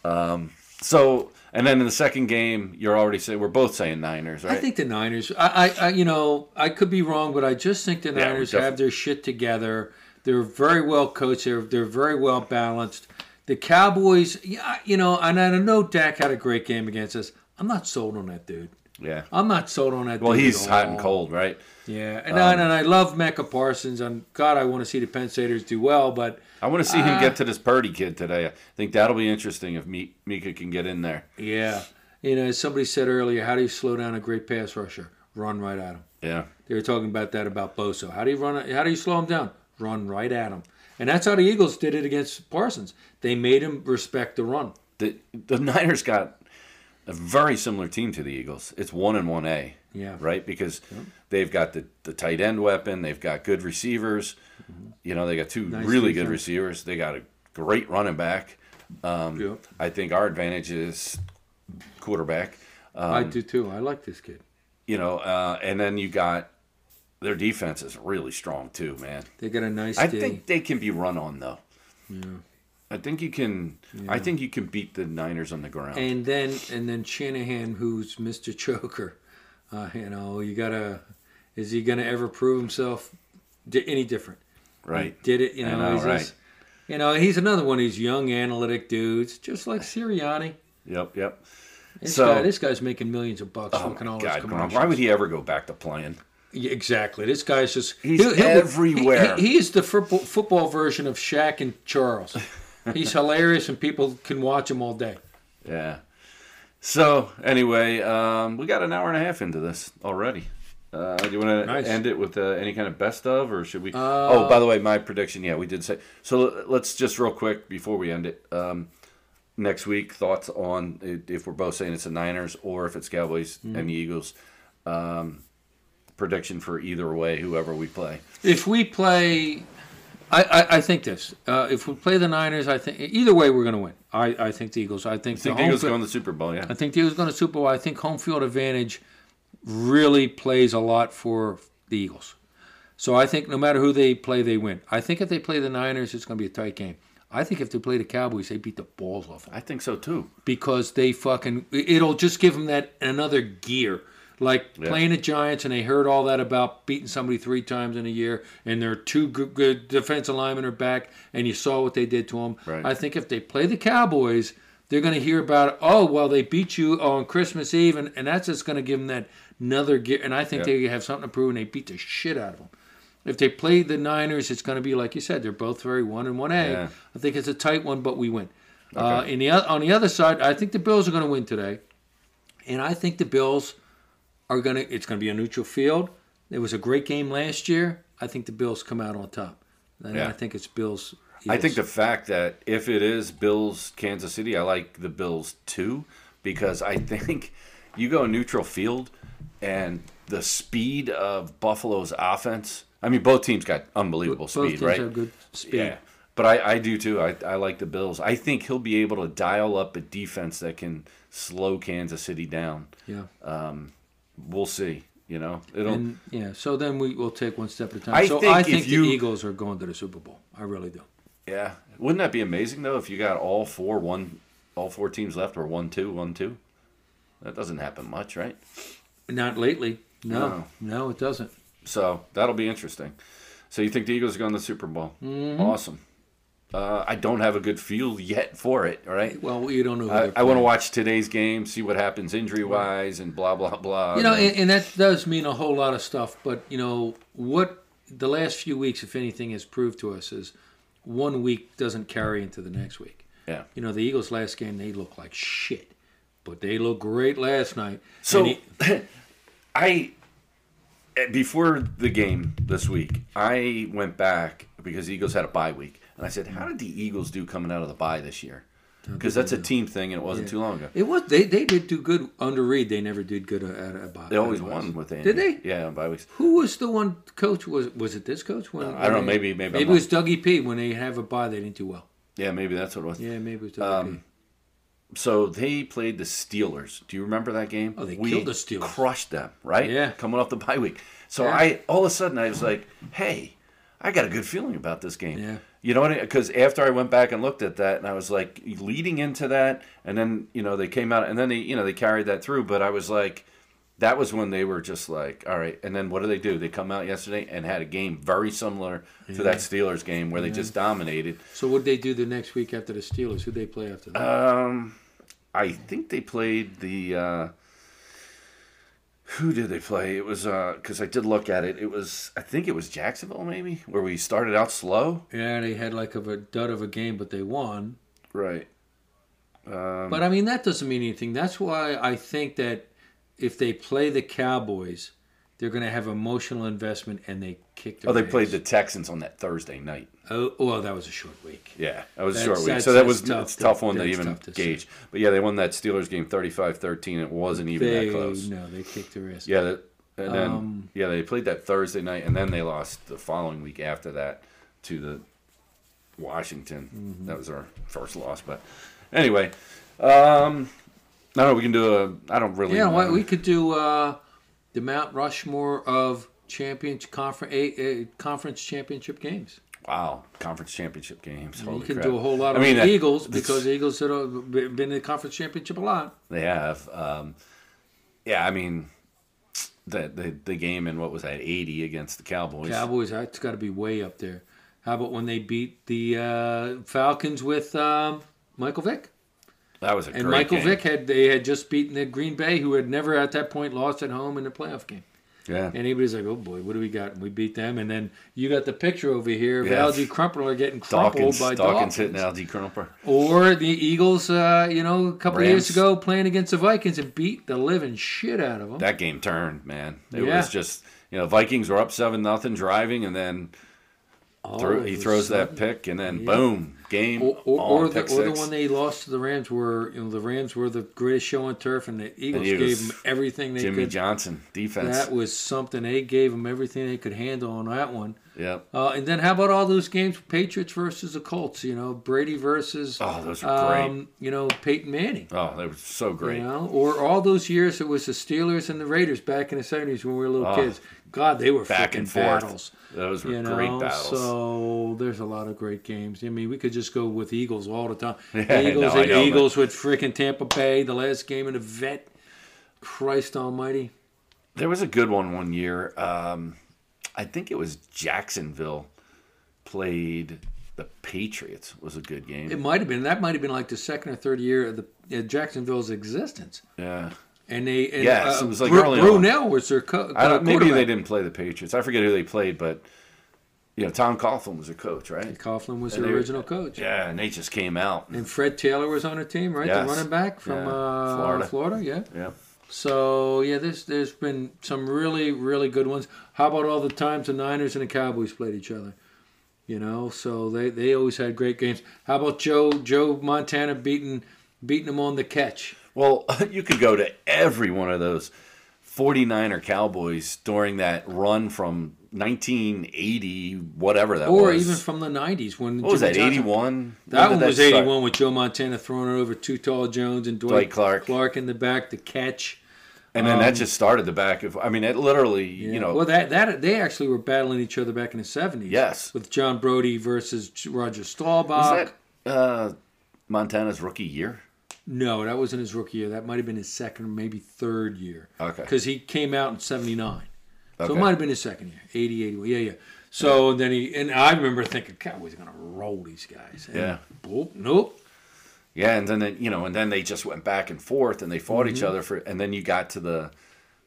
S1: Um, so, and then in the second game, you're already saying we're both saying Niners,
S2: I
S1: right?
S2: think the Niners. I, I, I, you know, I could be wrong, but I just think the
S1: we're
S2: Niners
S1: defi-
S2: have their shit together. They're very well coached. They're they're very well balanced. The Cowboys, yeah, you know, and I know Dak had a great game against us. I'm not sold on that dude.
S1: yeah.
S2: I'm not sold on that.
S1: Well,
S2: dude
S1: he's
S2: at
S1: hot and
S2: all.
S1: cold, Um, right?
S2: Yeah, and, I, and I love Mecca Parsons. And God, I want to see the Penn Staters do well, but
S1: I want to see
S2: Uh,
S1: him get to this Purdy kid today. I think that'll be interesting if Mi- Mika can get in there.
S2: yeah, you know, as somebody said earlier, how do you slow down a great pass rusher? Run right at him.
S1: Yeah.
S2: They were talking about that about Bosa. How do you run? How do you slow him down? Run right at him. And that's how the Eagles did it against Parsons. They made him respect the run.
S1: The the Niners got a very similar team to the Eagles. It's one and one A.
S2: Yeah.
S1: Right? Because they've got the, the tight end weapon, they've got good receivers. You know, they got two really good
S2: Mm-hmm. defense.
S1: receivers. They got a great running back.
S2: Yeah.
S1: I think our advantage is quarterback.
S2: I
S1: Um,
S2: do too. I like this kid.
S1: You know, uh, and then you got their defense is really strong too, man.
S2: They got a nice
S1: I
S2: D.
S1: think they can be run on though. I think you can. I think you can beat the Niners on the ground.
S2: and then and then Shanahan, who's Mr. Choker. Uh, you know, you gotta. Is he gonna ever prove himself? di- any different.
S1: right?
S2: Did it, you
S1: I
S2: know?
S1: know,
S2: he's
S1: right.
S2: just- you know, he's another one of these young, analytic dudes, just like Sirianni.
S1: Yep, yep.
S2: This,
S1: So-
S2: guy, this guy's making millions of bucks
S1: Oh
S2: working
S1: my
S2: all
S1: God,
S2: his
S1: Gronk,
S2: commercials.
S1: why would he ever go back to playing?
S2: Yeah, exactly. This guy's just
S1: He's everywhere.
S2: He, he is the football, football version of Shaq and Charles. He's hilarious, and people can watch him all day.
S1: Yeah. So anyway, um, we got an hour and a half into this already. Uh, do you want to
S2: Nice.
S1: end it with uh, any kind of best of, or should we? oh, by the way, my prediction. Yeah, we did say. So l- let's just real quick before we end it. Um, next week, thoughts on i- if we're both saying it's the Niners or if it's Cowboys and the Eagles. Um, prediction for either way, whoever we play.
S2: If we play, I, I, I think this. Uh, if we play the Niners, I think either way we're going to win. I, I think the Eagles. I
S1: I
S2: think
S1: think
S2: the
S1: the Eagles
S2: home,
S1: go
S2: fi-
S1: in the Super Bowl. Yeah.
S2: I think the Eagles going to Super Bowl. I think home field advantage really plays a lot for the Eagles. So I think no matter who they play, they win. I think if they play the Niners, it's going to be a tight game. I think if they play the Cowboys, they beat the balls off them
S1: I think so too.
S2: because they fucking it'll just give them that another gear. Like
S1: Yeah.
S2: playing the Giants, and they heard all that about beating somebody three times in a year, and their two good, good defensive linemen are back, and you saw what they did to them.
S1: Right.
S2: I think if they play the Cowboys, they're going to hear about oh well they beat you on Christmas Eve, and, and that's just going to give them that another gear. And I think
S1: Yeah.
S2: they have something to prove, and they beat the shit out of them. If they play the Niners, it's going to be like you said. They're both very one and one A.
S1: Yeah.
S2: I think it's a tight one, but we win. Uh, in the oth- on the other side, I think the Bills are going to win today, and I think the Bills are going to. It's going to be a neutral field. It was a great game last year. I think the Bills come out on top, and
S1: Yeah.
S2: I think it's Bills.
S1: I think
S2: Eagles.
S1: the fact that if it is Bills Kansas City, I like the Bills too because I think you go neutral field and the speed of Buffalo's offense. I mean, both teams got unbelievable
S2: both
S1: speed,
S2: teams
S1: right?
S2: have good speed.
S1: Yeah, but I, I do too. I, I like the Bills. I think he'll be able to dial up a defense that can slow Kansas City down.
S2: yeah,
S1: Um, We'll see. You know, it'll.
S2: and yeah. So then we will take one step at a time.
S1: I
S2: so
S1: think
S2: I
S1: if
S2: think
S1: you-
S2: the Eagles are going to the Super Bowl. I really do.
S1: yeah, wouldn't that be amazing though if you got all four one, all four teams left or one two one two? That doesn't happen much, right?
S2: Not lately. No, no, it doesn't.
S1: So that'll be interesting. So you think the Eagles are going to the Super Bowl?
S2: Mm-hmm.
S1: Awesome. Uh, I don't have a good feel yet for it. All right.
S2: Well, you don't know. Who
S1: I,
S2: they're
S1: I want to
S2: playing.
S1: watch today's game, see what happens injury wise, and blah blah blah.
S2: You know, and, and that does mean a whole lot of stuff. But you know what? The last few weeks, if anything, has proved to us is one week doesn't carry into the next week.
S1: yeah.
S2: You know, the Eagles' last game, they look like shit, but they look great last night.
S1: So
S2: And he-
S1: I eh, before the game this week, I went back because the Eagles had a bye week, and I said, "How did the Eagles do coming out of the bye this year?" Because that's a team thing, and it wasn't too long ago.
S2: it was they, they did do good under Reed. They never did good at a bye.
S1: They always won with Andy.
S2: Did they?
S1: Yeah, on bye weeks.
S2: Who was the one coach? Was was it this coach? When,
S1: Uh, I don't know, maybe- maybe I'm
S2: maybe it was Dougie P. When they have a bye, they didn't do well.
S1: Yeah, maybe that's what it was.
S2: Yeah, maybe it was Dougie
S1: Um,
S2: P.
S1: So they played the Steelers. Do you remember that game?
S2: Oh, they killed the Steelers.
S1: Crushed them, right?
S2: Yeah.
S1: Coming off the bye week. So
S2: Yeah.
S1: I all of a sudden I was like, hey, I got a good feeling about this game.
S2: Yeah.
S1: You know what? Because after I went back and looked at that, and I was like, leading into that, and then you know they came out, and then they you know they carried that through. But I was like, that was when they were just like, all right. And then what do they do? They come out yesterday and had a game very similar to that Steelers game where they just dominated.
S2: So what did they do the next week after the Steelers? Who would they play after that?
S1: Um, I think they played the. Uh, who did they play? It was because I did look at it. It was I think it was Jacksonville maybe where we started out slow.
S2: Yeah, they had like of a dud of a game, but they won.
S1: Right. Um,
S2: but I mean, that doesn't mean anything. That's why I think that if they play the Cowboys, they're going to have emotional investment, and they kicked. Their
S1: Oh, they
S2: ass.
S1: played the Texans on that Thursday night.
S2: Oh, well, that was a short week.
S1: Yeah, that was a
S2: That's-
S1: short week.
S2: that's-
S1: So that
S2: that's
S1: was
S2: tough
S1: it's a
S2: to-
S1: tough one to
S2: that's
S1: even
S2: tough to say.
S1: gauge. But yeah, they won that Steelers game 35-13. It wasn't even
S2: They
S1: that close.
S2: no, they kicked their ass.
S1: Yeah, that, and then
S2: Um,
S1: yeah, they played that Thursday night, and then they lost the following week after that to the Washington.
S2: Mm-hmm.
S1: That was our first loss, but anyway, um, I don't know. We can do a. I don't really.
S2: Yeah, why
S1: know.
S2: we could do uh, the Mount Rushmore of champions conference a, a conference championship games.
S1: Wow, conference championship games. Holy
S2: you can
S1: crap.
S2: do a whole lot
S1: I
S2: of
S1: mean, that-
S2: the Eagles
S1: that's-
S2: because the Eagles have uh, been in the conference championship a lot.
S1: They have. Um, yeah, I mean, the, the the game in what was that eighty against the Cowboys.
S2: Cowboys, that's got to be way up there. How about when they beat the uh, Falcons with um, Michael Vick?
S1: That was a
S2: And
S1: great
S2: Michael
S1: game.
S2: Vick had they had just beaten the Green Bay, who had never at that point lost at home in a playoff game.
S1: Yeah.
S2: And everybody's like, "Oh boy, what do we got?" And we beat them. And then you got the picture over here of
S1: Yeah.
S2: Algie Crumpler getting crumpled
S1: Dawkins,
S2: by
S1: Dawkins,
S2: Dawkins.
S1: hitting Algie Crumper.
S2: Or the Eagles, uh, you know, a couple of years
S1: Rams.
S2: ago playing against the Vikings and beat the living shit out of them.
S1: That game turned, man. It
S2: Yeah.
S1: was just you know Vikings were up seven nothing driving, and then
S2: All
S1: throw,
S2: of
S1: he
S2: a
S1: throws
S2: sudden.
S1: that pick, and then
S2: Yeah.
S1: boom, game
S2: Oh, Or, or,
S1: on
S2: or, the,
S1: pick
S2: or the
S1: six.
S2: one they lost to the Rams were, you know, the Rams were the greatest show on turf, and the Eagles,
S1: Eagles.
S2: gave them everything they
S1: Jimmy
S2: could.
S1: Johnson defense.
S2: That was something. They gave them everything they could handle on that one.
S1: yep.
S2: Uh, and then how about all those games, Patriots versus the Colts? You know, Brady versus,
S1: Oh, those were great.
S2: um, you know, Peyton Manning.
S1: Oh, they were so great.
S2: You know, or all those years it was the Steelers and the Raiders back in the seventies when we were little
S1: Oh.
S2: kids. God, they were
S1: Back
S2: frickin'
S1: and forth.
S2: battles.
S1: Those were
S2: You know,
S1: great battles.
S2: so there's a lot of great games. I mean, we could just go with Eagles all the time.
S1: Yeah, I
S2: Eagles
S1: know, I
S2: and
S1: know, but-
S2: Eagles with frickin' Tampa Bay, the last game in the vet. Christ Almighty!
S1: There was a good one one year. Um, I think it was Jacksonville played the Patriots. Was a good game.
S2: It might have been that might have been like the second or third year of the uh, Jacksonville's existence,
S1: yeah.
S2: and they and,
S1: Yes,
S2: uh,
S1: it was like
S2: Bru-
S1: early on.
S2: Brunel was their co-
S1: I
S2: uh,
S1: don't, maybe they
S2: quarterback.
S1: didn't play the Patriots. I forget who they played, but you know Tom Coughlin was a coach, right?
S2: Coughlin was
S1: And
S2: their
S1: they-
S2: original coach.
S1: Yeah, and they just came out.
S2: And Fred Taylor was on the team, right?
S1: Yes.
S2: The running back from
S1: Yeah.
S2: uh, Florida.
S1: Florida.
S2: yeah.
S1: Yeah.
S2: So yeah, there's there's been some really really good ones. How about all the times the Niners and the Cowboys played each other? You know, so they, they always had great games. How about Joe Joe Montana beating beating them on the catch?
S1: Well, you could go to every one of those 49er Cowboys during that run from 1980, whatever that
S2: Or
S1: was.
S2: even from the '90s when
S1: what was
S2: Jimmy
S1: that,
S2: Johnson-
S1: 81?
S2: That
S1: When
S2: one
S1: did
S2: was
S1: start?
S2: '81 with Joe Montana throwing it over two tall Jones and Dwight,
S1: Dwight Clark.
S2: Clark in the back the catch.
S1: And then
S2: Um,
S1: that just started the back of, I mean, it literally, you know,
S2: well that that they actually were battling each other back in the seventies.
S1: Yes.
S2: with John Brody versus Roger Staubach.
S1: was that uh, Montana's rookie year?
S2: No, that wasn't his rookie year. That might have been his second, maybe third year.
S1: Okay.
S2: because he came out in '79, so it
S1: Okay.
S2: might have been his second year, '80, '81. Yeah, yeah. So then he and I remember thinking, God, we're gonna roll these guys. And
S1: Yeah.
S2: Boop, nope.
S1: Yeah, and then it- you know, and then they just went back and forth, and they fought
S2: Mm-hmm.
S1: each other for, and then you got to the,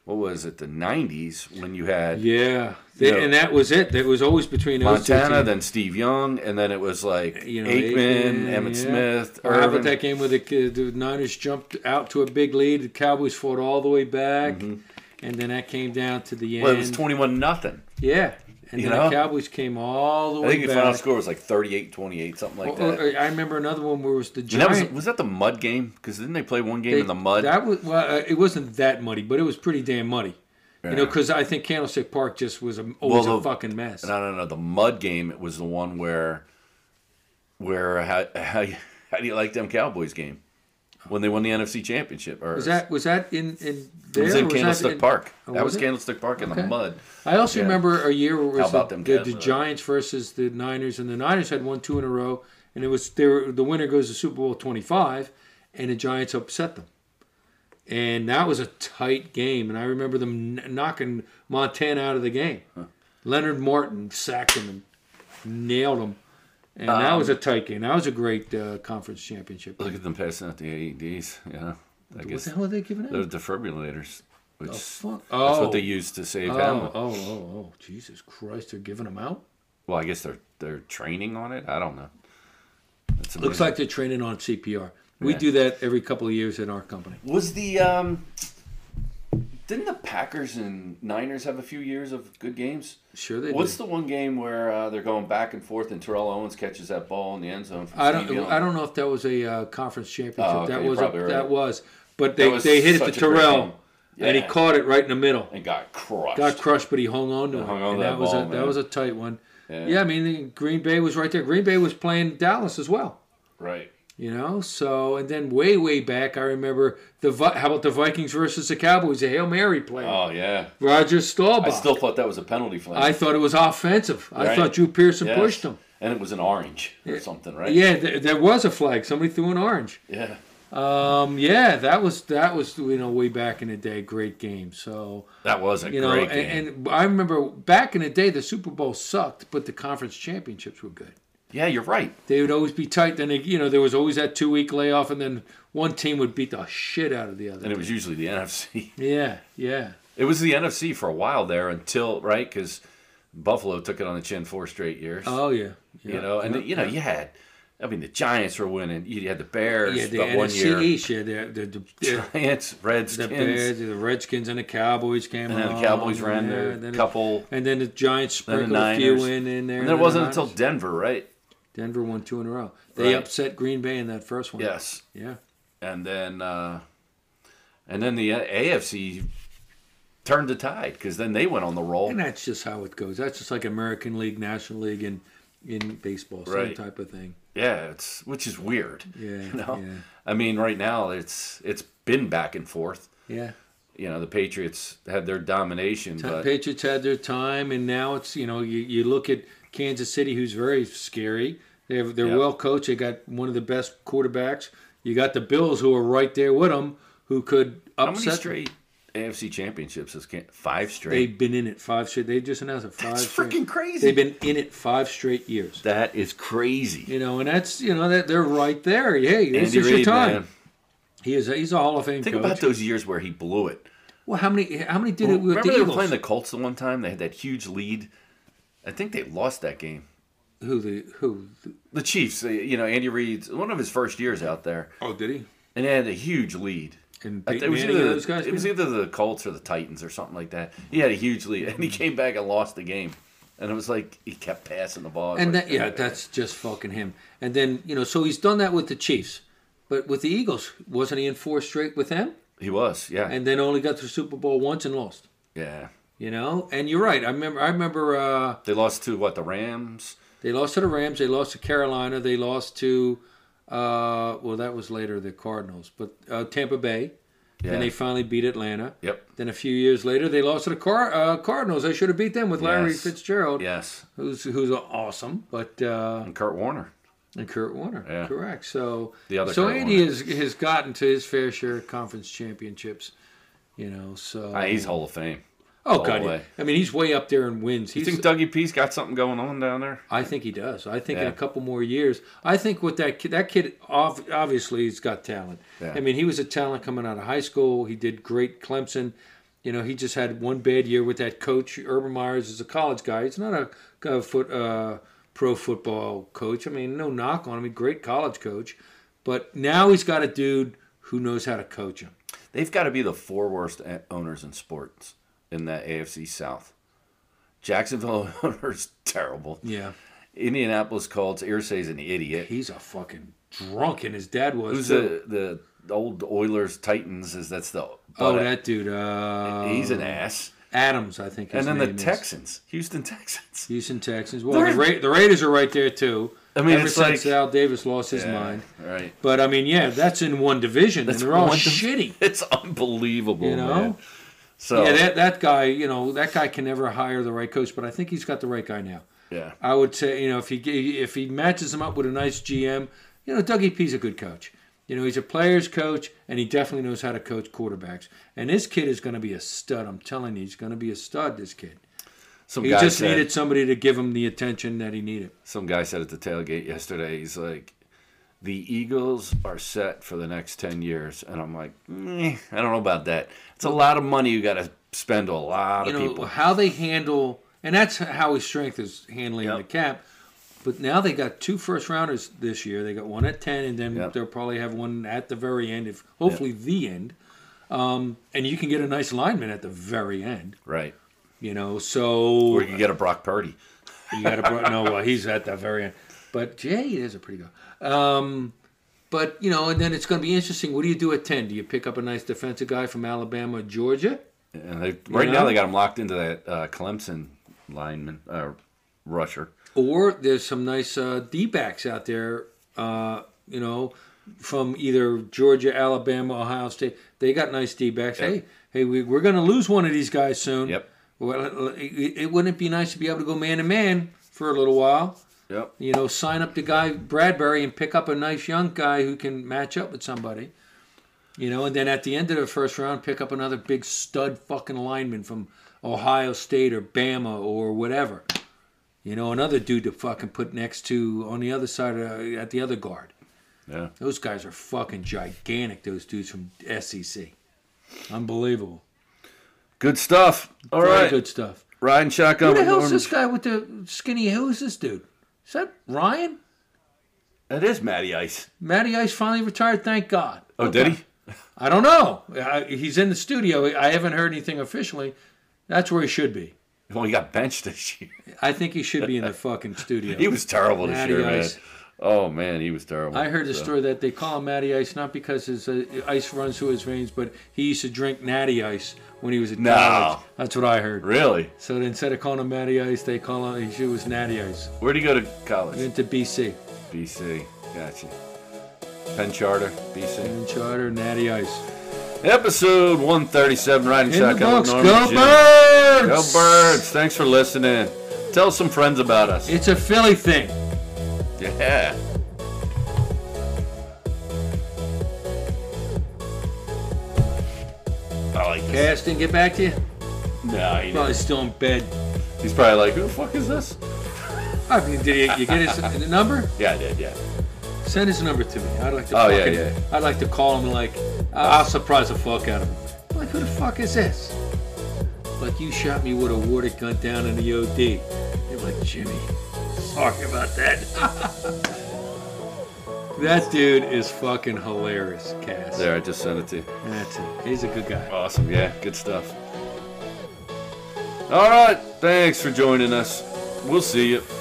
S1: what was it, the '90s when you had
S2: Yeah. They-
S1: No.
S2: And that was it. That was always between those two
S1: Montana,
S2: teams.
S1: then Steve Young, and then it was like
S2: you know,
S1: Aikman, Emmett
S2: yeah.
S1: Smith,
S2: Or how
S1: Irvin.
S2: about that game where the, the Niners jumped out to a big lead? The Cowboys fought all the way back, and then that came down to the
S1: Mm-hmm.
S2: end.
S1: Well, it was twenty-one nothing.
S2: yeah, and
S1: you
S2: then the
S1: know?
S2: Cowboys came all the
S1: I
S2: way
S1: think the
S2: back.
S1: final score was like 38-28, something like
S2: Or-
S1: that.
S2: or- I remember another one where it was the
S1: and that
S2: uh, Giants.
S1: was was that the mud game? Because didn't they play one game
S2: they-
S1: in the mud?
S2: That was well, uh, it wasn't that muddy, but it was pretty damn muddy. You know,
S1: Yeah.
S2: because I think Candlestick Park just was a, always
S1: Well,
S2: a
S1: the-
S2: fucking mess.
S1: No, no, no. The mud game was the one where, where uh, how how, you- how do you like them Cowboys game when they won the NFC Championship? Or
S2: was that was that in in
S1: it
S2: there?
S1: was
S2: or
S1: in
S2: was that
S1: Candlestick
S2: in-
S1: Park.
S2: Oh,
S1: that
S2: was
S1: was,
S2: it?
S1: Candlestick Park in
S2: Okay.
S1: the mud.
S2: I also
S1: Yeah.
S2: remember a year where it was
S1: How about
S2: the,
S1: them
S2: the,
S1: guys?
S2: the Giants versus the Niners, and the Niners had won two in a row, and it was they were, the winner goes to Super Bowl twenty five, and the Giants upset them, and that was a tight game, and I remember them kn- knocking Montana out of the game. Leonard Martin sacked him and nailed him, and that was a
S1: Um,
S2: tight game. That was a great uh, conference championship.
S1: Look at them passing out the AEDs. Yeah, I
S2: What
S1: guess
S2: the hell are they giving out?
S1: they're defibrillators, which
S2: fuck?
S1: that's
S2: Oh.
S1: what they use to save
S2: Oh, oh,
S1: Hamlin.
S2: oh, oh! Jesus Christ, they're giving them out.
S1: Well, I guess they're they're training on it. I don't know. That's
S2: Looks
S1: amazing.
S2: like they're training on CPR. We
S1: Yeah.
S2: do that every couple of years in our company.
S1: was the um. Didn't the Packers and Niners have a few years of good games?
S2: Sure they
S1: What's the
S2: do.
S1: one game where uh, they're going back and forth and Terrell Owens catches that ball in the end zone? From
S2: I don't.
S1: Steve Young?
S2: I don't know if that was a uh, conference championship.
S1: Oh, okay,
S2: that
S1: you're
S2: was.
S1: probably
S2: A,
S1: right.
S2: That was. But they,
S1: That was
S2: they hit it to
S1: such a great
S2: Terrell,
S1: game.
S2: and he
S1: Yeah.
S2: caught it right in the middle.
S1: And got crushed.
S2: Got crushed, but he hung on to it.
S1: hung on
S2: and
S1: to
S2: that
S1: that
S2: was
S1: ball,
S2: a that
S1: man.
S2: was a tight one. Yeah.
S1: Yeah.
S2: I mean, Green Bay was right there. Green Bay was playing Dallas as well.
S1: right.
S2: You know, so and then way way back, I remember the Vi- how about the Vikings versus the Cowboys, the Hail Mary play,
S1: Oh yeah.
S2: Roger Staubach.
S1: I still thought that was a penalty flag.
S2: I thought it was offensive. I
S1: Right.
S2: thought Drew Pearson
S1: Yes.
S2: pushed him.
S1: And it was an orange or something, right?
S2: Yeah, th- there was a flag. Somebody threw an orange.
S1: Yeah.
S2: Um, yeah, that was that was you know way back in the day, great game. So
S1: That was a
S2: you know,
S1: great
S2: and,
S1: game.
S2: and I remember back in the day, the Super Bowl sucked, but the conference championships were good.
S1: yeah, you're right.
S2: They would always be tight. Then they, you know there was always that two week layoff, and then one team would beat the shit out of the other.
S1: And it was usually the NFC.
S2: yeah, yeah,
S1: It was the NFC for a while there until right because Buffalo took it on the chin four straight years.
S2: oh yeah, yeah.
S1: you know, and you know you had. I mean, the Giants were winning. You had the Bears
S2: yeah, the
S1: that one
S2: NFC
S1: year.
S2: East, yeah, the the, the, the,
S1: Giants,
S2: the
S1: Redskins,
S2: Bears, the Redskins, and the Cowboys came.
S1: and then the
S2: along,
S1: Cowboys ran
S2: yeah,
S1: their
S2: and then it-
S1: couple.
S2: and then the Giants
S1: the
S2: sprinkled a few
S1: Niners.
S2: in in there.
S1: And that wasn't
S2: the
S1: until
S2: Niners.
S1: Denver, right?
S2: Denver won two in a row.
S1: Right.
S2: They upset Green Bay in that first one.
S1: Yes,
S2: yeah.
S1: and then uh, and then the AFC turned the tide because then they went on the roll.
S2: And that's just how it goes. That's just like American League, National League, and in baseball, same
S1: Right.
S2: type of thing.
S1: Yeah, it's which is weird.
S2: Yeah,
S1: you know?
S2: yeah.
S1: I mean, right now it's it's been back and forth.
S2: Yeah.
S1: You know, the Patriots had their domination, but
S2: Patriots had their time, and now it's you know you, you look at Kansas City, who's very scary. They have, they're
S1: Yeah.
S2: well coached. They got one of the best quarterbacks. You got the Bills, who are right there with them, who could
S1: how many
S2: upset.
S1: straight AFC championships is Can- five straight?
S2: They've been in it five straight. They just announced it five.
S1: That's
S2: straight-
S1: freaking crazy.
S2: They've been in it five straight years.
S1: that is crazy.
S2: You know, and that's you know that they're right there. Hey, this is your
S1: Reid,
S2: time.
S1: man.
S2: He is a, he's a Hall of Fame
S1: Think
S2: coach.
S1: about those years where he blew it.
S2: Well, how many how many did it with
S1: Remember
S2: the
S1: they were
S2: Eagles?
S1: playing the Colts the one time? They had that huge lead. I think they lost that game.
S2: who the who? The,
S1: The Chiefs, they- you know, Andy Reid's one of his first years out there,
S2: oh, did he?
S1: and they had a huge lead.
S2: And
S1: I
S2: Peyton
S1: th- it was,
S2: Manning and
S1: either
S2: those guys.
S1: the, it was
S2: beat him?
S1: either the Colts or the Titans or something like that. He had a huge lead, and he
S2: Hmm.
S1: came back and lost the game. And it was like he kept passing the ball.
S2: and
S1: Like,
S2: that, yeah, that's just fucking him. And then you know, so he's done that with the Chiefs, but with the Eagles, wasn't he in four straight with them?
S1: he was, yeah,
S2: And then only got to the Super Bowl once and lost.
S1: yeah.
S2: You know, and you're right. I remember. I remember uh,
S1: They lost to what the Rams.
S2: they lost to the Rams. They lost to Carolina. They lost to uh, well, that was later the Cardinals, but uh, Tampa Bay.
S1: Yeah.
S2: And they finally beat Atlanta.
S1: Yep.
S2: Then a few years later, they lost to the Car- uh, Cardinals. They should have beat them with Larry
S1: Yes.
S2: Fitzgerald,
S1: Yes,
S2: who's who's awesome, but uh,
S1: and Kurt Warner.
S2: and Kurt Warner,
S1: Yeah.
S2: correct. So
S1: The other
S2: so
S1: Kurt
S2: Andy
S1: Warner.
S2: has has gotten to his fair share of conference championships, you know. So
S1: Ah, he's Hall of Fame.
S2: oh
S1: all
S2: god,
S1: the
S2: yeah.
S1: way.
S2: I mean he's way up there in wins.
S1: You
S2: He's,
S1: think Dougie P's got something going on down there?
S2: I think he does. I think in
S1: Yeah.
S2: a couple more years, I think with that kid, that kid ob- obviously he's got talent.
S1: Yeah.
S2: I mean, he was a talent coming out of high school. He did great Clemson. You know, he just had one bad year with that coach. Urban Myers is a college guy. He's not a, a foot uh, pro football coach. I mean, no knock on him. He's a great college coach, but now he's got a dude who knows how to coach him.
S1: They've got to be the four worst a- owners in sports in that AFC South. Jacksonville owners terrible.
S2: Yeah,
S1: Indianapolis Colts. Irsay's an idiot.
S2: he's a fucking drunk, and his dad was.
S1: Who's
S2: too.
S1: the the old Oilers Titans? Is that's the
S2: oh,
S1: but, uh,
S2: that dude. Uh,
S1: he's an ass.
S2: Adams, I think. His
S1: And then the
S2: name is.
S1: Texans, Houston Texans.
S2: Houston Texans. Well,
S1: They're-
S2: the, Ra- the Raiders are right there too.
S1: I mean,
S2: ever
S1: it's
S2: since
S1: like-
S2: Al Davis lost his
S1: Yeah,
S2: mind.
S1: right?
S2: But I mean, yeah, that's in one division, and they're all
S1: one div-
S2: shitty.
S1: It's unbelievable,
S2: You know?
S1: man. So
S2: Yeah, that that guy, you know, that guy can never hire the right coach, but I think he's got the right guy now.
S1: yeah,
S2: I would say, you know, if he if he matches him up with a nice GM, you know, Dougie P's a good coach. You know, he's a players coach, and he definitely knows how to coach quarterbacks. And this kid is going to be a stud. I'm telling you, he's going to be a stud. This kid.
S1: some
S2: He
S1: guy
S2: just
S1: said,
S2: needed somebody to give him the attention that he needed.
S1: some guy said at the tailgate yesterday. He's like, the Eagles are set for the next ten years, and I'm like, "Eh, I don't know about that. It's a lot of money you got to spend to a lot
S2: you
S1: of
S2: know
S1: people.
S2: how they handle, and that's how his strength is handling
S1: Yep.
S2: the cap. But now they got two first rounders this year. They got one at ten, and then
S1: Yep.
S2: they'll probably have one at the very end, if hopefully the end. Um, and you can get a nice lineman at the very end,
S1: Right?
S2: you know. So
S1: Or you get a Brock Purdy.
S2: you got to no, well, he's at the very end. But Jay is a pretty guy. Um, but you know, and then it's going to be interesting. What do you do at ten? Do you pick up a nice defensive guy from Alabama, or Georgia?
S1: And they, right
S2: know?
S1: now they got him locked into that uh, Clemson lineman uh, rusher.
S2: or there's some nice uh, D backs out there, uh, you know, from either Georgia, Alabama, Ohio State. They got nice D backs. Hey, hey, we, we're going to lose one of these guys soon.
S1: Yep.
S2: Well, it, it wouldn't it be nice to be able to go man to man for a little while.
S1: Yep.
S2: You know, sign up the guy Bradbury and pick up a nice young guy who can match up with somebody. You know, and then at the end of the first round, pick up another big stud fucking lineman from Ohio State or Bama or whatever. You know, another dude to fucking put next to on the other side of, at the other guard.
S1: Yeah.
S2: Those guys are fucking gigantic. Those dudes from SEC, unbelievable.
S1: Good stuff. All
S2: Very
S1: right.
S2: good stuff.
S1: Riding shotgun.
S2: Who the
S1: with
S2: hell's
S1: Norman.
S2: this guy with the skinny? Who's this dude? Is that Ryan?
S1: That is Matty Ice.
S2: Matty Ice finally retired. Thank God.
S1: Oh, did he?
S2: I don't know. I, he's in the studio. I haven't heard anything officially. That's where he should be.
S1: Well, he got benched this year.
S2: I think he should be in the fucking studio.
S1: He was terrible this
S2: Matty
S1: year,
S2: Ice.
S1: man. Oh man, he was terrible.
S2: I heard a
S1: So-
S2: story that they call him Matty Ice not because his uh, ice runs through his veins, but he used to drink Natty Ice when he was in
S1: No.
S2: college. That's what I heard.
S1: Really?
S2: So instead of calling him Matty Ice, they call him he was Natty Ice.
S1: Where'd he go to college?
S2: Went to BC
S1: BC. Gotcha. Penn Charter, BC.
S2: and charter Natty Ice.
S1: Episode 137, Riding
S2: In the
S1: Shotgun. with
S2: books,
S1: Norman
S2: go
S1: Jim.
S2: birds!
S1: Go Birds. Thanks for listening. Tell some friends about us.
S2: It's a Philly thing.
S1: Yeah. I like this.
S2: Cash didn't get back to you.
S1: No, he
S2: Probably still in bed.
S1: He's probably like, who the fuck is this?
S2: I mean, did you, you get his the number?
S1: Yeah, I did, yeah.
S2: Send his number to me. I'd like to.
S1: Oh, yeah,
S2: fucking,
S1: yeah.
S2: I'd like to call him like, I- I'll surprise the fuck out of him. I'm like, who the fuck is this? Like you shot me with a water gun down in the OD. They're like, Jimmy, sorry about that. that dude is fucking hilarious, Cass.
S1: There, I just sent it to you.
S2: That's it. He's a good guy.
S1: Awesome, yeah, good stuff. All right, thanks for joining us. We'll see you.